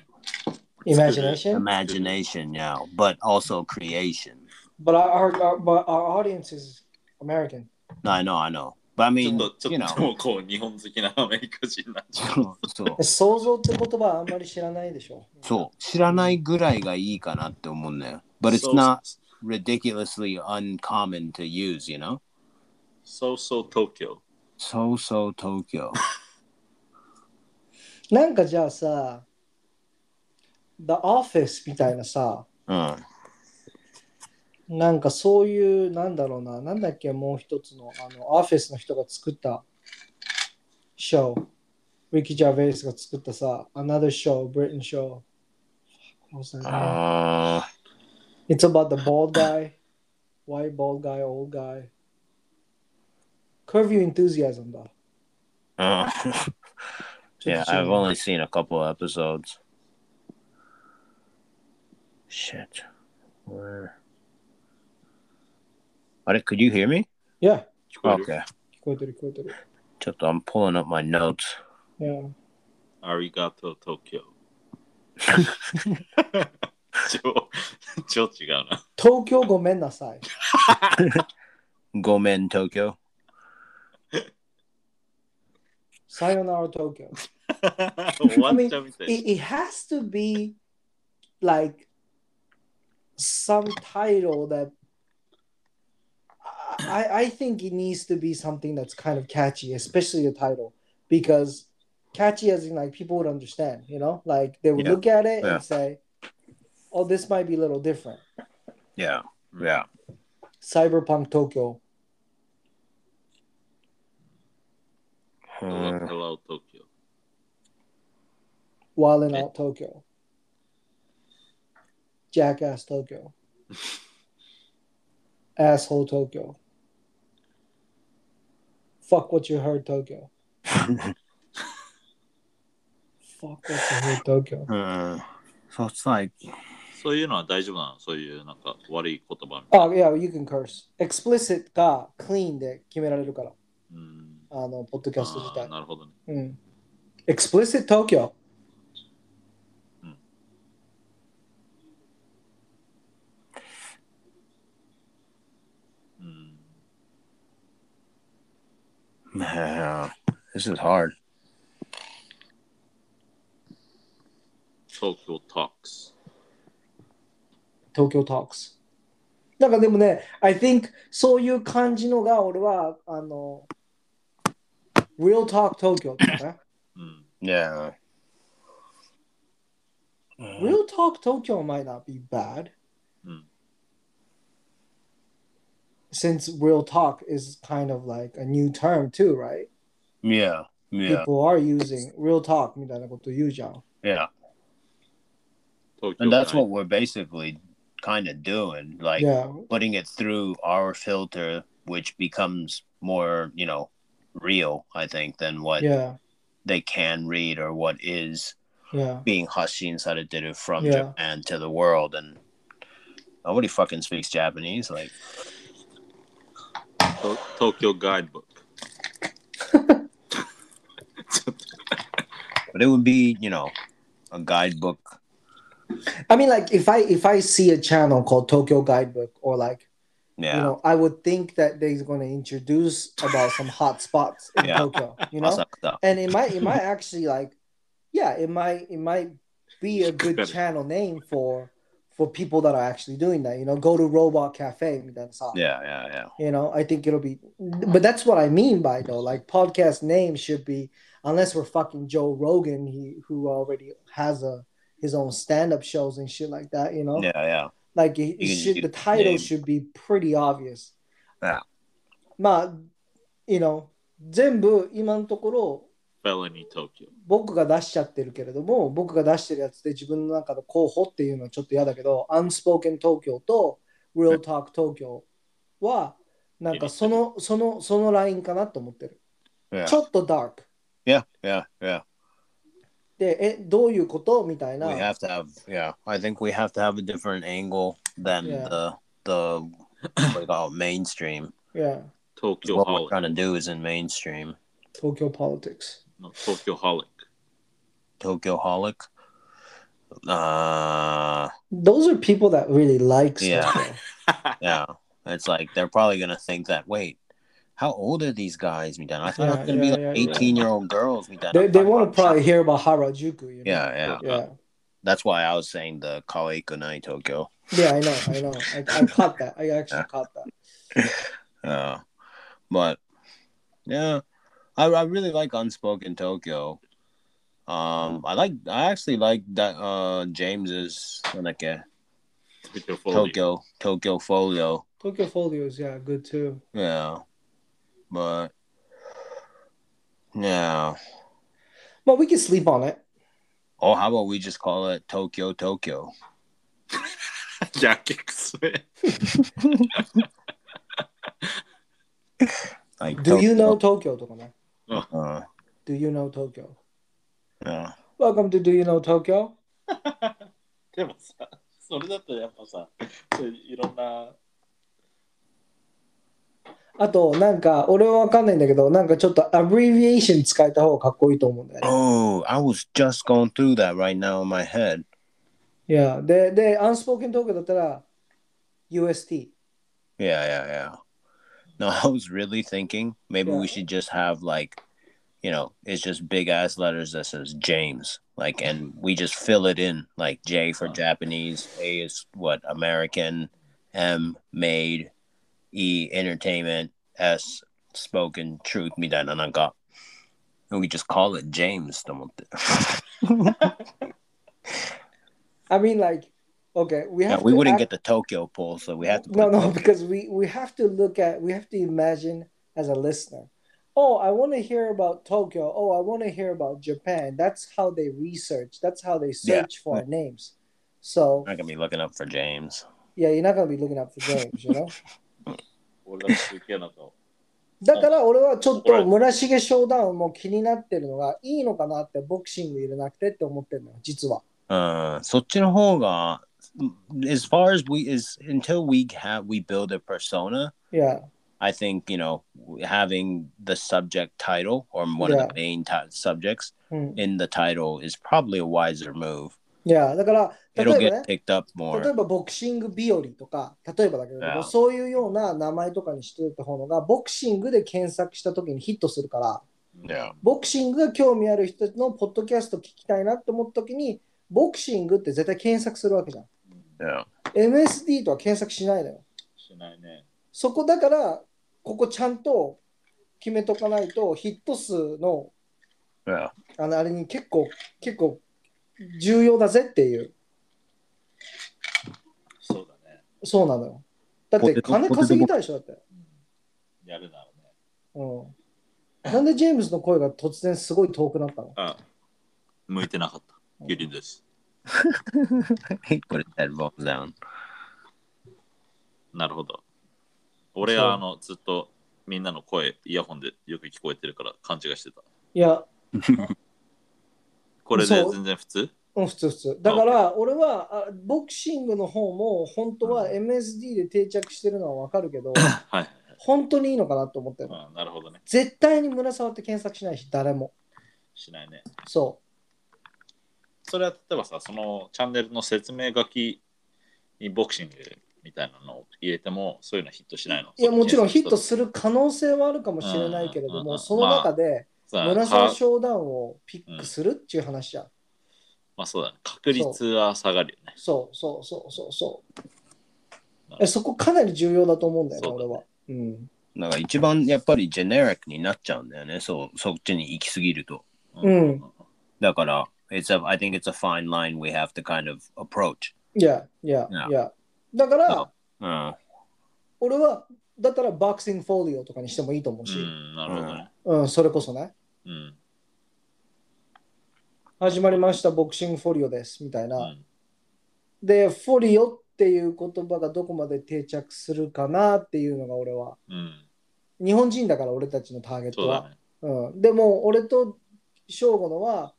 Imagination?
imagination, yeah, but also creation.
But our, our, but our audience is American.
No, I know, I know. But I
ちょっ
mean,
と、ち
you
ょ
know,
っと、もうこう、日本好きなアメリカ人になっ ちゃう。
そう、
想像って言葉あんまり知らないでしょ。
そう、知らないぐらいがいいかなって思うんだよ。But it's
So-
not ridiculously uncommon to use, you know?
So, so Tokyo.
So, so Tokyo.
なんかじゃあさ、The Office みたいなさ、
うん。
なんかそういう、なんだろうな、なんだっけ、もう一つの、あの、オフィスの人が作ったショー、ウィキ・ジャーベイスが作ったさ、Another Show, Britain Show. Fuck, what was that?
あ
It's about the bald guy, white bald guy, old guy. Curve Your Enthusiasm だ。
あ。
ちょっと違う
seen a couple of episodes. Shit. Where? あれ Could you hear me?
Yeah,
聞こえる
Okay.
聞こえてる聞こえてる。
ちょっと I'm pulling up my notes.
Yeah.
ありがとう、東京。超、超違うな。
東京ごめんなさい。
ごめん、東京。
さよなら東京。
終わっちゃうみたい。
It, it has to be like some title that I, I think it needs to be something that's kind of catchy, especially the title, because catchy as in like people would understand, you know, like they would
Yeah.
look at it
Yeah.
and say, oh, this might be a little different.
Yeah. Yeah.
Cyberpunk Tokyo.
Hmm.
Hello, hello, Tokyo.
Wild and
Okay.
Out Tokyo. Jackass Tokyo. Asshole Tokyo. Fuck what you heard Tokyo. Fuck what you heard Tokyo.
うん。So Hmm. it's like,
そういうのは大丈夫なのそういうなんか悪い言葉みたい
Oh yeah, you can curse. Explicit が clean で決められるから。
な。うん。
あの、ポッドキャスト自
あー
体。
なるほどね。
うん。Explicit Tokyo.
うんうん。
man, this is hard.
東京 talks。
Tokyo Talks。なんかでもね、I think そういう感じのが俺は、あの、Real Talk Tokyo とかね。
うん。
Yeah.
Real Talk Tokyo might not be bad
うん。
since Real Talk is kind of like a new term too, right?
Yeah. Yeah.
People are using Real Talk みたいなこと言うじゃん。
Yeah.
東京
And that's what we're basically kind of doing. Like,
yeah,
putting it through our filter, which becomes more, you know, real, I think, than what
yeah,
they can read or what is
yeah.
being Hushin Saradiru from
Yeah.
Japan to the world. And nobody fucking speaks Japanese. Like,
東東京ガイドブック。
but it would be, you know, a guidebook.
I mean, like if I if I see a channel called Tokyo Guidebook or like
Yeah.
you know, I would think that they're going to introduce about some hot spots in
Yeah.
Tokyo. You know,
Awesome stuff.
and it might it might actually like yeah it might it might be a good
Better.
channel name for for people that are actually doing that you know go to robot cafe that's all
Yeah, yeah, yeah.
you know i think it'll be but that's what i mean by though like podcast name should be unless we're fucking joe rogan he who already has a his own stand-up shows and shit like that you know
Yeah, yeah.
Like it
You can
should,
just
the
do
title
name.
should be pretty obvious.
Yeah.
まあ、you know、全部今のところ
Felony Tokyo。
僕が出しちゃってるけれども、僕が出してるやつで自分の中の候補っていうのはちょっと嫌だけど、Unspoken Tokyo と Real Talk Tokyo はなんかその、その、そのラインかなと思ってる。
Yeah.
ちょっとダーク。
Yeah. Yeah. Yeah.
で、え、どういうことみたいな。
We have to have. Yeah. I think we have to have a different angle than
Yeah.
the the what do you call it, mainstream.
Yeah.
Tokyo
What we're
Holic
trying to do is in mainstream.
Tokyo Politics.
の Tokyo Holic。
Tokyo Holic. Uh,
Those are people that really like
Yeah.
stuff. though.
yeah. It's like they're probably gonna think that. Wait, how old are these guys? Me down. I thought
Yeah,
it was gonna
yeah,
be like
yeah, yeah.
eighteen-year-old girls. Me down.
They, they want to probably hear about Harajuku. You know?
Yeah, yeah.
Yeah.
That's why I was saying the Kawaii Kunai Tokyo.
Yeah, I know. I know. I, I caught that. I actually caught that.
Uh, but yeah, I, I really like Unspoken Tokyo. Um, I like I actually like that uh James's like a
Tokyo Holic。
Tokyo Tokyo Folio.
Tokyo Folio is, yeah, good too.
Yeah. But yeah.
Well, we can sleep on it.
Oh, how about we just call it Tokyo Tokyo?
逆ですね。
Like
Do you know Tokyo? とかね
Uh,
Do you know Tokyo?
yeah.
Welcome to Do You Know Tokyo?
でもさ、それだとやっぱさ、そういういろんな。
あと、なんか、俺はわかんないんだけど、なんかちょっとアブリビエーション使えた方がかっこいいと思うんだよね。
Oh, I was just going through that right now in my head.
Yeah. で、で、アンスポーケントークだったら、UST。
Yeah, yeah, yeah. No, I was really thinking maybe
Yeah.
we should just have like, you know, it's just big ass letters that says James, like, and we just fill it in like J for Japanese, A is what American, M made, E entertainment, S spoken truth, me that nanaka. And we just call it James. と思って。
I mean, like, okay, we
yeah,
have
we
to
wouldn't
act-
get the Tokyo poll, so we have to.
No,
put
no, because we we have to look at we have to imagine as a listener. Oh, I want to hear about Tokyo. Oh, I want to hear about Japan. That's how they research. That's how they
Yeah.
search for names. So
I'm not gonna be looking up for James.
yeah, you're not gonna be looking up for names, you know.
俺だっていけなかった。
だから俺はちょっ
はい
と村重ショーダウンも気になってるのがいいのかなってボクシング入れなくてって思ってるのよ実は。
Uh, うん、そっちの方が as far as we is until we have we build a persona
いや
i think you know having the subject title or one of
Yeah.
the main ti- subjects
うん。
in the title is probably a wiser move
いやだから例
it'll
えばね
get。picked up
例え
more
ばボクシング日和とか、例えばだけれども、
Yeah.
そういうような名前とかにしておいた方のが、ボクシングで検索した時にヒットするから、
yeah
ボクシングが興味ある人のポッドキャスト聞きたいなと思った時に、ボクシングって絶対検索するわけじゃん。
yeah
MSD とは検索しないのよ。
しないね。
そこだから、ここちゃんと決めとかないと、ヒット数の
yeah
あのあれに結構、結構重要だぜっていう、
そうだね。
そうなのよ。だっ
ポ
て
テト
金稼ぎたいでしょ、だって。
うんやるならね。
うんなんでジェームズの声が突然すごい遠くなったの
あ向いてなかった。ギリです。
he put his headphones down
なるほど。俺はあのずっとみんなの声、イヤホンでよく聞こえてるから勘違いしてた。
いや、
これで
そう
全然普通
うん、普通普通。だから俺はあボクシングの方も本当は MSD で定着してるのはわかるけど、
はい。
本当にいいのかなと思ってる。
あなるほどね。
絶対に村沢って検索しないし、誰も。
しないね。
そ
それは例えばさ、そのチャンネルの説明書きにボクシングみたいなのを入れても、そういうのはヒットしないの
う。いや、もちろんヒット
す
する可能性はあるかもしれないけ
う
れ
んう
ど
んうんう
も、
ん
その中で村沢ショーダウンをピックするっていう話じゃん。
まあそうだね。確率は下がるよね。
そうそうそうそうそう
なるほ。ど
えそこかなり重要だと思うんだよね、
そうだ
俺
ね
は。うん。
なんか一番やっぱりジェネリックになっちゃうんだよね。そう、そっちに行き過ぎると。だから、it's
うん
a, I think it's a fine line we have to kind of approach.
Yeah, yeah,
Yeah.
yeah. だから、
うん。
俺は、だったらボクシングフォリオとかにしてもいいと思う
う
し、
ん、なるほどね。
うん、それこそね、
うん。
始まりました、ボクシングフォリオです、みたいな。
うん
で、フォリオっていう言葉がどこまで定着するかなっていうのが俺は、
うん。
日本人だから俺たちのターゲッ
そ
ト
う
は
だ。ね。
うん、でも俺と翔吾のは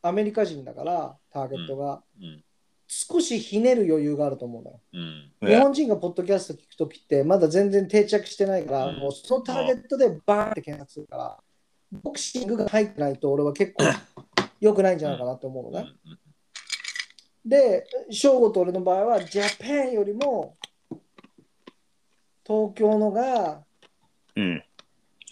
アメリカ人だからターゲットが
うん。
少しひねる余裕があると思うのよ。
うん。
Yeah.
日本人がポッドキャスト聞くときってまだ全然定着してないから、
うん
もうそのターゲットでバーンって検索するからボクシングが入ってないと俺は結構良くないんじゃないかなと思う
う
のね。
ん
で、翔吾と俺の場合はジャパンよりも東京のが
Mm.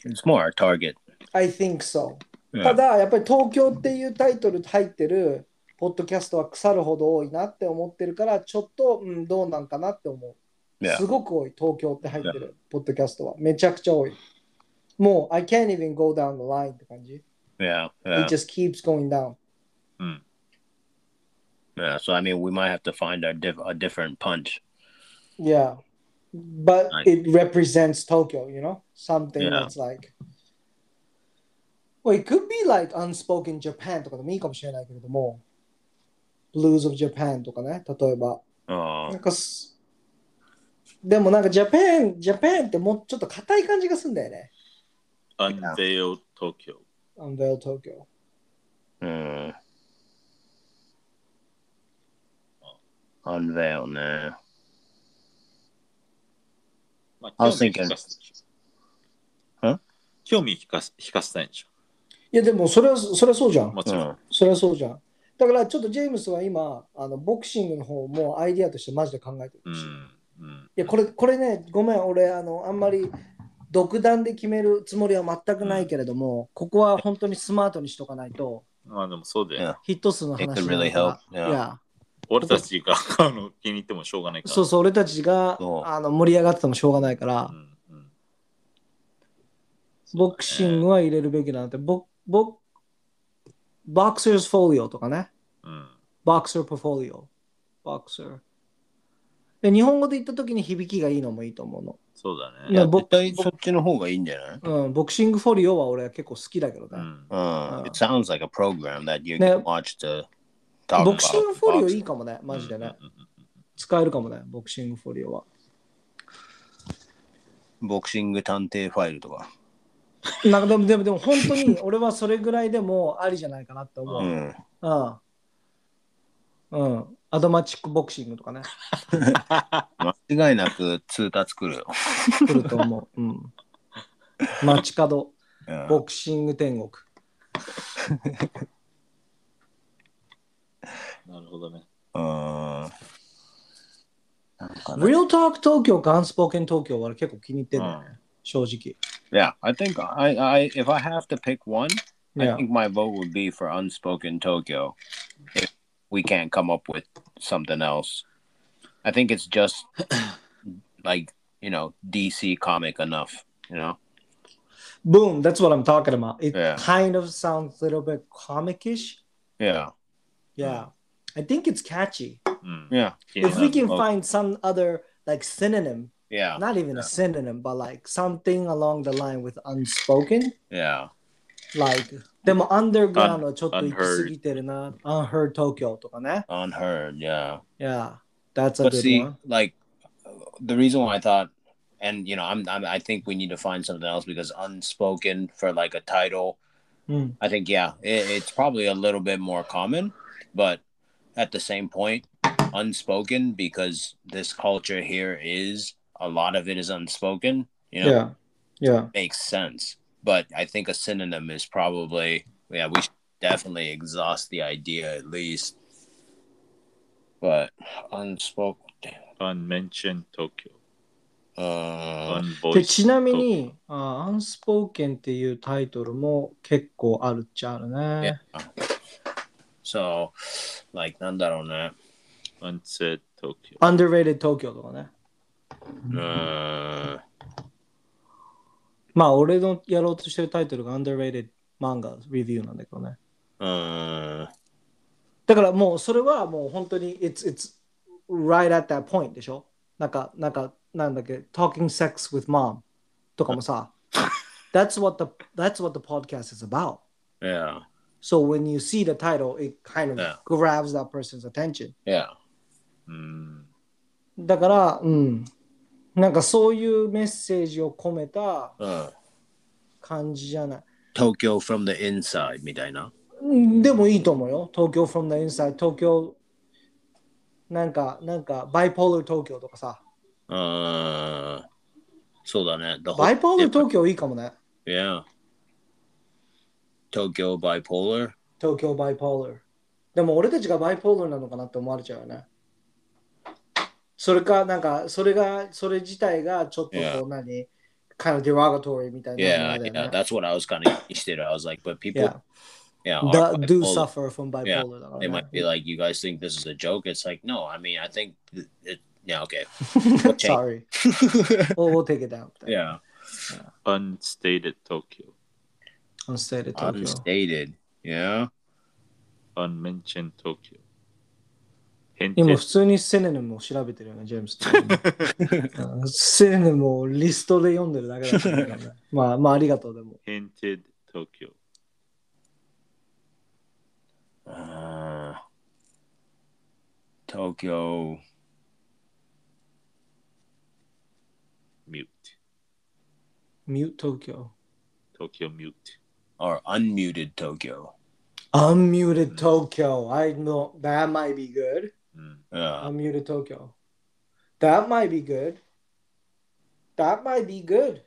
It's more our target.
I think so
うん。
ただ、やっぱり東京っていうタイトル入ってるポッドキャストは腐るほど多いなって思ってるから、ちょっと、うん、どうなんかなって思う。
Yeah.
すごく多い、東京って入ってるポッドキャストは。めちゃくちゃ多い。もう、I can't even go down the line って感じ。
Yeah. Yeah.
It just keeps going down.
うん
yeah. So I mean, we might have to find our diff- a different punch.
Yeah. But
Right.
it represents Tokyo, you know? Something
Yeah.
that's like. Well, it could be like Unspoken Japan とかでもいいかもしれないけれども、Blues of Japan とかね、例えば。な
Oh.
んかすでもなんかジャパン、ジャパンってもうちょっと硬い感じがすんだよね。
Unveil Tokyo。
Unveil Tokyo。
Mm. Unveil nah.
まあ
I
興
was
味引
thinking.
かせたい
ん
興味引かす引かせたいんでし
いやでもそれは、それはそうじゃ
ょ。
ん。
もちろん。
それはそうじゃん。だからちょっとジェームスは今、あのボクシングの方もアイディアとしてマジで考えて
う
るし。い
ん。うん。
や、これ、これね、ごめん、俺、あの、あんまり独断で決めるつもりは全くないけれども、ここは本当にスマートにしとかないと、
まあでもそうだよ。
Yeah.
ヒット数の
It
話
could
にな
really
るか
help.
ら。い
Yeah.
や、
俺たちが買うの気に入ってもしょうがないから。
そうそう、俺たちが
そう
あの盛り上がっててもしょうがないから。
うんうん
ボクシングは入れるべきなんて、ボボボクサーズフォリオとかね。
うん。
ボクサーポフォリオ。ボクサー。で、日本語で言った時に響きがいいのもいいと思うの。
そうだね。
いや、ボ
絶対そっちの方がいいんじゃない
うん、ボクシングフォリオは俺は結構好きだけど
う
ね。
ん。
うん。
うん
It sounds like a program that you
ね
can watch to talk
ボクシングフォリオ
about
いいかもね、マジでね。
うんうんうん
使えるかもね、ボクシングフォリオは。
ボクシング探偵ファイルとか。
なんかでも、でも、でも本 当に俺はそれぐらいでもありじゃないかなって思う。
う。
うんん。うん。アドマチックボクシングとかね。
間違いなく通達来るよ。
来ると思う。うん。街角。
うん
ボクシング天国。
なるほどね。
うん。Uh, なんかね
Real Talk Tokyo か Unspoken Tokyo は俺結構気に入ってんだよね、正
Yeah, I think I, I if I have to pick one,
直。
I think my vote would be for Unspoken Tokyo. If we can't come up with something else, I think it's just like you know DC comic enough. You know,
Boom, that's what I'm talking about. It
Yeah.
kind of sounds a little bit comicish.
yeah,
Yeah. I think it's catchy.
うん。
yeah,
気にな
If we
る
can
well-
find some other like synonym,
yeah,
not even a synonym, but like something along the line with unspoken,
yeah,
like でも underground はちょっと
Un-
行き過ぎてるな。Unheard Tokyo とかね。
unheard, yeah.
Yeah, that's a
But
good
see,
one.
like the reason why I thought, and you know, I'm, I'm I think we need to find something else because unspoken for like a title.
Mm.
I think yeah, it, it's probably a little bit more common, but at the same point, unspoken because this culture here is a lot of it is unspoken. You know,
Yeah, yeah.
makes sense. But I think a synonym is probably yeah. We should definitely exhaust the idea at least. But unspoken.
Unmentioned Tokyo。
Uh,
Unvoiced
でちなみに、アンスポーケンっていうタイトルも結構あるっちゃあるね。
so, like, なんだろうね。
Tokyo。Unsaid Tokyo。
Underrated Tokyo とかね。
うん。
まあ、俺のやろうとしてるタイトルが Underrated 漫画 Review なんだけどね。
Uh, うん。
だからもうそれはもう本当に it's, it's right at that point でしょなんか、なんか、なんだっけ、Talking Sex with Mom とかもさ、That's what the, that's what the podcast is about.
Yeah.
So when you see the title, it kind of
Yeah.
grabs that person's attention.
Yeah.
うん。
だから、うん。なんかそういうメッセージを込めた
Uh,
感じじゃない。
Tokyo from the inside みたいな。
うんでもいいと思うよ。東京 from the inside、東京、なんか、なんか、バイポール東京とかさ。
うん。そうだね。The
バイポール
different-
東京いいかもね。
Yeah. Tokyo bipolar.
東京バイポール。でも俺たちがバイポールなのかなって思われちゃうよね。それか、なんか、それが、それ自体がちょっとこう
Yeah.
何、kind of derogatory みたいな、
Yeah,
だよ
yeah.
ね
That's what I was kind of interested. I was like, but people,
Yeah.
yeah, yeah are
That do
bipolar.
suffer from bipolar だから
They
ね
might be like, you guys think this is a joke? It's like, no. I mean, I think th- it. Yeah. Okay.
Sorry. we'll, we'll take it down.
yeah.
unstated Tokyo,
Unstated Tokyo.
Unstated. Yeah.
unmentioned Tokyo. 変
今
定
普通にセネネムを調べてるよね、ジェームス って。うんセネネムをリストで読んでるだけだったから ね。まあまあありがとうでも。
hinted Tokyo.
Uh, Tokyo.
mute.
ミュートキョ。
Tokyo mute.
or unmuted Tokyo.
Unmuted Tokyo. I know that might be good.
うん。
Yeah.
Unmuted Tokyo. That might be good. That might be good.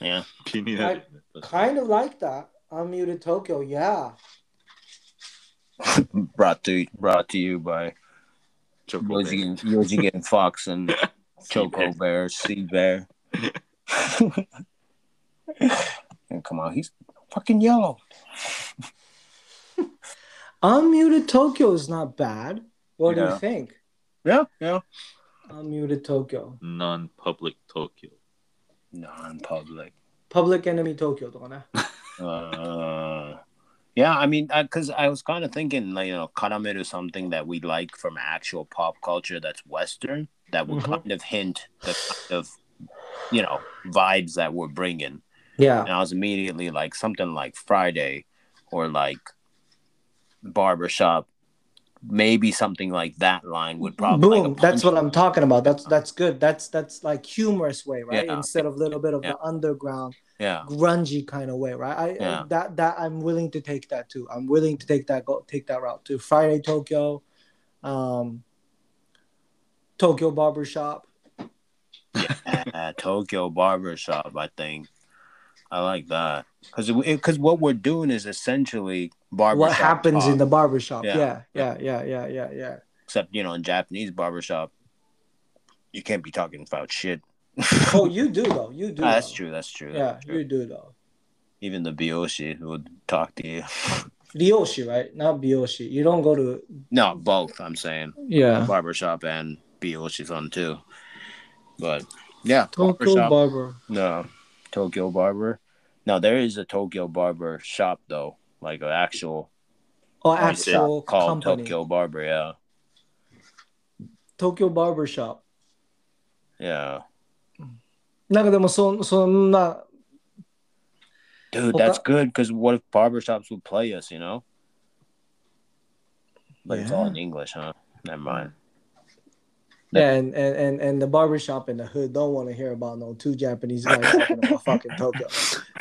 yeah.
気になるよね、確か
Kind of like that. Unmuted Tokyo. Yeah.
Brought to brought to you by
にチョコベ
Yojigen, Yojigen Fox and Choco Bear, Sea Bear. and come on, he's fucking yellow.
Unmuted Tokyo is not bad. What do you
Yeah.
think?
Yeah, yeah.
Unmuted Tokyo.
non-public Tokyo.
Non-public.
Public Enemy Tokyo とかね。
Uh, yeah, I mean, because I was kind of thinking, like, you know, karamel is something that we like from actual pop culture that's Western that would
Mhm.
kind of hint the kind of, you know, vibes that we're bringing.
Yeah.
And I was immediately like something like Friday or like barbershop. Maybe something like that line would probably like a
Boom. that's
punch-
what I'm talking about. That's that's good. That's that's like humorous way, right?
Yeah.
Instead of a little bit of the underground
yeah.
grungy kind of way, right? I
Yeah.
that that I'm willing to take that too. I'm willing to take that go take that route too. Friday Tokyo, um, Tokyo Barbershop.
Uh, Tokyo barbershop, I think. I like that because because what we're doing is essentially barbershop.
What happens in the
talk,
barbershop?
Yeah.
Yeah. yeah, yeah, yeah, yeah, yeah.
except you know in Japanese barbershop, you can't be talking about shit.
Oh, you do though. You do.
Ah, that's
though.
true. That's true.
Yeah,
that's true.
you do though.
Even the biyoshi would talk to you.
美容師 right? Not 美容師. You don't go to
No, both. I'm saying.
yeah.
barbershop and Beyoncé's on too. But yeah,
Tokyo
barbershop.
barber.
no, Tokyo barber. No, there is a Tokyo barber shop though, like an actual
or
shop
actual
called
company. Tokyo.
Tokyo Barber. Yeah,
Barber Shop.
yeah,
なんかでもそそんな
dude,
Well,
that's
that-
good because what if barbershops would play us? You know, but it's all
Yeah.
in English, huh? Never mind.
Yeah, and, and, and, and the barbershop in the hood don't want to hear about no two Japanese guys talking about fucking Tokyo.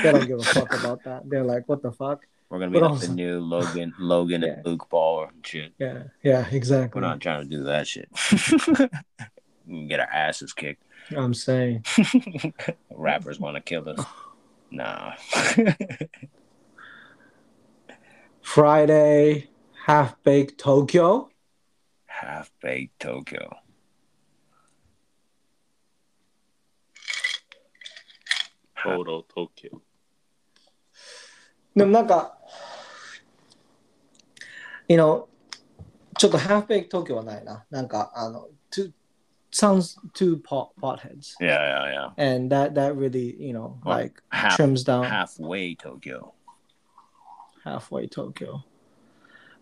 They don't give a fuck about that. They're like, what the fuck?
We're gonna be
But
like the
also-
new Logan, Logan
Yeah. Mm.
and Luke Ball and shit.
Yeah, yeah,
We're
exactly.
not trying to do that shit. We can Get our asses kicked.
I'm saying.
rappers want to kill us. Nah.
Friday, half baked Tokyo.
Half baked Tokyo.
Total Tokyo.
でもなんか、you know、ちょっと half baked Tokyo はないな。なんか、あの、two, sounds two pot, potheads.
Yeah, yeah, yeah.
and that that really you know
Well,
like
half-
trims down
Halfway Tokyo.
halfway Tokyo.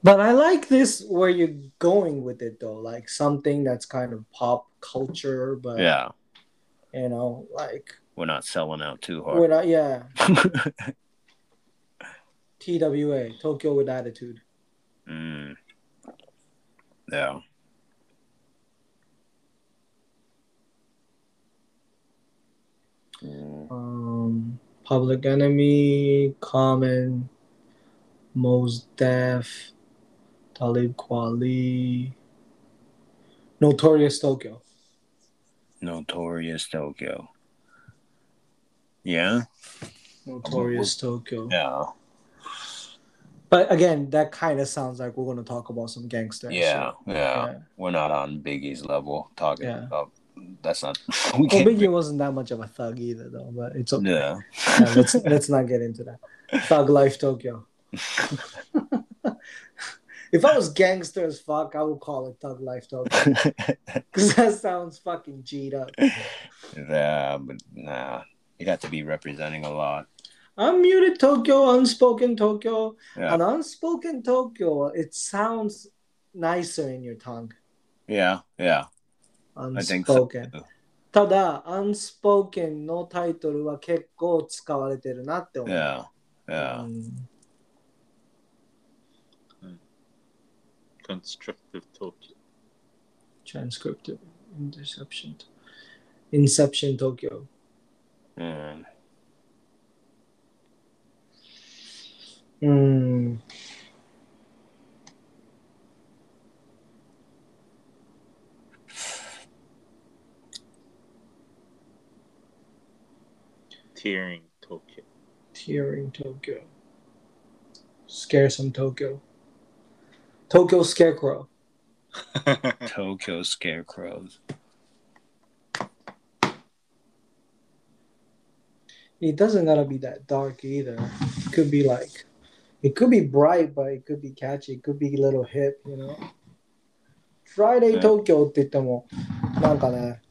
But I like this where you're going with it though, like something that's kind of pop culture, but
Yeah,
you know, like
we're not selling out too
we're
hard.
not, yeah. TWA, Tokyo with Attitude.
mm. Yeah. Mm.
Um, Public Enemy, Common, Mos Def, Talib Kweli, Notorious Tokyo.
Notorious Tokyo. Yeah.
Notorious Tokyo.
Yeah.
But again, that kind of sounds like we're going to talk about some gangster. shit.
Yeah. Yeah.
Yeah.
We're not on Biggie's level talking
Yeah.
about. That's not. We
Well,
can't.
Biggie wasn't that much of a thug either, though. But it's okay.
yeah.
Yeah, let's let's not get into that. Thug life Tokyo. if I was gangster as fuck, I would call it thug life Tokyo because that sounds fucking G'd up.
yeah, but nah. You'd have to be representing a lot.
Unmuted Tokyo, unspoken Tokyo,
Yeah.
and unspoken Tokyo. It sounds nicer in your tongue.
Yeah. Yeah. I think so.
Unspoken. ただ、unspoken のタイトルは結構使われてるなって思う。
Yeah. Yeah.
うん
コンストラクティブトーキ
Transcripted Interception Inception Tokyo
Mm.
うん
ー、ティーリングトーキ
Tearing Tokyo Scaresome Tokyo Tokyo Scarecrow
Tokyo Scarecrows.
it doesn't gotta be that dark either it could be like it could be bright but it could be catchy it could be a little hip you know Friday
Yeah.
Tokyo って言ってもなんかね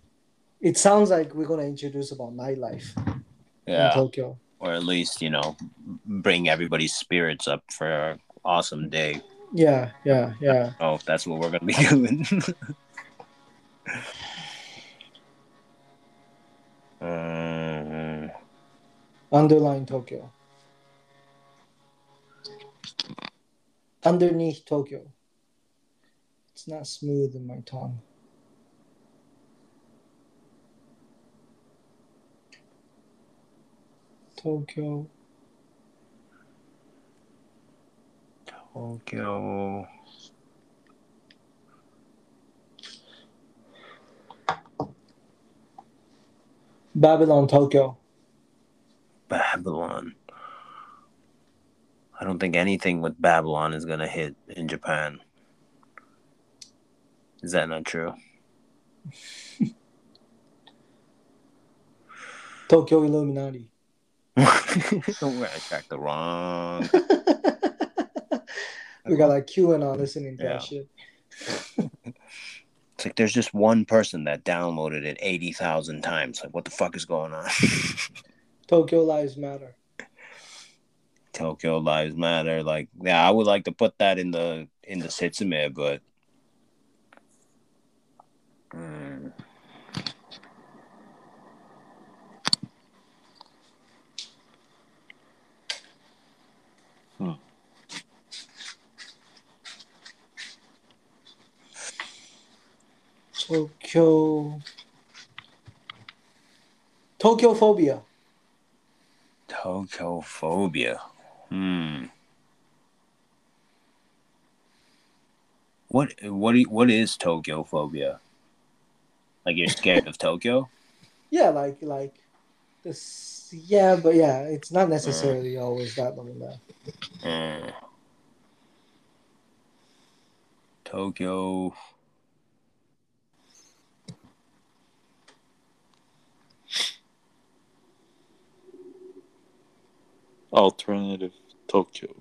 It sounds like we're gonna introduce about nightlife in
Yeah.
Tokyo
Or at least, you know, bring everybody's spirits up for an awesome day.
yeah yeah yeah
Oh, that's what we're going to be doing. Mm,
Underline Tokyo. Underneath Tokyo. It's not smooth in my tongue. Tokyo.
Tokyo.
Babylon, Tokyo.
Babylon. I don't think anything with Babylon is gonna hit in Japan. Is that not true?
Tokyo Illuminati.
We're gonna attract the wrong.
we got like QAnon listening to
Yeah.
that shit.
It's like there's just one person that downloaded it eighty thousand times. Like, what the fuck is going on?
Tokyo Lives Matter.
Tokyo Lives Matter. Like, yeah, I would like to put that in the in the Setsume, but. Mm.
Tokyo. Tokyo Phobia.
Tokophobia. Hmm. What what do you- what is Tokyophobia? Like you're scared of Tokyo?
Yeah, like like this. Yeah, but yeah, it's not necessarily always that one. That.
Mm. Tokyo.
Alternative Tokyo.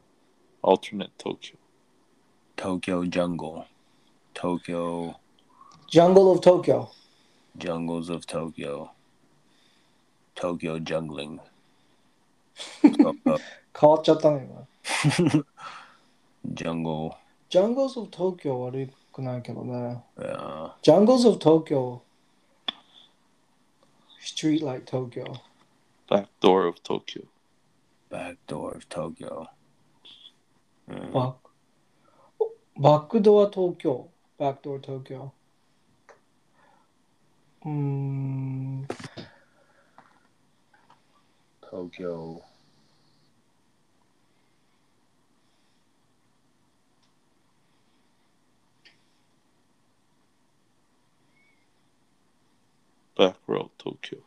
Alternate Tokyo.
Tokyo jungle. Tokyo
Jungle of Tokyo.
jungles of Tokyo. Tokyo jungling. Oh,
変わっちゃったね。今
jungle
ジャンゴーズ・オブ・東京悪くないけどね。
Uh,
ジャンゴーズ・オブ・東京。Street Like Tokyo。
Backdoor of Tokyo.
back door of Tokyo. Uh,
バッバックドア東京。バックドア東京。うーん。
Tokyo.
Back Road Tokyo.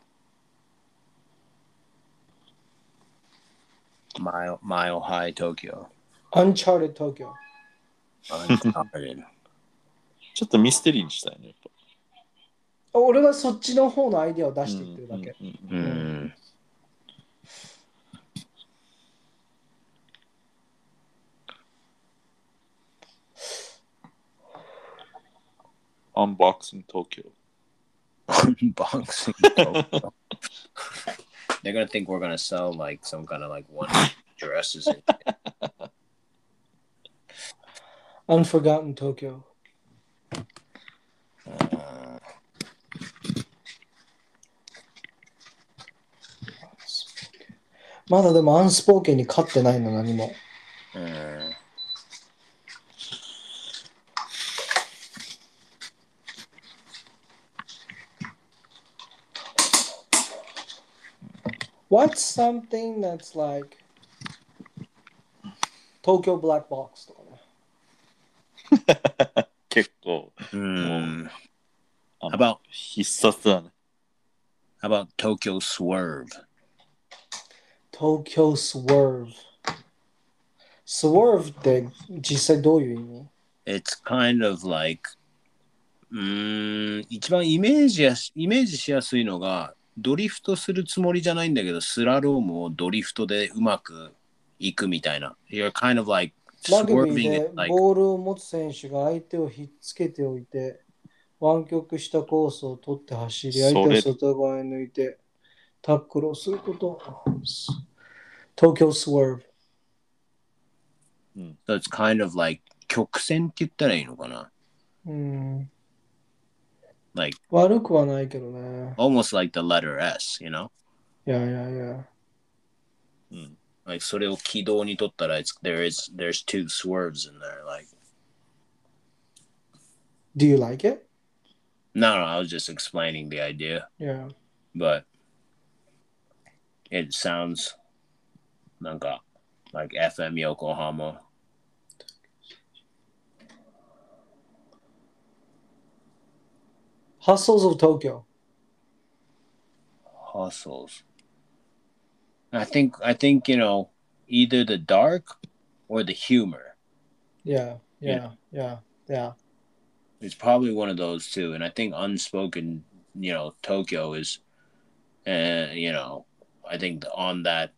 Mile Mile High Tokyo.
Uncharted Tokyo。
Uncharted.
ちょっとミステリーにしたいね。やっぱ
俺はそっちの方のアイデアを出していってるだけ。
うんうんうん
mm.
Unboxing Tokyo.
Unboxing Tokyo. They're gonna think we're gonna sell like some kind of like one dresses. And-
Unforgotten Tokyo。
uh,
Unspoken まだでもアンスポーケンに勝ってないの何も。
uh,
What's something that's like Tokyo Black Box とかね。
結構
mm. How
あの
about
必殺だね。
how about Tokyo Swerve?
Tokyo Swerve。Swerve って実際どういう意味
It's kind of like うーん一番イメージやしイメージしやすいのがドリフトするつもりじゃないんだけどスラロームをドリフトでうまくいくみたいな。You're kind of like
ラグビー
swerving
で
it like
ボールを持つ選手が相手をひっつけておいて、湾曲したコースを取って走り、相手を外側に抜いて、タックルをすること。Tokyo Swerve。
so it's kind of like 曲線って言ったらいいのかな
うん、
Like
悪くはないけどね。
almost like the letter S, you know?
いやいやいや。
うん。
Like それを軌道にとったら it's, there is there's two swerves in there like
Do you like it?
no, no I was just explaining the idea
Yeah.
but it sounds なんか like FM Yokohama
ハッソーズ・オブ・東京。
hustles. I think I think you know either the dark or the humor.
Yeah, yeah, yeah, yeah.
It's probably one of those two, and I think unspoken, you know, Tokyo is, uh, you know, I think on that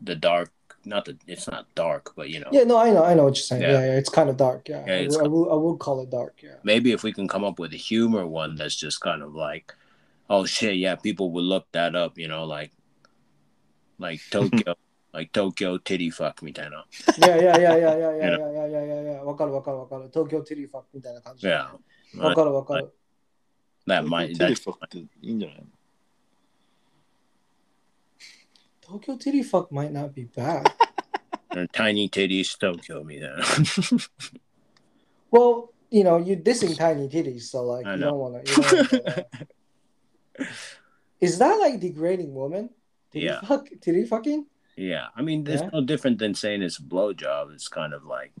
the dark, not the it's not dark, but you know,
Yeah, no, I know, I know what you're saying.
Yeah.
Yeah, yeah, it's kind of dark. Yeah,
Yeah,
I,
it's
will, I, will, I will call it dark. Yeah.
maybe if we can come up with a humor one that's just kind of like oh shit yeah people would look that up you know like like tokyo like tokyo titty fuck みたいな
Yeah, yeah, yeah, yeah, yeah, yeah, yeah, yeah, yeah, yeah, yeah. わかるわかるわかる。東京テレファックみたいな感じ。
yeah
わかるわかる。
that might
テレ
that's
ファっていいんじゃないの
東京テレファック might not be bad.
tiny titties tokyo みたいな
well, you know, you're dissing tiny titties, so like,
I
you
know.
don't want to. You don't wanna do that. Is that like degrading women? Titty
Yeah.
fuck? Titty fucking?
yeah I mean it's
Yeah.
no different than saying it's a blowjob it's kind of like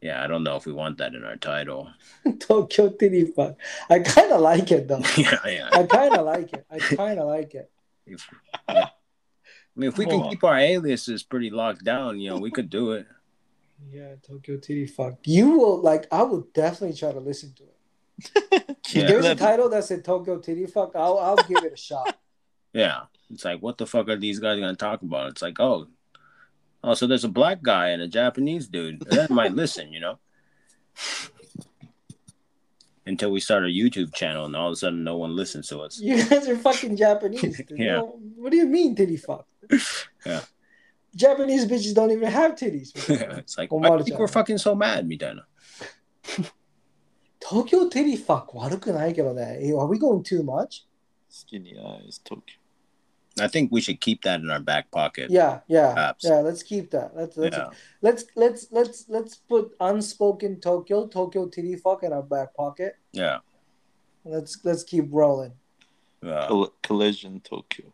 yeah I don't know if we want that in our title
Tokyo titty fuck. I kind of like it though.
yeah yeah
I kind of like it. I kind of like it.
if, yeah. I mean if we can
Well-
keep our aliases pretty locked down you know we could do it
Yeah, Tokyo titty fuck. You will like. I will definitely try to listen to it.
Yeah.
If there's a title that said Tokyo titty fuck, I'll I'll give it a shot.
Yeah. It's like, what the fuck are these guys gonna talk about? It's like, oh, oh, so there's a black guy and a Japanese dude that might listen, you know. Until we start a YouTube channel and all of a sudden no one listens to us.
You guys are fucking Japanese. dude.
Yeah.
No, What do you mean titty fuck?
Yeah.
Japanese bitches don't even have titties.
it's like, why do you think we're fucking so mad, Midana?
東京テリーファーク悪くないけどね。え Are we going too much?
Skinny eyes, Tokyo.
I think we should keep that in our back pocket.
Yeah, yeah,
Perhaps.
yeah. Let's keep that. Let's let's
Yeah.
let's let's let's let's put unspoken Tokyo, Tokyo titty fuck in our back pocket.
Yeah.
Let's let's keep rolling.
Uh,
Coll- collision Tokyo.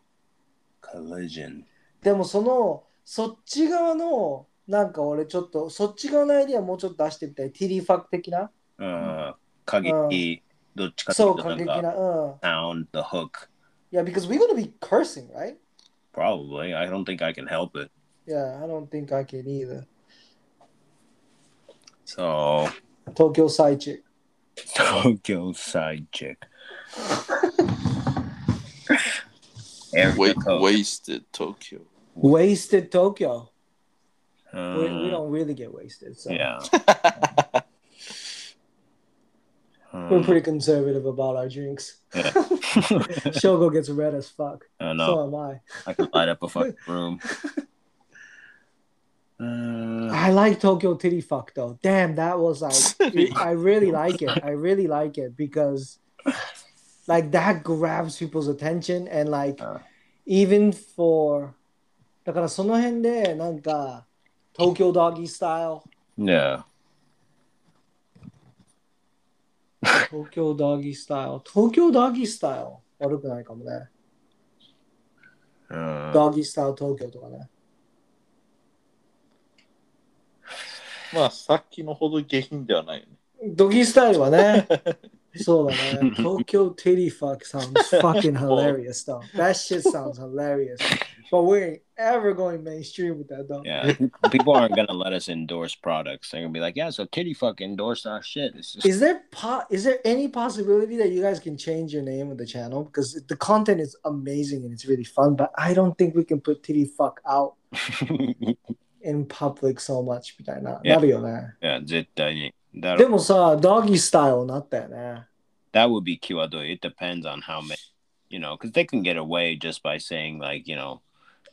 collision.
でもそのそっち側のなんか俺ちょっとそっち側のアイディアもうちょっと出してみたい。ティリーファク的な。
Uh, kageki. どっちかっていうと、
そう、過
なんか、
激な。うん。
sound, the hook.
Yeah, because we're gonna be cursing, right?
Probably. I don't think I can help it.
Yeah, I don't think I can either.
So,
東京最中。
Tokyo side chick. Erica
Wait,
Coke.
wasted Tokyo.
Wasted Tokyo. We, we
Uh,
don't really get wasted, so
yeah.
we're
Uh,
pretty conservative about our drinks. Shogo gets red as fuck.
I know.
So am I.
I could light up a fucking room. Uh,
I like Tokyo Titty Fuck though. Damn, that was like I really like it. I really like it because like that grabs people's attention and like
Uh.
even for だからその辺でなんか Tokyo Doggy Style
yeah.
Tokyo Doggy Style Tokyo Doggy Style 悪くないかもね
Uh,
Doggy Style Tokyo とかね
まあ、さっきのほど下品ではないよね。
ドギースタイルは ねそうだね Tokyo Titty Fuck sounds
Oh。
fucking hilarious though That shit sounds hilarious But we ain't ever going mainstream with that though
yeah. People aren't going to let us endorse products. They're going to be like, yeah, so Kitty fuck endorsed our shit. It's just,
Is there po- is there any possibility that you guys can change your name of the channel because the content is amazing and it's really fun, but I don't think we can put titty fuck out in public so much みたいな。
Yeah.
なるよね。
yeah, 絶対に. That,
でもさ、ドギースタイルなったよね。
that would be Kiwado. It depends on how many, you know, because they can get away just by saying, like, you know,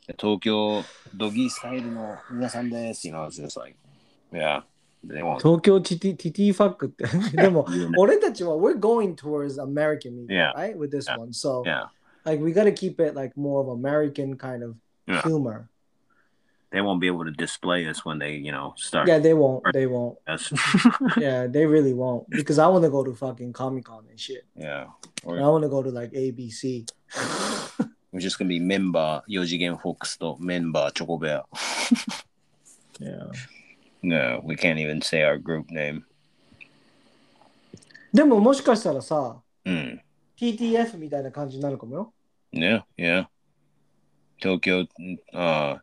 the Tokyo Dogi side, you know, it's just like, yeah, they won't.
東京ティティティティファック って。で も
you know.
俺たちは we're going towards American media,
Yeah.
right? With this
Yeah.
one. So
Yeah,
like we gotta keep it like more of American kind of
Yeah.
humor.
they won't be able to display us when they, you know, start.
Yeah, they won't. They won't.
us.
Yeah, they really won't. Because I wanna go to fucking Comic Con and shit.
yeah.
I want to go to like ABC.
We're just gonna be member 4次元 Fox と member チョコベア。
Yeah.
No, we can't even say our group name.
でももしかしたらさ、
Mm.
TTF みたいな感じになるかもよ。
Yeah, yeah. Tokyo, あー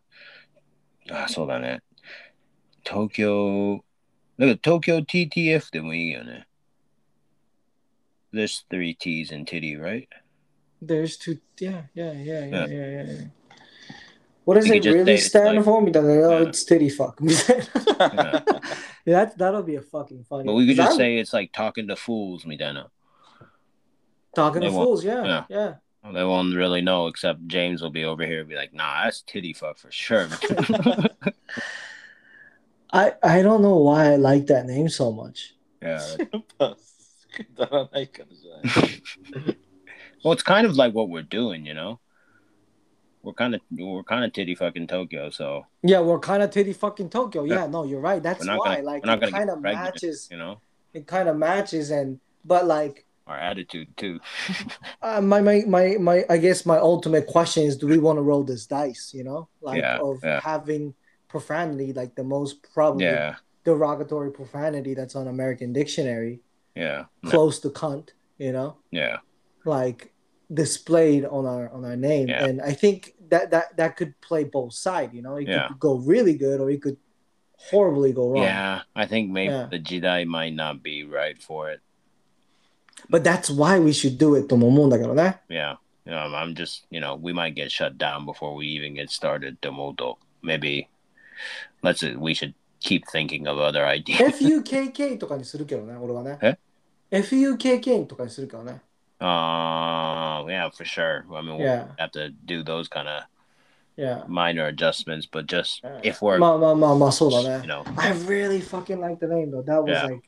あ、そうだね。Tokyo、だから Tokyo TTF でもいいよね。There's three T's in titty, right?
There's two. Yeah, yeah, yeah, yeah, yeah,
Yeah.
yeah. yeah. What does
You
it
just
really
say it's
stand
like-
for? みたいな。Oh,
Yeah.
it's titty fuck. みたいな。
Yeah.
yeah, that, that'll be a fucking funny.
But we could
That-
just say it's like talking to fools みたいな。
Talking to
they won't-
fools, yeah, yeah.
They won't really know, except James will be over here and be like, nah, that's titty fuck for sure.
I, I don't know why I like that name so much.
yeah.
やっぱ、くだらないからじゃない。
Well, it's kind of like what we're doing, you know. We're kind of we're kind of titty fucking Tokyo, so
Yeah, we're kind of titty fucking Tokyo. Yeah, no, you're right. That's
we're not
why.
gonna
like,
we're not
it
gonna
kind
get
of
pregnant,
matches.
you know.
It kind of matches, and but like,
Our attitude too.
uh, my, my my my i guess my ultimate question is do we want to roll this dice you know like
Yeah,
of
yeah.
having profanity like the most probably
Yeah,
derogatory profanity that's on american dictionary
yeah, no,
close to cunt you know
yeah,
like displayed on our on our name
Yeah.
and i think that that that could play both side you know it
Yeah.
could go really good or it could horribly go wrong
yeah. I think maybe
Yeah.
the Jedi might not be right for it.
but that's why we should do it とも思うんだけどね。
Yeah, you know, I'm- I'm just you know we might get shut down before we even get started. Demoto, maybe let's we should keep thinking of other ideas.
FUKK とかにするけどね、俺はね。
え
?FUKK とかにするけどね。
Uh, yeah, for sure. I mean, we'll
Yeah.
have to do those kind of
Yeah.
minor adjustments, but just
Yeah.
if we're,
まあまあまあまあ、そうだ
you
ね。
know,
I really fucking like the name though. That was
Yeah.
like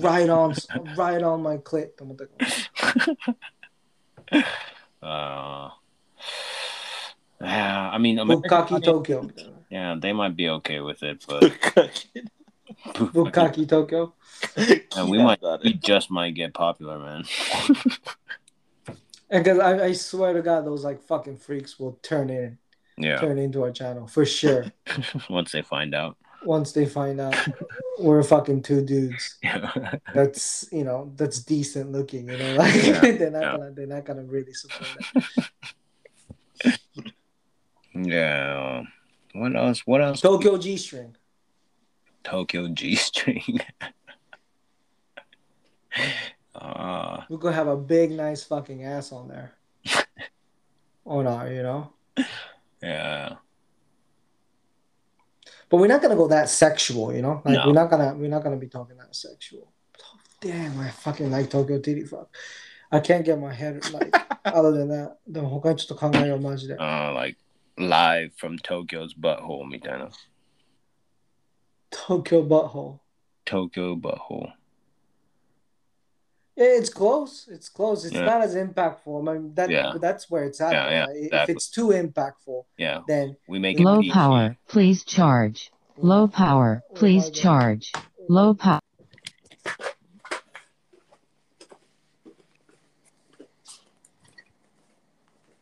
right on, right on my clit と思ったけど。
Uh, yeah, I mean,
ぶっかき
American,
東京みたいな。
yeah, they might be okay with it, but
ぶ っかき東京。
and we might, we just might get popular, man.
And cause I, I swear to God, those like fucking freaks will turn in,
Yeah,
turn into our channel for sure.
once they find out.
Once they find out we're fucking two dudes.
Yeah.
that's you know that's decent looking you know like
Yeah,
they're not
yeah.
gonna they're not gonna really support that
yeah. What else? What else?
tokyo g-string
Tokyo G string. Ah,
we could have a big nice fucking ass on there or not you know
yeah.
but we're not gonna go that sexual you know like
No.
we're not gonna we're not gonna be talking that sexual damn i fucking like tokyo titty fuck i can't get my head like other than that でも他にちょっと考えようマジで
Uh, like live from Tokyo's butthole, みたいな。
Tokyo butthole
Tokyo butthole.
Yeah, it's close. It's close. It's
Yeah.
not as impactful. I mean, that
Yeah.
that's where it's at.
Yeah, yeah,
right? If
exactly.
it's too impactful,
Yeah,
then
we make it
Low
PG.
power, please charge. Low power, please charge. Low power.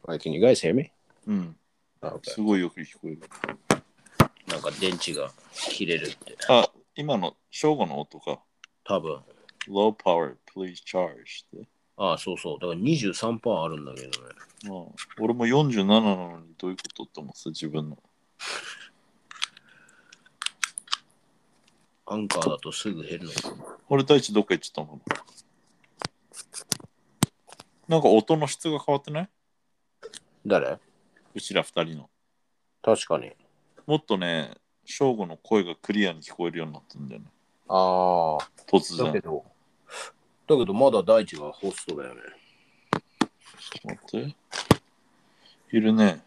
Wait, can you guys hear me? Oh,
うん。
Okay.
すごいよく聞こえる。
なんか電池が切れるって。
あ、今の正午の音か。
多分。
Low power, please charge って。
ああ、そうそう。だから23%あるんだけどね。
うん俺も47なのにどういうことって思ってた自分の。
アンカーだとすぐ減るのか。
俺大地どっか行っちゃったもん。なんか音の質が変わってない
誰
うちら二人の。
確かに。
もっとね、正午の声がクリアに聞こえるようになったんだよね。
ああ。
突
だけ
然。
ど、だけどまだ大地はホストだよね。
待って。いるね。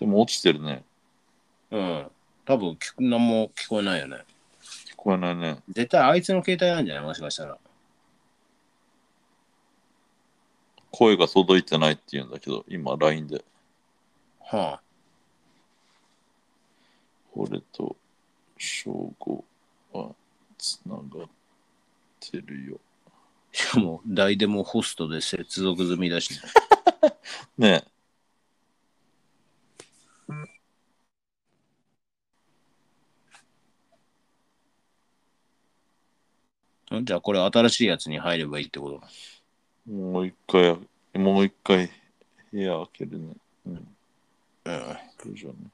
でも落ちてるね。
うん。うん。多分聞く何も聞こえないよね。
聞こえないね。
絶対あいつの携帯なんじゃないもしかしたら。
声が届いてないって言うんだけど、今 LINE で。
は
俺と正午はつながってるよ。
あ。しかも、誰でもホストで接続済みだし。
ねえ。
んじゃあこれ新しいやつに入ればいいってこと
もう一回、もう一回部屋開けるね。うん。
うん。
大丈夫ね。